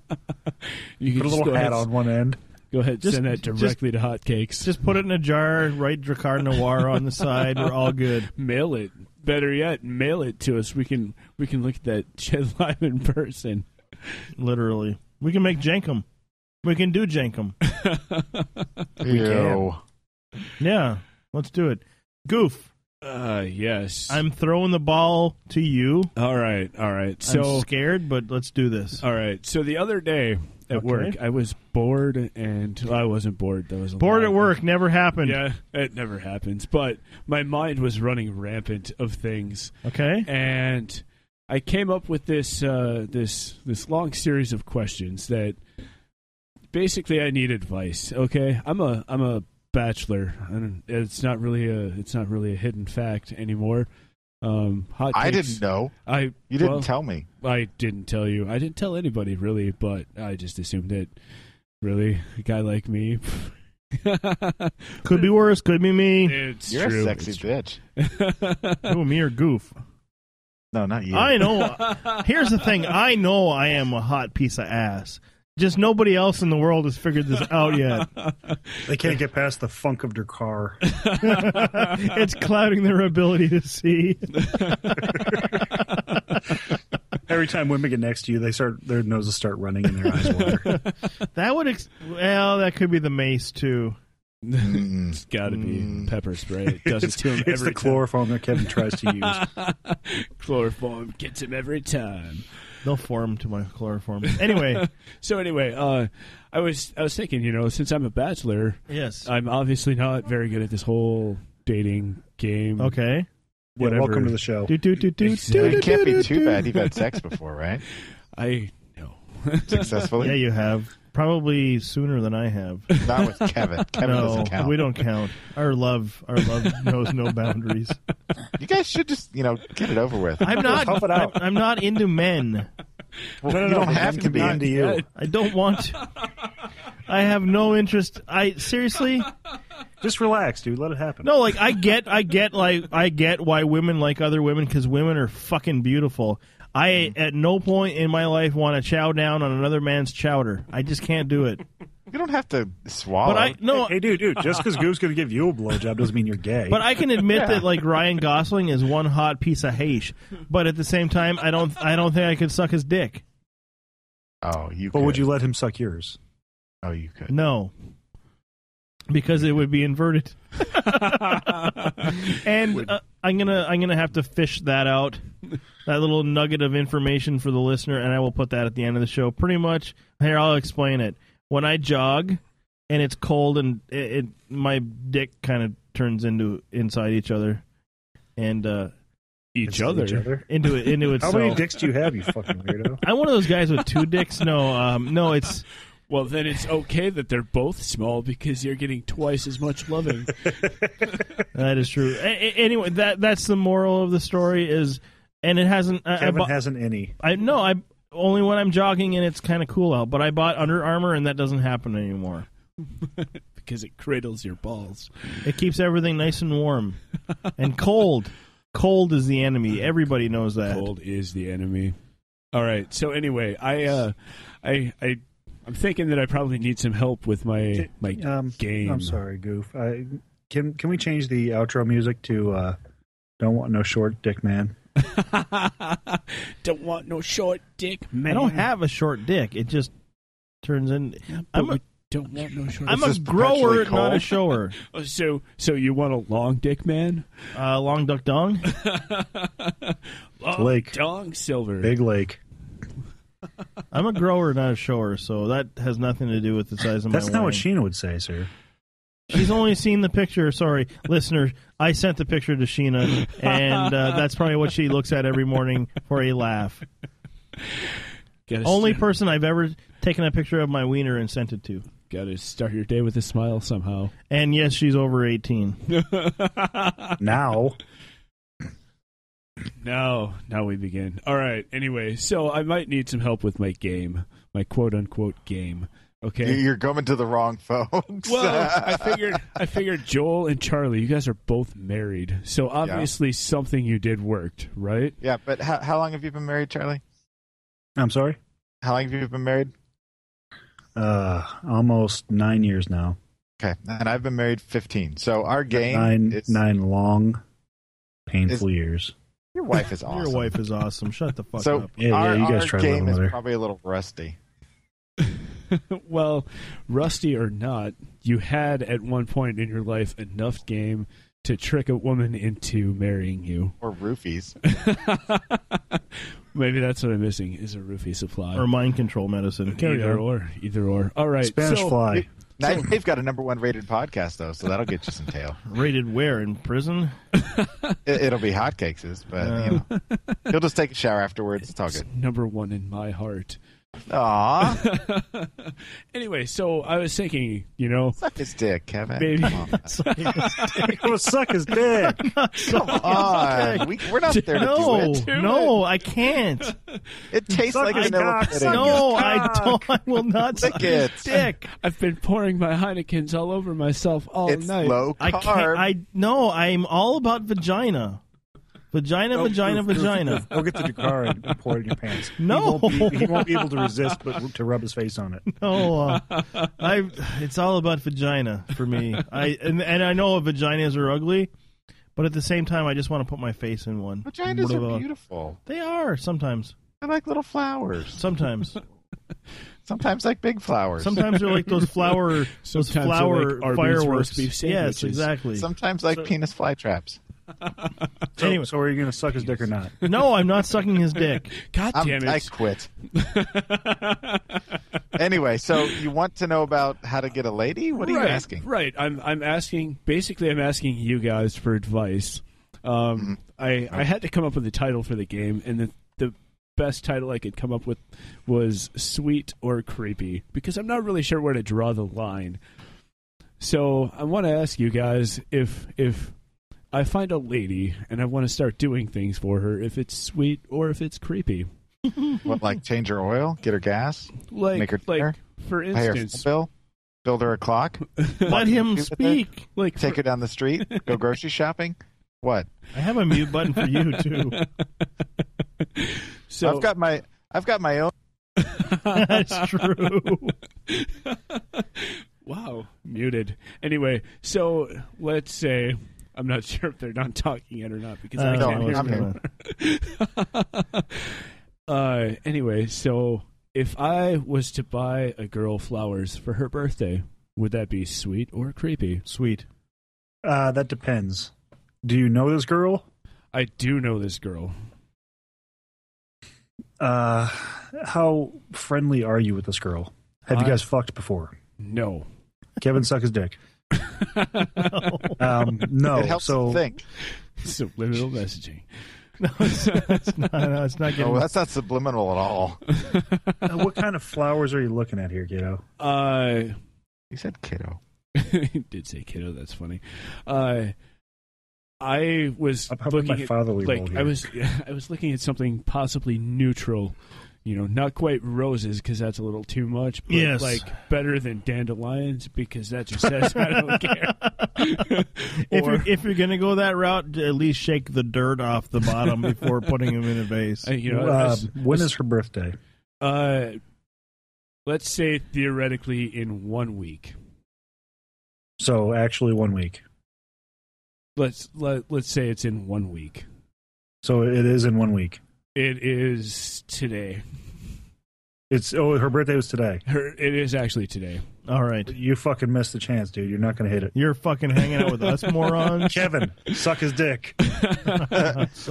S8: You
S6: Put a
S8: just
S6: little
S8: go
S6: hat
S8: ahead-
S6: on one end.
S8: Go ahead,
S7: Just-
S8: send that
S7: just-
S8: directly to hotcakes.
S7: Just put it in a jar, write Dracar Noir on the side. We're all good.
S8: Mail it. Better yet, mail it to us. We can we can look at that shit live in person.
S7: Literally. We can make Jankum. We can do Jankum.
S8: We can.
S7: Yeah, let's do it. Goof.
S8: Uh, yes.
S7: I'm throwing the ball to you.
S8: All right, all right.
S7: I'm
S8: So Oh,
S7: scared, but let's do this.
S8: all right. So the other day at
S7: Okay.
S8: work, I was bored, and well, I wasn't bored. That was a
S7: Bored
S8: lie.
S7: at work never happened.
S8: Yeah, it never happens. But my mind was running rampant of things.
S7: Okay.
S8: And I came up with this uh, this this long series of questions that basically I need advice. Okay, I'm a I'm a bachelor, and it's not really a it's not really a hidden fact anymore. Um, hot
S9: I
S8: takes-
S9: didn't know.
S8: I
S9: You didn't
S8: well,
S9: tell me.
S8: I didn't tell you. I didn't tell anybody really, but I just assumed that really a guy like me.
S7: Could be worse. Could be me.
S8: It's
S9: You're
S8: true.
S9: a sexy
S8: It's
S9: bitch.
S7: Who, me or Goof?
S9: No, not you.
S7: I know. Here's the thing. I know I am a hot piece of ass. Just nobody else in the world has figured this out yet.
S6: They can't get past the funk of their car.
S7: it's clouding their ability to see.
S6: Every time women get next to you, they start their noses start running and their eyes water.
S7: That would ex- well, that could be the mace too.
S8: It's got to be
S9: Mm.
S8: pepper spray. It does it
S6: it's
S8: to him
S6: it's
S8: every
S6: the chloroform that Kevin tries to use.
S8: time. Chloroform gets him every time.
S7: They'll form to my chloroform. Anyway,
S8: So anyway, uh, I was I was thinking, you know, since I'm a bachelor,
S7: yes.
S8: I'm obviously not very good at this whole dating game.
S7: Okay.
S6: Yeah,
S8: whatever.
S6: welcome to the show.
S7: Do do do do
S8: Exactly.
S7: do
S9: It can't be too
S7: do,
S9: bad.
S7: do.
S9: You've had sex before, right?
S8: I know.
S9: Successfully?
S7: Yeah, you have probably sooner than I have.
S9: Not with Kevin. Kevin
S7: no,
S9: doesn't count.
S7: we don't count. Our love, our love knows no boundaries.
S9: You guys should just, you know, get it over with.
S7: I'm not.
S6: Tough it
S7: I'm,
S6: out.
S7: I'm not into men.
S9: Well,
S6: no, no,
S9: you
S6: no,
S9: don't
S6: but
S9: have
S6: you
S9: to
S6: can
S9: be.
S6: be into you.
S7: I don't want. To. I have no interest. I seriously
S6: Just relax, dude. Let it happen.
S7: no. Like I get. I get. Like I get why women like other women because women are fucking beautiful. I
S9: Mm-hmm.
S7: at no point in my life want to chow down on another man's chowder. I just can't do it.
S9: You don't have to swallow.
S7: But I no.
S6: Hey, dude, dude. Just because Goof's gonna give you a blowjob doesn't mean you're gay.
S7: But I can admit that like Ryan Gosling is one hot piece of hate. But at the same time, I don't I don't think I could suck his dick.
S9: oh, you.
S6: but
S9: could.
S6: would you let him suck yours?
S9: Oh, you could.
S7: No. Because it would be inverted. and uh, I'm going to I'm going to have to fish that out. That little nugget of information for the listener and I will put that at the end of the show pretty much. Here I'll explain it. When I jog and it's cold and it, it my dick kind of turns into inside each other and uh
S8: Each other.
S7: into it into
S6: How
S7: itself.
S6: many dicks do you have, you fucking weirdo?
S7: I'm one of those guys with two dicks. No, um, no, it's
S8: Well, then it's okay that they're both small because you're getting twice as much loving.
S7: that is true. A- a- anyway, that that's the moral of the story is, and it hasn't. I, I,
S6: Kevin
S7: bought,
S6: hasn't any.
S7: I no, I only when I'm jogging and it's kind of cool out. But I bought Under Armour and that doesn't happen anymore.
S8: because it cradles your balls.
S7: It keeps everything nice and warm and cold. Cold is the enemy. Everybody knows that.
S8: Cold is the enemy. All right. So anyway, I uh, I I I'm thinking that I probably need some help with my my
S6: Um,
S8: game.
S6: I'm sorry, Goof. I, can can we change the outro music to uh, "Don't Want No Short Dick Man"?
S8: don't want no short dick, man.
S7: I don't have a short dick. It just turns in.
S8: But
S7: I'm a,
S8: we don't want no short.
S7: I'm
S9: Is
S7: a
S9: this
S7: grower,
S9: perpetually
S7: not a
S9: cold?
S7: shower.
S8: Oh, so so you want a long dick, man?
S7: Uh, long duck dong.
S8: Long
S6: Lake.
S8: dong silver.
S6: Big Lake.
S7: I'm a grower, not a shower, so that has nothing to do with the size of my.
S6: That's not what
S7: wang.
S6: Sheena would say, sir.
S7: She's only seen the picture. Sorry, listener. I sent the picture to Sheena, and uh, that's probably what she looks at every morning for a laugh.
S8: Gotta
S7: Only
S8: start,
S7: person I've ever taken a picture of my wiener and sent it to.
S8: gotta start your day with a smile somehow.
S7: And yes, she's over eighteen.
S6: Now,
S8: Now, now we begin. All right. Anyway, so I might need some help with my game, my quote unquote game. Okay.
S9: You're going to the wrong folks.
S8: Well, I figured I figured Joel and Charlie, you guys are both married, so obviously something you did worked, right?
S9: Yeah, but how, how long have you been married, Charlie?
S6: I'm sorry?
S9: How long have you been married?
S6: Uh, almost nine years now.
S9: Okay, and I've been married 15. So our game
S6: Nine
S9: is
S6: nine long, painful years.
S9: your wife is awesome.
S7: Your wife is awesome. Shut the fuck
S9: so
S7: up.
S6: Yeah, yeah,
S9: Oh, our,
S6: you guys
S9: our
S6: try
S9: game
S6: living
S9: is
S6: with her.
S9: probably a little rusty.
S8: well, rusty or not, you had at one point in your life enough game to trick a woman into marrying you.
S9: Or roofies.
S8: Maybe that's what I'm missing is a roofie supply.
S7: Or mind control medicine. Carry
S8: either
S7: on.
S8: or. Either or. All right. so-
S9: Now, they've got a number one rated podcast though, so that'll get you some tail.
S7: Rated where? In prison?
S9: It, it'll be hotcakes, is, but you know, you'll just take a shower afterwards. It's all good.
S8: number one in my heart.
S9: Aw.
S8: anyway, so I was thinking, you know,
S9: suck his dick, Kevin.
S8: Maybe-
S9: Come on,
S6: Go suck his dick.
S9: Come on. We, we're not there to
S7: no,
S9: do it.
S7: no, I can't.
S9: It tastes
S7: Suck
S9: like
S7: his
S9: vanilla
S7: cock,
S9: pudding.
S7: suck No, his I cock. don't- I will not
S9: Lick
S7: suck
S9: it.
S7: his dick.
S8: I've been pouring my Heinekens all over myself all
S6: Oh,
S9: It's
S8: night.
S9: low
S7: I can't. I no. I'm all about vagina, vagina,
S9: Oh,
S6: Go-
S7: vagina,
S6: go- go-
S7: vagina.
S6: Go, get to the car and, and pour it in your pants.
S7: No.
S6: he won't, be, he won't be able to resist, but to rub his face on it.
S7: No, uh, I. It's all about vagina for me. I and, and I know vaginas are ugly, but at the same time, I just want to put my face in one.
S9: Vaginas
S7: Blah, blah.
S9: are beautiful.
S7: They are sometimes.
S9: They're like little flowers.
S7: Sometimes.
S9: Sometimes like big flowers.
S7: Sometimes they're like those flower, those
S8: Sometimes they're
S7: flower
S8: like Arby's
S7: fireworks.
S8: roast beef
S7: yes,
S8: sandwiches.
S7: exactly.
S9: Sometimes like penis fly traps.
S6: So, so are you going to suck his dick or not?
S7: no, I'm not sucking his dick.
S8: God
S9: I'm-
S8: damn it!
S9: I quit. anyway, so you want to know about how to get a lady? What are you
S8: right,
S9: asking?
S8: Right. I'm I'm asking basically I'm asking you guys for advice.
S9: Mm-hmm.
S8: Um, I I had to come up with a title for the game, and the the best title I could come up with was sweet or creepy because I'm not really sure where to draw the line. So I want to ask you guys if if I find a lady and I want to start doing things for her, if it's sweet or if it's creepy.
S9: What, like change her oil, get her gas,
S8: Like
S9: make her
S8: like
S9: dinner,
S8: for
S9: pay her phone
S8: instance,
S9: bill, build her a clock,
S7: Let him
S9: with it?
S7: speak.
S8: like
S9: take her down the street, go grocery shopping. What?
S7: I have a mute button for you too.
S8: so
S9: I've got my I've got my own.
S7: That's true.
S8: Wow, muted. Anyway, so let's say I'm not sure if they're not talking it or not because I
S7: Uh,
S8: can't
S7: no,
S8: hear
S7: I'm
S8: them. uh, anyway, so if I was to buy a girl flowers for her birthday, would that be sweet or creepy?
S7: Sweet.
S6: Uh, that depends. Do you know this girl?
S8: I do know this girl.
S6: Uh, how friendly are you with this girl? Have you
S8: I-
S6: guys fucked before?
S8: No.
S6: Kevin suck his dick. Um, no.
S9: It helps
S6: so
S9: to think.
S8: Subliminal messaging.
S7: No, it's, it's not. No, it's not getting.
S9: Oh, that's not subliminal at all.
S6: Uh, what kind of flowers are you looking at here, kiddo?
S8: Uh,
S9: He said kiddo.
S8: did say kiddo. That's funny. Uh, I was
S6: I'm probably
S8: looking
S6: my
S8: at,
S6: fatherly role
S8: like I
S6: here.
S8: was I was looking at something possibly neutral, you know, not quite roses because that's a little too much. But
S7: Yes.
S8: like better than dandelions because that just says I don't care.
S7: If
S8: or
S7: you're, if you're gonna go that route, at least shake the dirt off the bottom before putting them in a vase.
S8: uh, you know, I
S6: Uh,
S8: was-
S6: when is her birthday?
S8: uh, let's say theoretically in one week.
S6: So actually, one week.
S8: Let's let let's say it's in one week.
S6: So it is in one week.
S8: It is today.
S6: It's oh, her birthday was today.
S8: Her, it is actually today.
S7: All right,
S6: You fucking missed the chance, dude. You're not gonna hit it.
S7: you're fucking hanging out with us, morons.
S6: Kevin, suck his dick.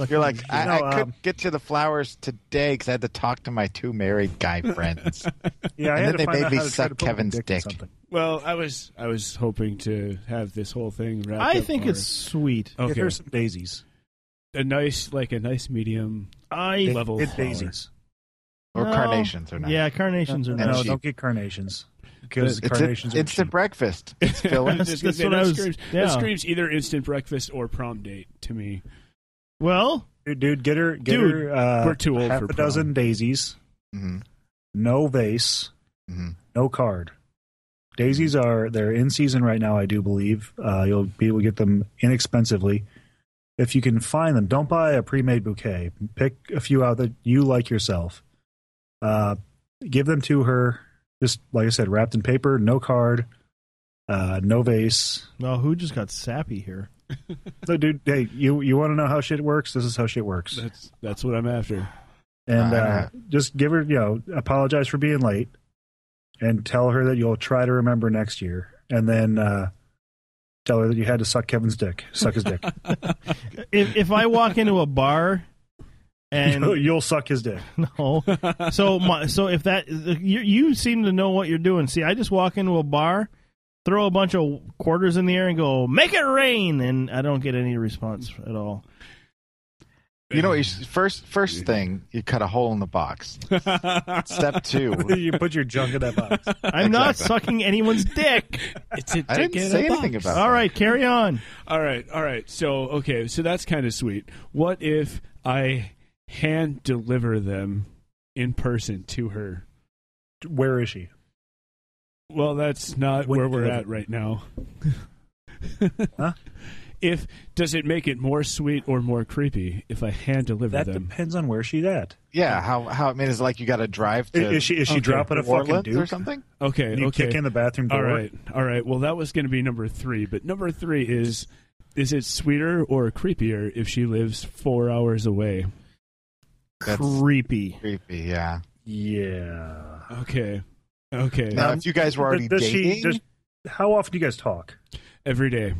S9: You're like I,
S6: No,
S9: I couldn't
S6: um,
S9: get you the flowers today because I had to talk to my two married guy friends.
S6: Yeah, I
S9: And
S6: had
S9: then
S6: to
S9: they
S6: find
S9: made
S6: out
S9: me
S6: how to try
S9: suck
S6: to put my
S9: Kevin's
S6: dick. in
S9: dick.
S6: something.
S8: Well, I was I was hoping to have this whole thing wrapped.
S7: I
S8: up
S7: think
S8: for
S7: it's sweet.
S6: Get
S8: okay.
S6: her some daisies.
S8: a nice like a nice medium
S7: I
S8: level
S6: Get
S8: flower.
S6: daisies.
S9: Or
S7: No.
S9: carnations or not.
S7: yeah, carnations are
S6: No,
S9: And
S7: nice.
S9: she-
S6: don't get carnations because
S9: It's,
S6: carnations
S9: a,
S6: are
S9: it's the
S6: cheap.
S9: breakfast. It's
S8: I
S9: filling.
S8: was just gonna
S7: That's
S8: say,
S7: what
S8: that
S7: I was-
S8: screams,
S7: yeah.
S8: that screams either instant breakfast or prom date to me.
S7: Well,
S6: Dude, dude, get her, get
S7: Dude,
S6: her. Uh,
S8: we're too old
S6: half
S8: for
S9: Mm-hmm.
S6: a dozen daisies.
S9: Mhm.
S6: No vase.
S9: Mhm.
S6: No card. Daisies are they're in season right now, I do believe. Uh, you'll be able to get them inexpensively if you can find them. Don't buy a pre-made bouquet. Pick a few out that you like yourself. Uh, give them to her. Just like I said, wrapped in paper, no card, uh, no vase.
S7: Well, who just got sappy here?
S6: no, dude. Hey, you you want to know how shit works? This is how shit works.
S22: That's that's what I'm after.
S6: and uh, just give her you know apologize for being late and tell her that you'll try to remember next year and then uh, tell her that you had to suck kevin's dick suck his dick
S7: If if I walk into a bar and
S6: You'll- you'll suck his dick
S7: no so my, so if that you, you seem to know what you're doing. See, I just walk into a bar, throw a bunch of quarters in the air, and go make it rain, and I don't get any response at all.
S9: You know, what you should, first first thing, you cut a hole in the box. Step two,
S6: you put your junk in that box.
S7: I'm not sucking anyone's dick.
S8: It's a
S9: I didn't
S8: dick in
S9: say
S8: a
S9: anything
S8: box.
S9: about
S7: All right, carry on.
S8: All right, all right. So okay, so that's kind of sweet. What if I hand deliver them in person to her?
S6: Where is she?
S8: Well, that's not
S6: When
S8: where we're
S6: deliver-
S8: at right now. If does it make it more sweet or more creepy if I hand deliver
S6: that
S8: them?
S6: depends on where she's at
S9: Yeah, how how I mean, is it like you got to drive to
S6: Is she- is she dropping a fucking
S9: Orleans or
S6: Duke?
S9: something?
S8: Okay,
S6: You
S8: okay.
S6: kick in the bathroom door.
S8: All right, all right. Well, that was going to be number three, but number three is: is it sweeter or creepier if she lives four hours away?
S7: creepy.
S9: Creepy, yeah.
S6: yeah
S8: Okay, okay.
S9: Now, if you guys were already
S6: does she
S9: dating,
S6: does, how often do you guys talk
S8: every day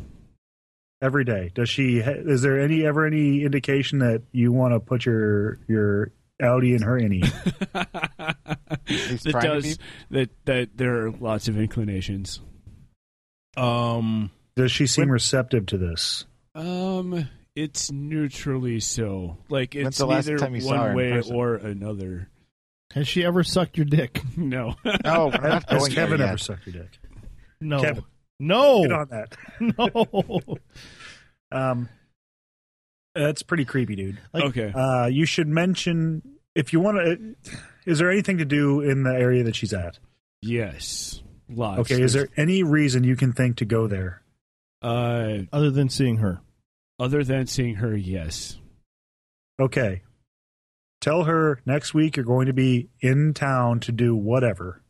S6: every day does she ha- is there any ever any indication that you want to put your your Audi in her any
S8: that
S9: trying to
S8: does
S9: be-
S8: that that there are lots of inclinations.
S7: Um,
S6: does she seem receptive to this
S8: Um, it's neutrally so. Like
S9: When's
S8: it's
S9: the last
S8: neither
S9: time you saw her
S8: one
S9: in
S8: way
S9: person?
S8: or another.
S7: Has she ever sucked your dick?
S8: No,
S9: no, Oh, we're not
S6: Has
S9: going
S6: Kevin
S9: there yet.
S6: ever
S9: Oh.
S6: sucked your dick?
S7: No.
S6: Kevin.
S7: No.
S6: Get on that.
S7: No.
S6: Um, that's pretty creepy, dude.
S8: okay.
S6: Uh, you should mention if you want to. Is there anything to do in the area that she's at?
S8: Yes. Lots.
S6: Okay. Is there any reason you can think to go there?
S8: Uh,
S7: Other than seeing her.
S8: other than seeing her, yes.
S6: Okay. Tell her next week you're going to be in town to do whatever,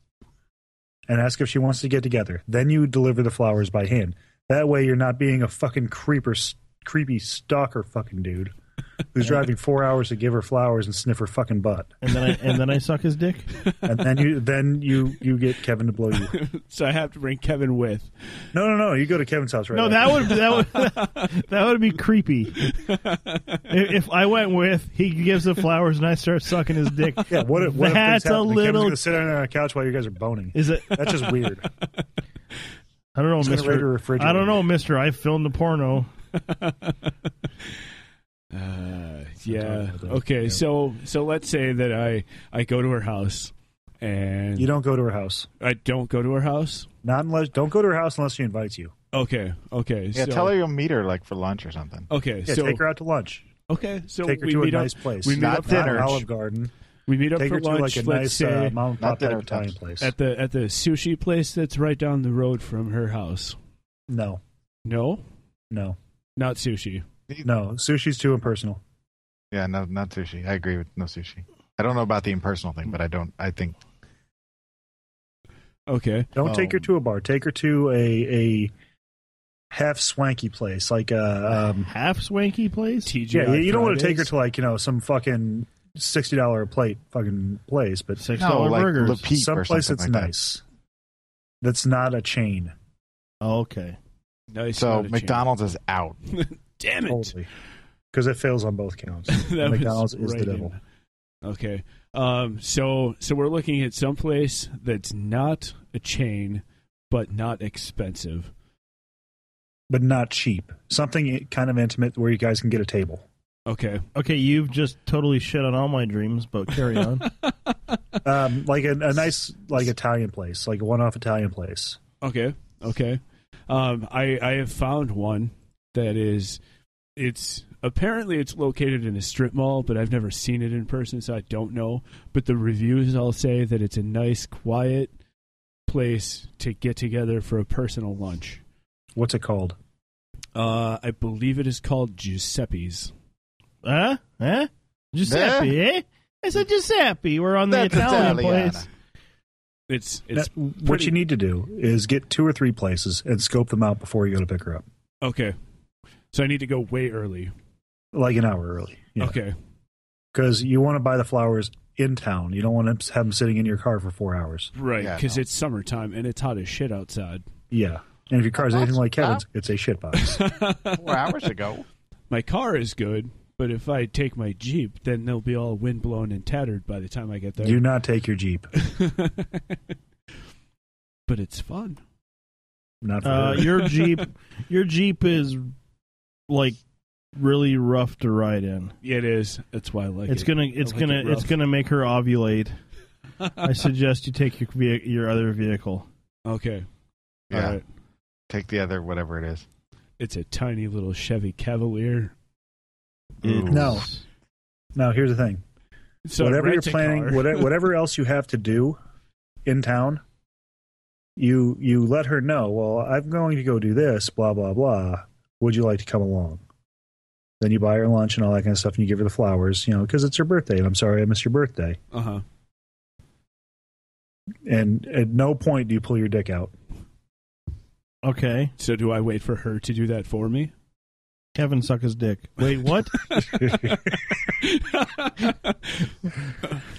S6: and ask if she wants to get together. Then you deliver the flowers by hand. That way, you're not being a fucking creeper, creepy stalker, fucking dude, who's driving four hours to give her flowers and sniff her fucking butt.
S7: And then I and then I suck his dick.
S6: and then you then you you get Kevin to blow you.
S8: So I have to bring Kevin with.
S6: No, no, no. You go to Kevin's house right.
S7: No,
S6: after.
S7: that would that would that would be creepy. If, if I went with, he gives the flowers and I start sucking his dick.
S6: Yeah, what if, what if
S7: that's
S6: things
S7: a
S6: happen and Kevin's
S7: little.
S6: gonna sit down on a couch while you guys are boning?
S7: Is it?
S6: That's just weird.
S7: I don't know,
S6: He's gonna raid a
S7: Mister.
S6: refrigerator.
S7: I don't know, Mister. I filmed a porno.
S8: Uh, yeah.
S6: about that.
S8: Okay.
S6: Yeah.
S8: So so let's say that I I go to her house and
S6: You don't go to her house.
S8: I don't go to her house.
S6: Not unless don't go to her house unless she invites you.
S8: Okay. Okay.
S9: Yeah,
S8: so,
S9: tell her you'll meet her like for lunch or something.
S8: Okay.
S6: Yeah,
S8: so
S6: take her out to lunch.
S8: okay. So
S6: take her
S8: we
S6: to a
S8: meet up-
S6: nice place.
S8: We meet
S9: Not
S8: up for
S6: Not
S9: dinner.
S6: Olive Garden.
S8: We meet up
S6: Take
S8: for
S6: her to
S8: lunch.
S6: like a
S8: let's
S6: nice
S8: say
S6: uh, mom and
S9: Not
S6: pop
S9: dinner
S6: type Italian
S9: times.
S6: place.
S8: at the at the sushi place that's right down the road from her house.
S6: no,
S8: No,
S6: no,
S8: not sushi.
S6: no. Sushi's too impersonal.
S9: Yeah, no, not sushi. I agree with no sushi. I don't know about the impersonal thing, but I don't. I think
S8: Okay.
S6: Don't take her
S9: Um,
S6: to a bar. Take her to a a half swanky place like uh, um,
S7: Half swanky place.
S8: TGI.
S6: Yeah, you don't want to take
S8: Fridays.
S6: her to like you know some fucking sixty dollar a plate fucking place, but
S7: Six
S9: no,
S7: dollar
S9: like
S7: burgers.
S9: La Peep or
S6: some place
S9: something like
S6: that's
S9: that.
S6: nice. That's not a chain.
S7: Oh, okay.
S8: Nice.
S9: So
S8: amount of change.
S9: McDonald's is out.
S8: Damn it.
S6: Totally. Because it fails on both counts.
S8: That was
S6: McDonald's is
S8: right
S6: the
S8: in.
S6: devil.
S8: Okay. Um. So so we're looking at some place that's not a chain, but not expensive.
S6: But not cheap. Something kind of intimate where you guys can get a table.
S8: Okay.
S7: Okay, you've just totally shit on all my dreams, but carry on.
S6: Um, like a, a nice like Italian place, like a one off Italian place.
S8: Okay. Okay. Um. I I have found one that is. It's apparently it's located in a strip mall, but I've never seen it in person, so I don't know. But the reviews all say that it's a nice, quiet place to get together for a personal lunch.
S6: What's it called?
S8: Uh, I believe it is called Giuseppe's.
S7: Huh? Huh? Giuseppe,
S8: Huh?
S7: eh? I said Giuseppe. We're on the
S8: That's
S7: Italian
S8: Italiana.
S7: place.
S8: It's it's
S6: That- what you need to do is get two or three places and scope them out before you go to pick her up,
S8: Okay, so I need to go way early.
S6: like an hour early.
S8: Okay.
S6: Because you want to buy the flowers in town. You don't want to have them sitting in your car for four hours.
S8: Right, because it's summertime and it's hot as shit outside.
S6: Yeah. And if your car's anything like Kevin's, it's a shitbox.
S9: Four hours ago.
S8: My car is good, but if I take my Jeep, then they'll be all windblown and tattered by the time I get there.
S6: do not take your Jeep.
S8: but it's fun.
S6: Not for
S7: Uh,
S6: her.
S7: your Jeep, your Jeep is like really rough to ride in.
S8: Yeah, it is. That's why I like
S7: It's
S8: it.
S7: gonna,
S8: I
S7: it's
S8: like
S7: gonna,
S8: it
S7: it's
S8: rough.
S7: gonna make her ovulate. I suggest you take your vehi- your other vehicle.
S8: Okay.
S9: Yeah.
S8: All right.
S9: Take the other whatever it is.
S8: It's a tiny little Chevy Cavalier.
S6: No. No, here's the thing.
S8: So
S6: whatever you're
S8: rent a
S6: planning,
S8: car.
S6: whatever, whatever else you have to do in town, you you let her know. Well, I'm going to go do this. Blah blah blah. Would you like to come along? Then you buy her lunch and all that kind of stuff, and you give her the flowers, you know, because it's her birthday. And I'm sorry I missed your birthday.
S8: Uh huh.
S6: And at no point do you pull your dick out.
S7: Okay.
S8: So do I wait for her to do that for me?
S7: Kevin suck his dick. Wait, what?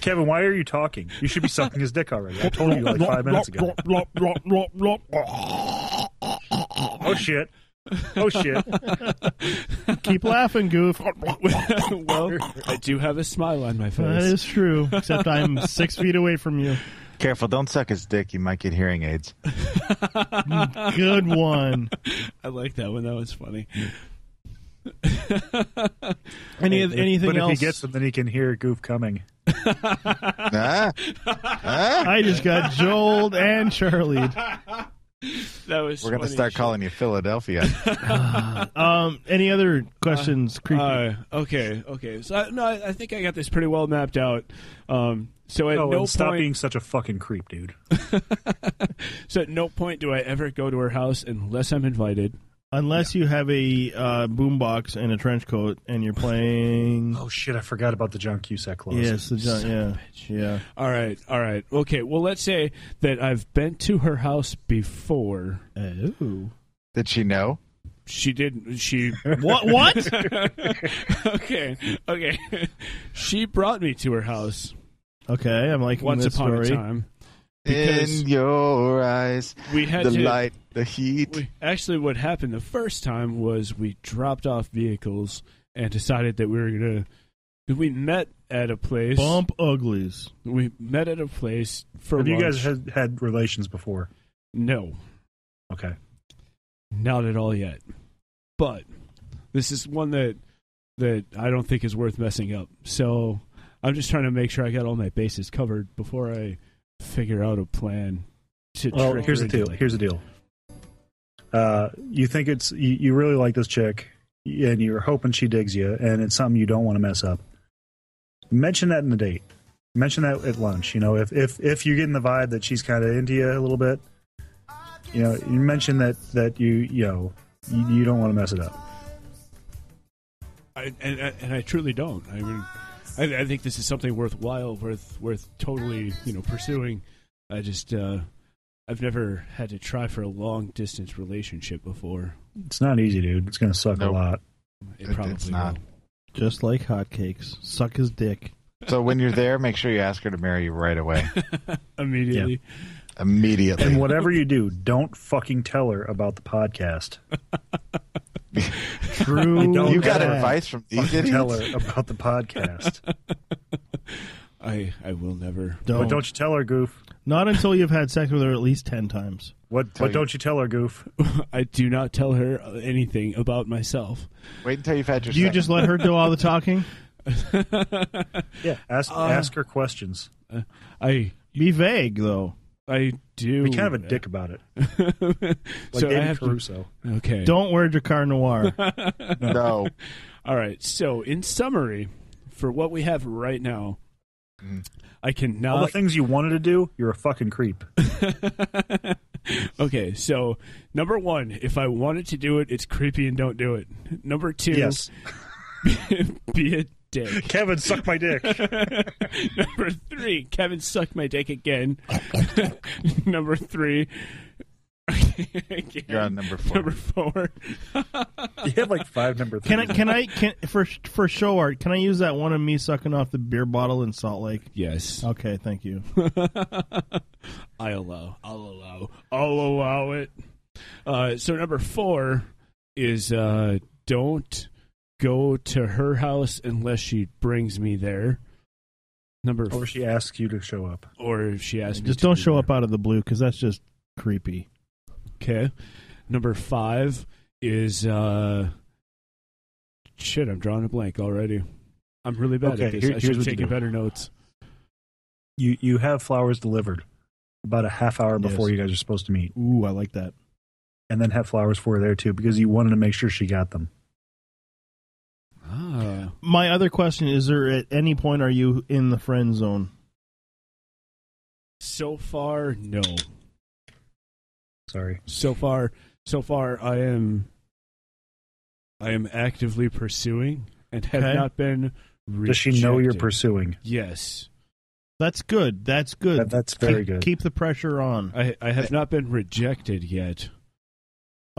S6: Kevin, why are you talking? You should be sucking his dick already. I told you like five minutes ago. Oh shit! Oh shit!
S7: Keep laughing, Goof.
S8: well, I do have a smile on my face.
S7: That is true. Except I'm six feet away from you.
S9: Careful, don't suck his dick. You might get hearing aids.
S7: Good one.
S8: I like that one. That was funny.
S7: Any
S6: If- but if he gets them, then he can hear Goof coming.
S7: I just got Joel and Charlie.
S8: That was.
S9: We're gonna
S8: funny.
S9: start calling you Philadelphia.
S7: Um, any other questions? creepy.
S8: Uh, okay, okay. So I, no, I I think I got this pretty well mapped out. Um, so at
S6: Oh,
S8: no
S6: and
S8: point,
S6: stop being such a fucking creep, dude.
S8: so at no point do I ever go to her house unless I'm invited.
S7: Unless you have a uh, boombox and a trench coat and you're playing.
S6: Oh shit! I forgot about the John Cusack clause.
S7: Yes, the John, yeah, yeah.
S8: All right, all right, okay. Well, let's say that I've been to her house before.
S7: Oh.
S9: Did she know?
S8: She didn't. She
S7: What? What?
S8: okay, okay. she brought me to her house
S7: Okay, I'm liking
S8: once
S7: this
S8: upon
S7: story.
S8: a time.
S9: In your eyes,
S8: We had
S9: the
S8: to-
S9: light, the heat.
S8: We- actually, what happened the first time was we dropped off vehicles and decided that we were gonna. We met at a place.
S7: Bump uglies.
S8: We met at a place for.
S6: Have you
S8: lunch.
S6: guys had, had relations before?
S8: No,
S6: Okay.
S8: not at all yet. But this is one that that I don't think is worth messing up. So I'm just trying to make sure I got all my bases covered before I figure out a plan to.
S6: Well,
S8: trick
S6: here's
S8: her
S6: the
S8: into
S6: deal.
S8: like-
S6: Here's the deal. Uh, you think it's you, you really like this chick, and you're hoping she digs you, and it's something you don't want to mess up. Mention that in the date. Mention that at lunch. You know, if if if you're getting the vibe that she's kind of into you a little bit, you know, you mention that that you you know you, you don't want to mess it up.
S8: I, and, and I truly don't. I mean, I, I think this is something worthwhile, worth worth totally you know pursuing. I just uh, I've never had to try for a long distance relationship before.
S6: It's not easy, dude. It's gonna suck
S9: Nope.
S6: a lot.
S8: It probably will.
S7: Just like hotcakes. Suck his dick.
S9: So when you're there, make sure you ask her to marry you right away,
S8: immediately.
S9: immediately.
S6: And whatever you do, don't fucking tell her about the podcast.
S7: True.
S6: don't
S9: You got
S6: tell her.
S9: advice from these
S6: Fucking
S9: idiots?
S6: Tell her about the podcast,
S8: I I will never.
S7: Don't.
S6: but don't you tell her, Goof.
S7: Not until you've had sex with her at least 10 times.
S6: What?
S9: Tell
S6: But
S9: you-
S6: don't you tell her, Goof.
S8: I do not tell her anything about myself.
S9: Wait until you've had your.
S7: Do you
S9: second.
S7: just let her do all the talking?
S6: Yeah, ask ask her questions.
S8: I
S7: Be vague, though.
S8: I do.
S6: Be kind of a dick about it, like
S8: so I
S6: David
S8: have to,
S6: Caruso.
S8: okay.
S7: Don't wear Jacquard Noir.
S9: no?
S8: All right. So, in summary, for what we have right now,
S9: Mm-hmm.
S8: I can now.
S6: All the
S8: like-
S6: things you wanted to do, you're a fucking creep.
S8: okay, so number one, if I wanted to do it, it's creepy and don't do it. Number two,
S6: Yes.
S8: be a dick.
S6: Kevin, suck my dick.
S8: number three, Kevin, suck my dick again. number three. again.
S9: You're on number four.
S8: Number four.
S6: you have like five number
S7: Can I? Can I? Can for for show art? Can I use that one of me sucking off the beer bottle in Salt Lake?
S8: Yes.
S7: Okay. Thank you.
S8: I allow. I'll allow. I'll allow it. Uh, so number four is uh, don't go to her house unless she brings me there. Number
S6: Or she asks you to show up.
S8: or if she asks me
S7: Just
S8: to
S7: don't
S8: be
S7: show
S8: there.
S7: up out of the blue because that's just creepy.
S8: Okay. Number five is uh, shit. I'm drawing a blank already. I'm really bad
S6: Okay,
S8: at this.
S6: here-
S8: I
S6: here's what
S8: should have
S6: you
S8: taken
S6: do.
S8: better notes.
S6: You you have flowers delivered about a half hour before you guys are supposed to meet.
S7: Ooh, I like that.
S6: And then have flowers for her there too because you wanted to make sure she got them.
S8: Ah.
S7: My other question is: There at any point are you in the friend zone?
S8: So far, no.
S6: Sorry.
S8: So far, so far, I am, I am actively pursuing and have
S7: Okay.
S8: not been. Rejected.
S6: Does she know you're pursuing?
S8: Yes,
S7: That's good. That's good.
S6: That- that's very
S7: keep,
S6: good.
S7: Keep the pressure on.
S8: I I have not been rejected yet.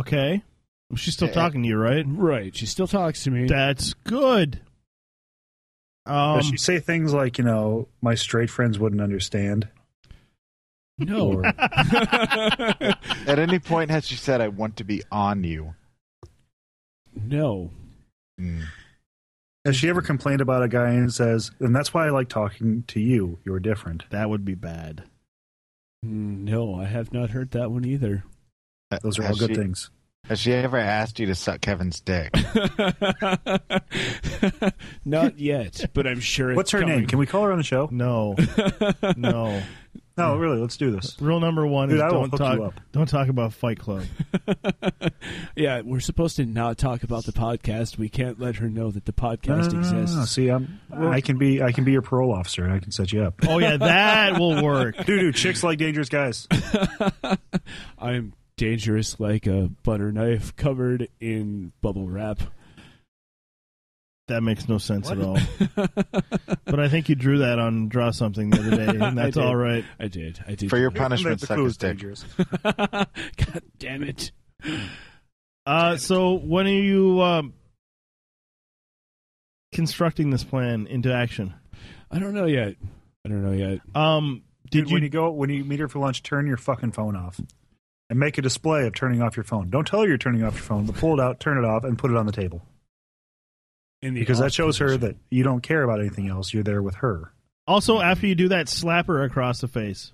S7: Okay. Well, She's still talking to you, right?
S8: Right, she still talks to me.
S7: That's good. Um,
S6: Does she say things like, you know, my straight friends wouldn't understand?
S8: No.
S9: At any point has she said, "I want to be on you"?
S8: no.
S6: Has she ever complained about a guy and says, and that's why I like talking to you. You're different.
S7: That would be bad.
S8: No, I have not heard that one either.
S6: Those are
S9: Uh, Has
S6: all good
S9: she-
S6: things.
S9: Has she ever asked you to suck Kevin's dick?
S8: Not yet, but I'm sure it's
S6: What's her
S8: coming.
S6: name? Can we call her on the show?
S7: No, no.
S9: Mm.
S6: No, really, let's do this.
S7: Rule number one
S6: Dude,
S7: is
S6: I will
S7: don't
S6: hook
S7: talk.
S6: you up.
S7: Don't talk about Fight Club.
S8: Yeah, we're supposed to not talk about the podcast. We can't let her know that the
S6: No, no,
S8: podcast
S6: no, no, no, no.
S8: exists.
S6: Ah, See, I'm, I can be I can be your parole officer and I can set you up.
S7: oh yeah, that will work.
S6: Dude, dude, chicks like dangerous guys.
S8: I'm dangerous like a butter knife covered in bubble wrap.
S7: That makes no sense at all. but I think you drew that on draw something the other day, and
S8: I
S7: that's
S8: did.
S7: all right.
S8: I did. I did.
S9: For your punishment, suck his dick.
S8: God damn it.
S7: Uh, so when are you um, constructing this plan into action?
S8: I don't know yet. I don't know yet.
S7: Um,
S6: Dude,
S7: did
S6: when
S7: you?
S6: you go when you meet her for lunch, turn your fucking phone off. And make a display of turning off your phone. Don't tell her you're turning off your phone, but pull it out, turn it off, and put it on the table.
S8: In the
S6: Because
S8: off
S6: that shows her
S8: position.
S6: that you don't care about anything else. You're there with her.
S7: Also, after you do that, slap her across the face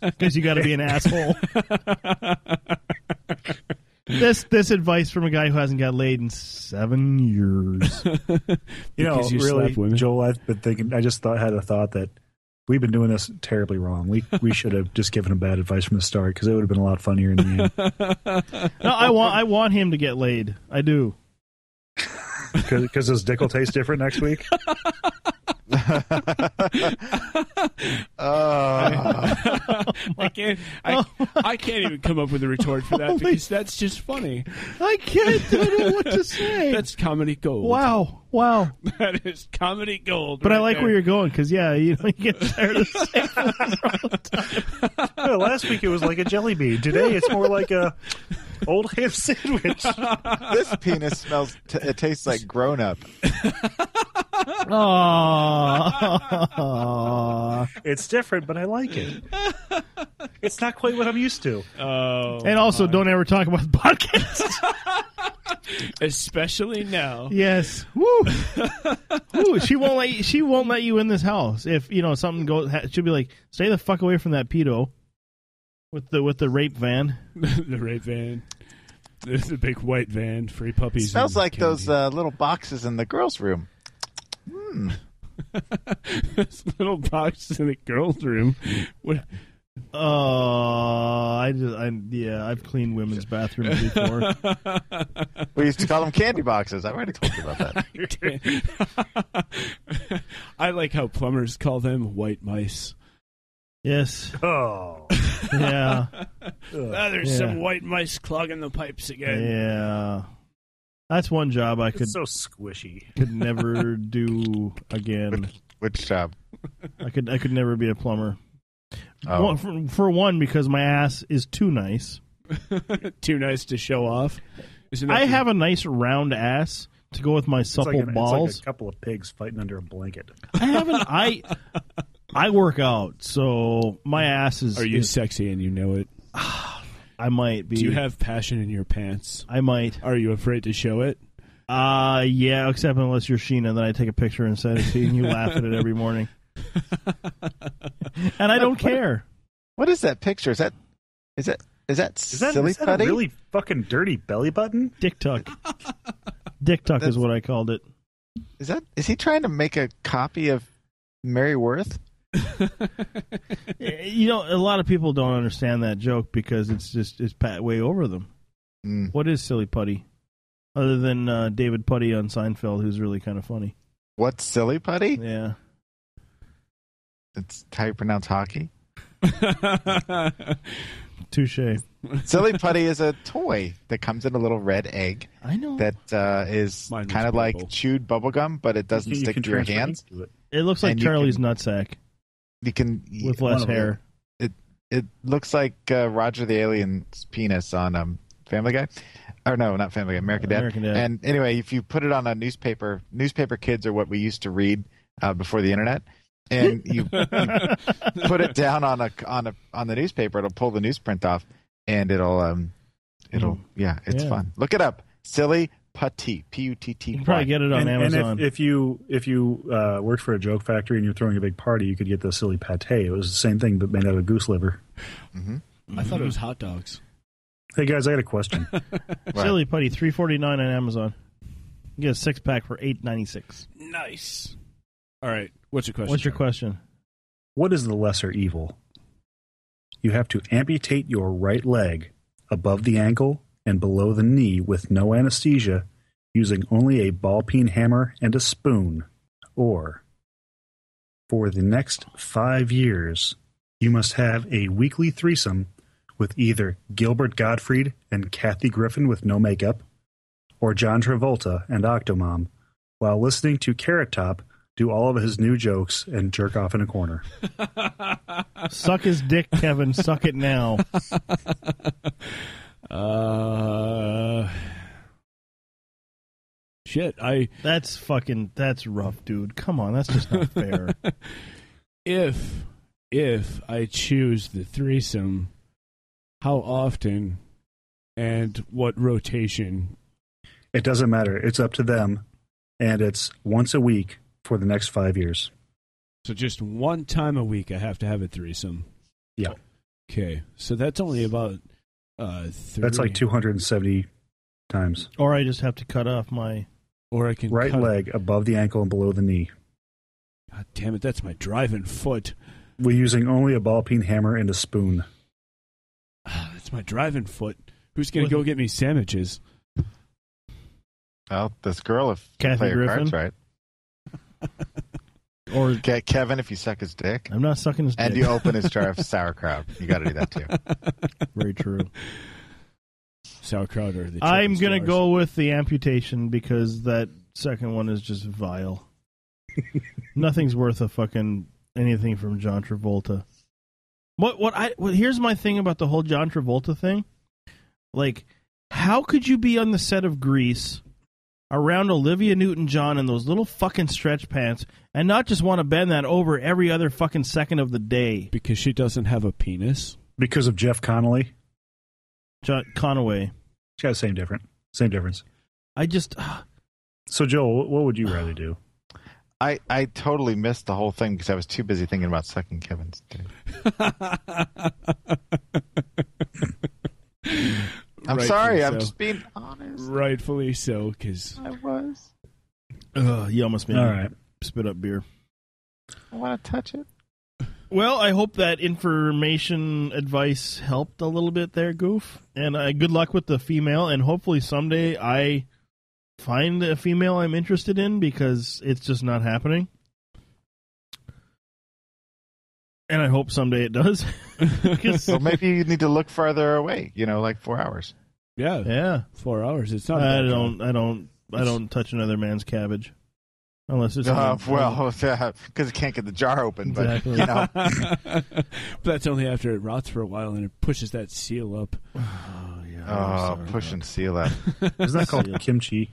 S7: because you got to be an asshole. this this advice from a guy who hasn't got laid in seven years.
S6: You
S8: Because
S6: know,
S8: you
S6: really,
S8: slap women.
S6: Joel, I've been thinking. I just thought had a thought that we've been doing this terribly wrong. We we should have just given him bad advice from the start because it would have been a lot funnier in the end.
S7: No, I want I want him to get laid. I do.
S6: Because his dick will taste different next week.
S9: Uh,
S8: I can't.
S7: Oh
S8: I, I can't even come up with a retort for that because that's just funny.
S7: I can't. I don't know what to say.
S8: That's comedy gold.
S7: wow, wow.
S8: that is comedy gold.
S7: But I
S8: right
S7: like
S8: there.
S7: where you're going because yeah, you know you get tired of saying this all the time.
S6: Yeah, last week it was like a jelly bean. Today it's more like a old ham sandwich.
S9: this penis smells. T- it tastes like grown up.
S7: Aww.
S6: It's different, but I like it. It's not quite what I'm used to.
S8: Oh,
S7: and also, don't ever talk about the podcast.
S8: especially now.
S7: yes. Woo. Woo. She won't let you, she won't let you in this house if you know something goes. ha- She'll be like, "Stay the fuck away from that pedo." With the with the rape van.
S8: the red van. There's a big white van, free puppies.
S9: smells
S8: and
S9: like
S8: candy.
S9: those uh, little boxes in the girls' room. Hmm.
S8: Those little boxes in the girls' room. What,
S7: Oh, Uh, I just I yeah, I've cleaned women's bathrooms before.
S9: We used to call them candy boxes. I've already told you about that.
S16: I like how plumbers call them white mice.
S7: Yes.
S6: Oh.
S7: Yeah.
S16: Ah, there's
S7: Yeah.
S16: some white mice clogging the pipes again.
S7: Yeah. That's one job I
S6: It's
S7: could
S6: so squishy.
S7: could never do again.
S9: Which uh, job?
S7: I could I could never be a plumber.
S9: Oh.
S7: One- for, for one, because my ass is too nice.
S16: Too nice to show off. Isn't that
S7: I
S16: the-
S7: have a nice round ass to go with my
S6: It's
S7: supple
S6: like, an- it's like
S7: balls.
S6: a couple of pigs fighting under a blanket.
S7: I haven't. I I work out, so my ass is.
S16: Are you
S7: is-
S16: sexy and you know it?
S7: I might be.
S16: Do you have passion in your pants?
S7: I might.
S16: Are you afraid to show it?
S7: Uh yeah. Except unless you're Sheena, then I take a picture and send it to you, and you laugh at it every morning. and I don't care.
S9: What is that picture? Is that is that is that
S6: Is that,
S9: silly
S6: is that a
S9: putty?
S6: really fucking dirty belly button?
S7: Dick tuck. Dick tuck is what I called it.
S9: Is that is he trying to make a copy of Mary Worth?
S7: Eh, You know, a lot of people don't understand that joke because it's just it's pat way over them.
S9: Hmm.
S7: What is silly putty? Other than uh, David Putty on Seinfeld, who's really kind of funny.
S9: What's silly putty?
S7: Yeah.
S9: It's how you pronounce hockey.
S7: Touche.
S9: silly putty is a toy that comes in a little red egg.
S7: I know.
S9: That uh, is
S16: Mine was
S9: kind of
S16: purple.
S9: like chewed bubble gum, but it doesn't
S6: You
S9: stick
S6: can
S9: to your
S6: transfer
S9: hands.
S6: into it.
S7: It looks like
S9: And you
S7: Charlie's nutsack
S9: You can
S7: with less
S9: One of
S7: hair.
S9: It it looks like uh, Roger the Alien's penis on um, Family Guy, or no, not Family Guy, American Dad.
S7: American Dad.
S9: And anyway, if you put it on a newspaper, newspaper kids are what we used to read uh, before the internet. And you, you put it down on a on a on the newspaper, it'll pull the newsprint off, and it'll um, it'll yeah, it's
S7: Mm. Yeah.
S9: fun. Look it up, silly putty, p u t t.
S7: You can probably get it on
S6: and, and
S7: Amazon.
S6: if, if you if you uh, worked for a joke factory and you're throwing a big party, you could get the silly pate. It was the same thing, but made out of goose liver.
S16: I thought it was hot dogs.
S6: Hey guys, I got a question.
S7: Silly putty, three forty nine on Amazon. You get a six pack for eight ninety six.
S16: Nice. All right. What's your question?
S7: What's your
S16: John?
S7: question?
S6: what is the lesser evil? You have to amputate your right leg above the ankle and below the knee with no anesthesia, using only a ball peen hammer and a spoon. Or, for the next five years, you must have a weekly threesome with either Gilbert Gottfried and Kathy Griffin with no makeup, or John Travolta and Octomom, while listening to Carrot Top do all of his new jokes and jerk off in a corner.
S7: Suck his dick, Kevin. Suck it now.
S16: Uh, shit. I
S7: That's fucking. That's rough, dude. Come on, that's just not fair.
S16: if if I choose the threesome, how often and what rotation?
S6: It doesn't matter. It's up to them, and it's once a week for the next five years.
S16: So just one time a week, I have to have a threesome.
S6: Yeah,
S16: Oh, Okay, so that's only about uh, three.
S6: that's like 270 times.
S7: or I just have to cut off my.
S16: Or I can
S6: Right
S16: cut-
S6: leg above the ankle and below the knee.
S16: God damn it! That's my driving foot.
S6: We're using only a ball peen hammer and a spoon.
S16: That's my driving foot. Who's gonna
S7: What-
S16: go get me sandwiches?
S9: Well, this girl, if
S7: Kathy
S9: you play your cards
S7: Griffin?
S9: right,
S7: Or
S9: Ke- Kevin, if you suck his dick,
S7: I'm not sucking his dick.
S9: and you open his jar of sauerkraut, you got to do that too.
S7: Very true.
S16: Sauerkraut or the?
S7: I'm
S16: chicken's
S7: gonna
S16: jars?
S7: go with the amputation because that second one is just vile. Nothing's worth a fucking anything from John Travolta. What? What? I. Well, here's my thing about the whole John Travolta thing. Like, how could you be on the set of Grease around Olivia Newton-John in those little fucking stretch pants and not just want to bend that over every other fucking second of the day?
S16: because she doesn't have a penis.
S6: Because of Jeff Connolly,
S7: John Conaway.
S6: it's got the same different, same difference.
S7: I just.
S6: So, Joel, wh- what would you rather do?
S9: I, I totally missed the whole thing because I was too busy thinking about sucking Kevin's dick. I'm
S16: Rightfully
S9: sorry,
S16: so.
S9: I'm just being honest.
S16: Rightfully so, because
S9: I was.
S7: Ugh, you almost made
S6: All
S7: me
S6: right.
S7: spit up beer.
S9: I want to touch it.
S7: Well, I hope that information advice helped a little bit there, Goof. And uh, good luck with the female. And hopefully someday I find a female I'm interested in because it's just not happening. And I hope someday it does.
S9: so maybe you need to look farther away. You know, like four hours.
S16: Yeah,
S7: yeah,
S16: four hours. It's not.
S7: I
S16: that
S7: don't.
S16: bad.
S7: I don't. I don't touch another man's cabbage. Unless it's
S9: Uh, well, because it can't get the jar open. But you know,
S16: but that's only after it rots for a while and it pushes that seal up. Oh,
S9: oh, push and seal that.
S6: Isn't that called kimchi?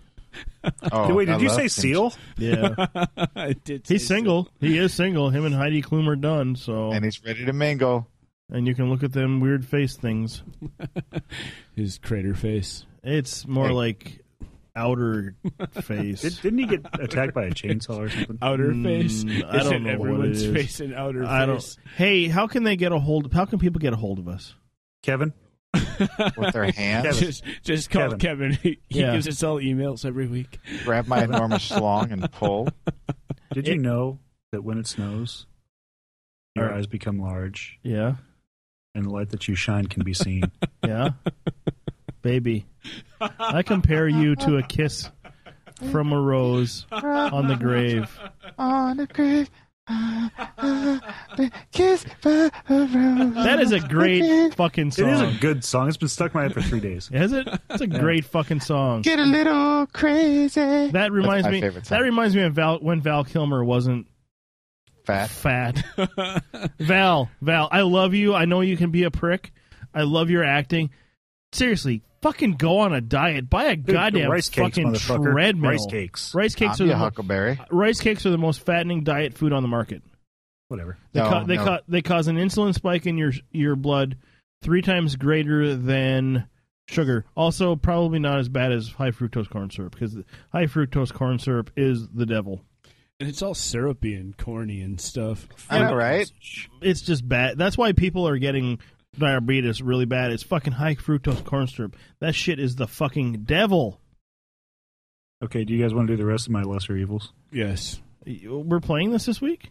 S9: Oh,
S6: Wait, did
S9: I
S6: you
S9: love
S6: say
S9: kimchi.
S6: seal?
S7: Yeah.
S16: I did.
S7: He's single. He is single. Him and Heidi Klum are done. So
S9: and he's ready to mingle.
S7: And you can look at them weird face things.
S16: His crater face.
S7: It's more
S16: Hey.
S7: like outer face.
S6: Did, didn't he get attacked by a chainsaw or something?
S16: Outer face.
S7: Mm, I
S16: Isn't
S7: don't know what it
S16: everyone's
S7: is.
S16: face an outer
S7: I don't.
S16: face?
S7: Hey, how can they get a hold? How can people get a hold of us?
S6: Kevin.
S9: With their hands? Kevin.
S16: Just, just call Kevin.
S9: Kevin.
S16: He, he
S7: Yeah.
S16: gives us all emails every week.
S9: Grab my enormous schlong and pull.
S6: Did you know that when it snows, your eyes become large?
S7: Yeah.
S6: And the light that you shine can be seen.
S7: Yeah, baby. I compare you to a kiss from a rose on the grave.
S9: On the grave. kiss by a rose.
S7: That is a great fucking song.
S6: It is a good song. It's been stuck in my head for three days.
S7: Is it? It's a great fucking song.
S9: Get a little crazy.
S7: That reminds
S9: my
S7: me.
S9: favorite
S7: That reminds me of Val when Val Kilmer wasn't
S9: fat.
S7: Fat. Val, Val, I love you. I know you can be a prick. I love your acting. Seriously, fucking go on a diet. Buy a
S6: Dude,
S7: goddamn
S6: rice cakes,
S7: fucking
S6: motherfucker.
S7: treadmill.
S6: Rice cakes.
S7: Rice cakes are
S9: I'll be
S7: the
S9: a
S7: mo-
S9: huckleberry.
S7: rice cakes are the most fattening diet food on the market.
S6: Whatever.
S7: They,
S9: No,
S7: ca- they,
S9: no.
S7: ca- they cause an insulin spike in your your blood three times greater than sugar. Also, probably not as bad as high fructose corn syrup because high fructose corn syrup is the devil.
S16: And it's all syrupy and corny and stuff.
S9: I know, right?
S7: It's just bad. That's why people are getting diabetes really bad. It's fucking high fructose corn syrup. That shit is the fucking devil.
S6: Okay, do you guys want to do the rest of my lesser evils?
S16: Yes.
S7: We're playing this this week.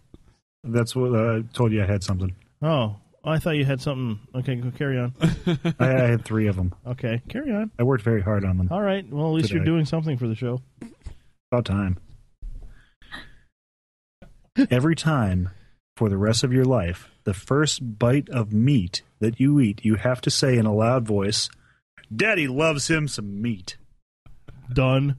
S6: That's what uh, I told you I had something.
S7: Oh, I thought you had something. Okay, go carry on.
S6: I, I had three of them.
S7: Okay, carry on.
S6: I worked very hard on them.
S7: All right. Well, at least you're
S6: Today.
S7: doing something for the show.
S6: About time. Every time for the rest of your life, the first bite of meat that you eat, you have to say in a loud voice, Daddy loves him some meat.
S7: Done.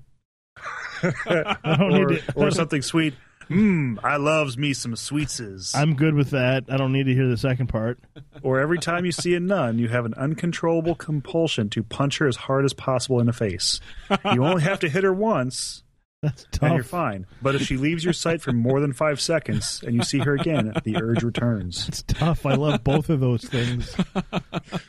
S7: I don't
S6: or,
S7: need to-
S6: or something sweet. Mmm, I loves me some sweetses.
S7: I'm good with that. I don't need to hear the second part.
S6: or every time you see a nun, you have an uncontrollable compulsion to punch her as hard as possible in the face. You only have to hit her once,
S7: That's
S6: and
S7: tough.
S6: you're fine. But if she leaves your sight for more than five seconds and you see her again, the urge returns.
S7: It's tough. I love both of those things.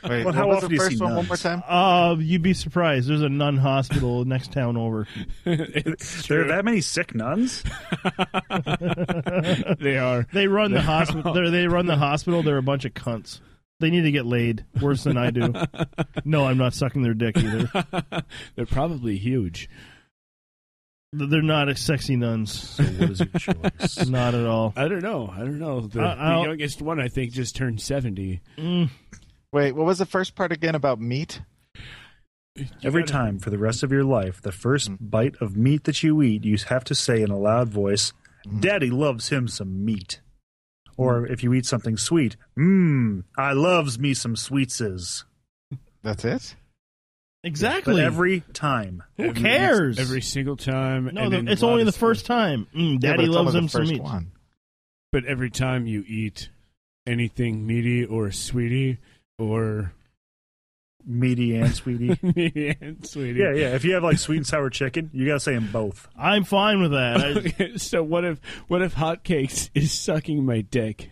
S9: Wait,
S6: Well,
S9: what
S6: how
S9: was
S6: often do
S9: the
S6: you
S9: first
S6: see
S9: one? One
S6: nuns?
S9: more time.
S7: Uh, you'd be surprised. There's a nun hospital next town over.
S6: There are that many sick nuns?
S16: they are.
S7: They run the
S16: They're
S7: hospital.
S16: all-
S7: They're, they run the hospital. They're a bunch of cunts. They need to get laid worse than I do. No, I'm not sucking their dick either.
S16: They're probably huge.
S7: Th- They're not a sexy nuns.
S6: So what is your choice?
S7: Not at all.
S16: I don't know. I don't know. The,
S7: I- I'll-
S16: the youngest one, I think, just turned 70.
S7: Mm.
S9: Wait, what was the first part again about meat?
S6: Every time for the rest of your life, the first
S7: Mm-hmm.
S6: bite of meat that you eat, you have to say in a loud voice,
S7: Mm-hmm.
S6: Daddy loves him some meat. Or if you eat something sweet, mmm, I loves me some sweetses.
S9: That's it.
S7: Exactly.
S6: But every time.
S7: Who
S16: Every-
S7: cares?
S16: Every single time.
S7: no,
S16: and
S7: the,
S16: then
S7: it's only the
S16: loudest
S7: first time. Mm,
S9: Yeah, but
S7: Daddy
S9: it's
S7: loves
S9: only
S7: him
S9: the
S7: some
S9: first
S7: meat.
S9: One.
S16: But every time you eat anything meaty or sweetie or
S6: Meaty and sweetie.
S16: meaty and sweetie.
S6: yeah, yeah. If you have like sweet and sour chicken, you gotta say them both.
S7: I'm fine with that. I,
S16: Okay, so what if what if hotcakes is sucking my dick?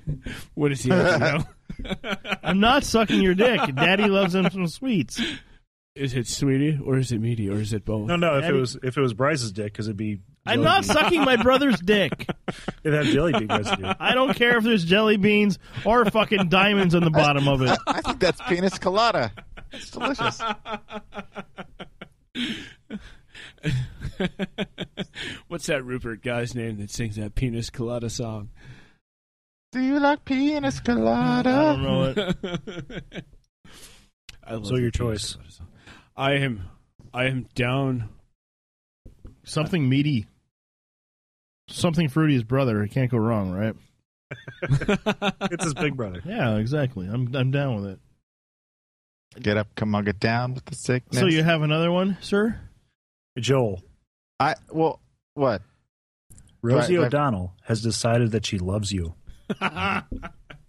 S16: What does he have to know?
S7: I'm not sucking your dick. Daddy loves him some sweets.
S16: Is it sweetie or is it meaty or is it both?
S6: No, no. If it
S7: Daddy-
S6: was if it was Bryce's dick, because it'd be
S7: I'm
S6: jelly
S7: not
S6: bean.
S7: sucking my brother's dick.
S6: It'd have jelly bean residue.
S7: I don't care if there's jelly beans or fucking diamonds on the bottom of it.
S9: I think that's penis colada. It's delicious.
S16: What's that Rupert guy's name that sings that penis colada song?
S9: Do you like penis colada?
S8: I don't know it. I love
S6: so your
S8: the
S6: choice.
S8: I am, I am down.
S7: Something meaty. Something fruity is brother. It can't go wrong, right?
S6: it's his big brother.
S7: Yeah, exactly. I'm I'm down with it.
S9: Get up, come on, get down with the sickness.
S7: So you have another one, sir?
S6: Joel.
S9: I well, what?
S6: Rosie
S9: Right, right.
S6: O'Donnell has decided that she loves you.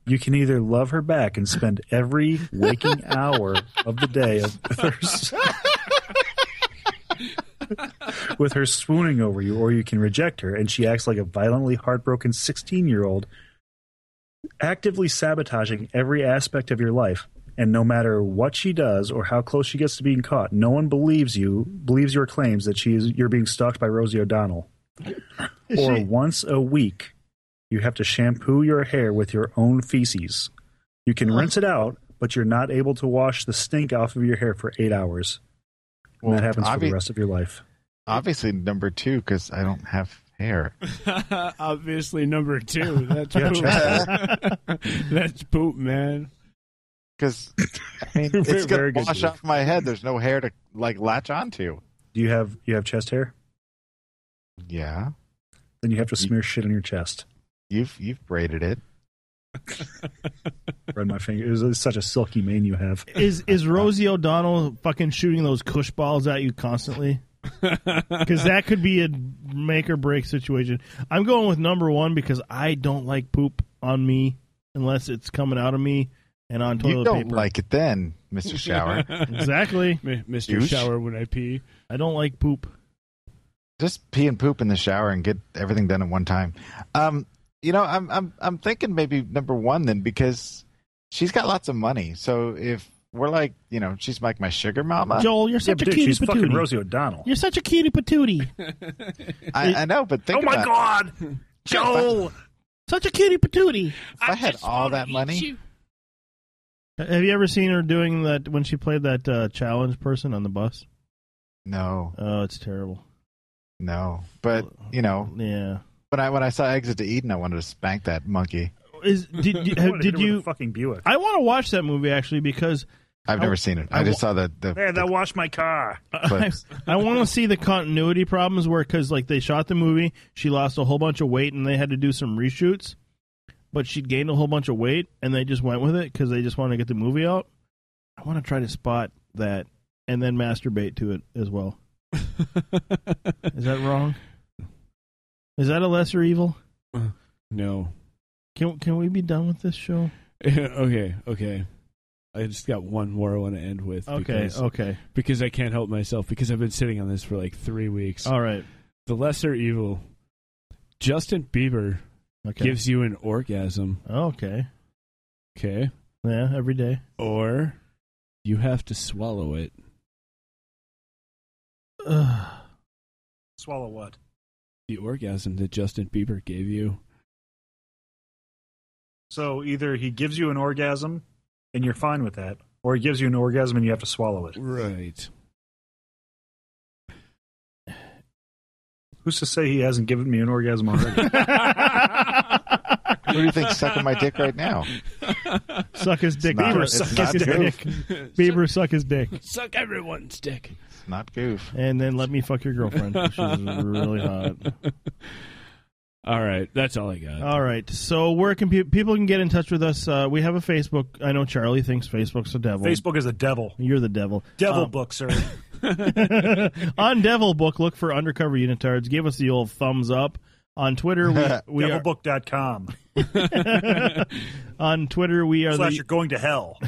S6: You can either love her back and spend every waking hour of the day of thirst with her swooning over you, or you can reject her and she acts like a violently heartbroken 16 year old, actively sabotaging every aspect of your life. And no matter what she does or how close she gets to being caught, no one believes you, believes your claims that she is, you're being stalked by Rosie O'Donnell. or once a week, you have to shampoo your hair with your own feces. You can rinse it out, but you're not able to wash the stink off of your hair for eight hours. And
S9: Well,
S6: that happens for
S9: obvi-
S6: the rest of your life.
S9: Obviously, number two because I don't have hair.
S8: Obviously, number two. That's
S9: Yeah,
S8: poop.
S9: check
S8: That's poop, man.
S9: Because I mean, it's gonna
S6: Very good,
S9: wash
S6: Steve.
S9: off my head. There's no hair to like latch onto.
S6: Do you have you have chest hair?
S9: Yeah,
S6: Then you have to smear shit on your chest.
S9: you've you've braided it.
S6: Run my finger. It was, it's such a silky mane you have.
S7: Is is Rosie O'Donnell fucking shooting those cush balls at you constantly? Because that could be a make or break situation. I'm going with number one because I don't like poop on me unless it's coming out of me and on toilet
S9: you don't
S7: paper.
S9: like it then, Mister Shower.
S7: exactly,
S8: Mister
S9: Douche.
S8: Shower when I pee.
S7: I don't like poop.
S9: Just pee and poop in the shower and get everything done at one time. Um, you know, I'm I'm I'm thinking maybe number one then because she's got lots of money. So if we're like, you know, she's like my sugar mama.
S7: Joel, you're
S6: Uh, Yeah,
S7: such
S6: but
S7: a
S6: dude,
S7: cutie
S6: she's
S7: patootie.
S6: fucking Rosie O'Donnell.
S7: You're such a cutie patootie.
S9: I, I know, but think
S6: oh my
S9: about it.
S6: god,
S9: Joel!
S7: such a cutie patootie.
S9: If I, had all that money,
S7: Have you ever seen her doing that when she played that uh, challenge person on the bus?
S9: no,
S7: Oh, it's terrible.
S9: no. But you know,
S7: Yeah.
S9: when I when I saw Exit to Eden, I wanted to spank that monkey.
S7: Is did you,
S6: I wanted to hit
S7: did
S6: her with a
S7: you?
S6: fucking Buick?
S7: I want to watch that movie actually because
S9: I've
S7: I-
S9: never seen it. I,
S7: I
S9: just
S7: wa-
S9: saw the the.
S6: Man, that washed my car.
S7: I,
S9: clips.
S7: I want to see the continuity problems where because like they shot the movie, she lost a whole bunch of weight and they had to do some reshoots, but she gained a whole bunch of weight and they just went with it because they just wanted to get the movie out. I want to try to spot that and then masturbate to it as well. Is that wrong? Is that a lesser evil?
S16: No.
S7: Can can we be done with this show?
S16: okay, okay. I just got one more I want to end with.
S7: Okay,
S16: because,
S7: okay.
S16: Because I can't help myself because I've been sitting on this for like three weeks.
S7: All right.
S16: The lesser evil. Justin Bieber
S7: Okay.
S16: gives you an orgasm.
S7: okay.
S16: Okay.
S7: Yeah, every day.
S16: Or you have to swallow it.
S7: Ugh.
S6: Swallow what?
S16: The orgasm that Justin Bieber gave you.
S6: So either he gives you an orgasm and you're fine with that, or he gives you an orgasm and you have to swallow it.
S16: Right.
S6: Who's to say he hasn't given me an orgasm already?
S9: Who do you think sucking my dick right now?
S7: Suck his dick.
S9: not-
S7: Bieber
S9: it's
S7: suck
S9: not
S7: his dick. Bieber suck his dick.
S16: Suck everyone's dick.
S9: It's not goof.
S7: And then let me fuck your girlfriend. She's really hot.
S16: All right. That's all I got.
S7: All right. So where can pe- people can get in touch with us? Uh, we have a Facebook. I know Charlie thinks Facebook's the devil.
S6: Facebook is a devil.
S7: You're the devil.
S6: Devil book, sir.
S7: on Devil Book, look for Undercover Unitards. Give us the old thumbs up. On Twitter, we, we are,
S6: Devilbook.com.
S7: on Twitter we are
S6: Slash
S7: the
S6: you're going to hell.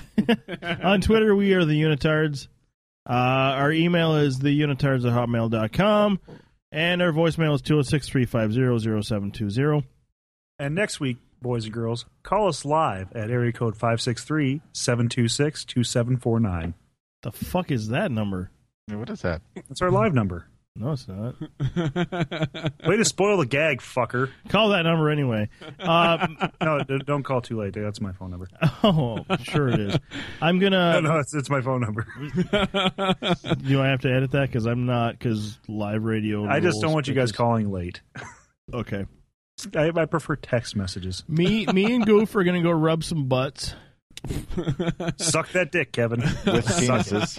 S7: on Twitter, we are the Unitards. Uh, our email is theunitards at hotmail.com. And our voicemail is 206 350 0720.
S6: And next week, boys and girls, call us live at area code 563 726 2749.
S7: The fuck is that number?
S9: What is that?
S6: That's our live number.
S7: No, it's not.
S6: Way to spoil the gag, fucker.
S7: Call that number anyway. Uh,
S6: No, d- don't call too late. That's my phone number.
S7: oh, sure it is. I'm going
S6: No,
S7: to.
S6: no, it's, it's my phone number.
S7: Do I have to edit that? Because I'm not, because live radio.
S6: I just
S7: rules.
S6: don't want you guys
S7: Because-
S6: calling late.
S7: Okay.
S6: I, I prefer text messages.
S7: Me, me, and Goof are gonna go rub some butts.
S6: Suck that dick, Kevin. With
S7: penises.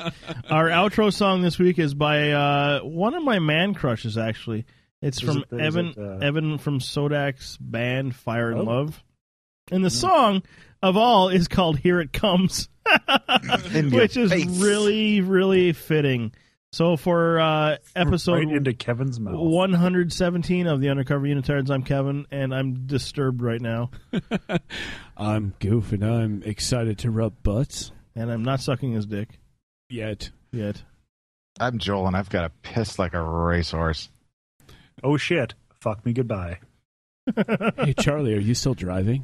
S7: Our outro song this week is by uh, one of my man crushes. Actually, it's
S8: Is
S7: from
S8: it- is
S7: Evan
S8: it, uh,
S7: Evan from Sodak's band Fire and
S8: Oh. Mm.
S7: Love, and the song of all is called "Here It Comes." which is really really fitting. So for uh, episode
S6: Right into Kevin's mouth.
S7: 117 of the Undercover Unitards, I'm Kevin, and I'm disturbed right now, Uh,
S8: I'm Goof, and I'm excited to rub butts.
S7: and I'm not sucking his dick
S8: yet.
S7: Yet,
S9: I'm Joel, and I've got a piss like a racehorse.
S6: Oh shit! Fuck me goodbye.
S8: hey Charlie, are you still driving?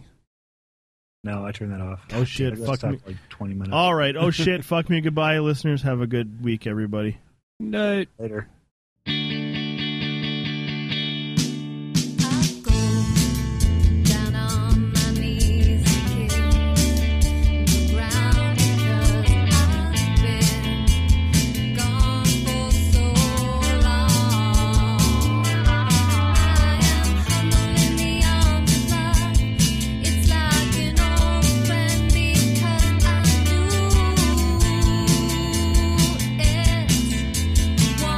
S6: No, I turned that off.
S7: Oh shit!
S6: Let's
S7: Fuck
S6: talk
S7: me.
S6: Like Twenty minutes.
S7: All right. Oh shit! Fuck me. Goodbye, listeners. Have a good week, everybody.
S8: Night.
S6: Later.
S23: Down on my knees, kiss the ground because I've been gone for so long. I am humble in the arms of love. It's like an old friend because I knew it once, and I've become.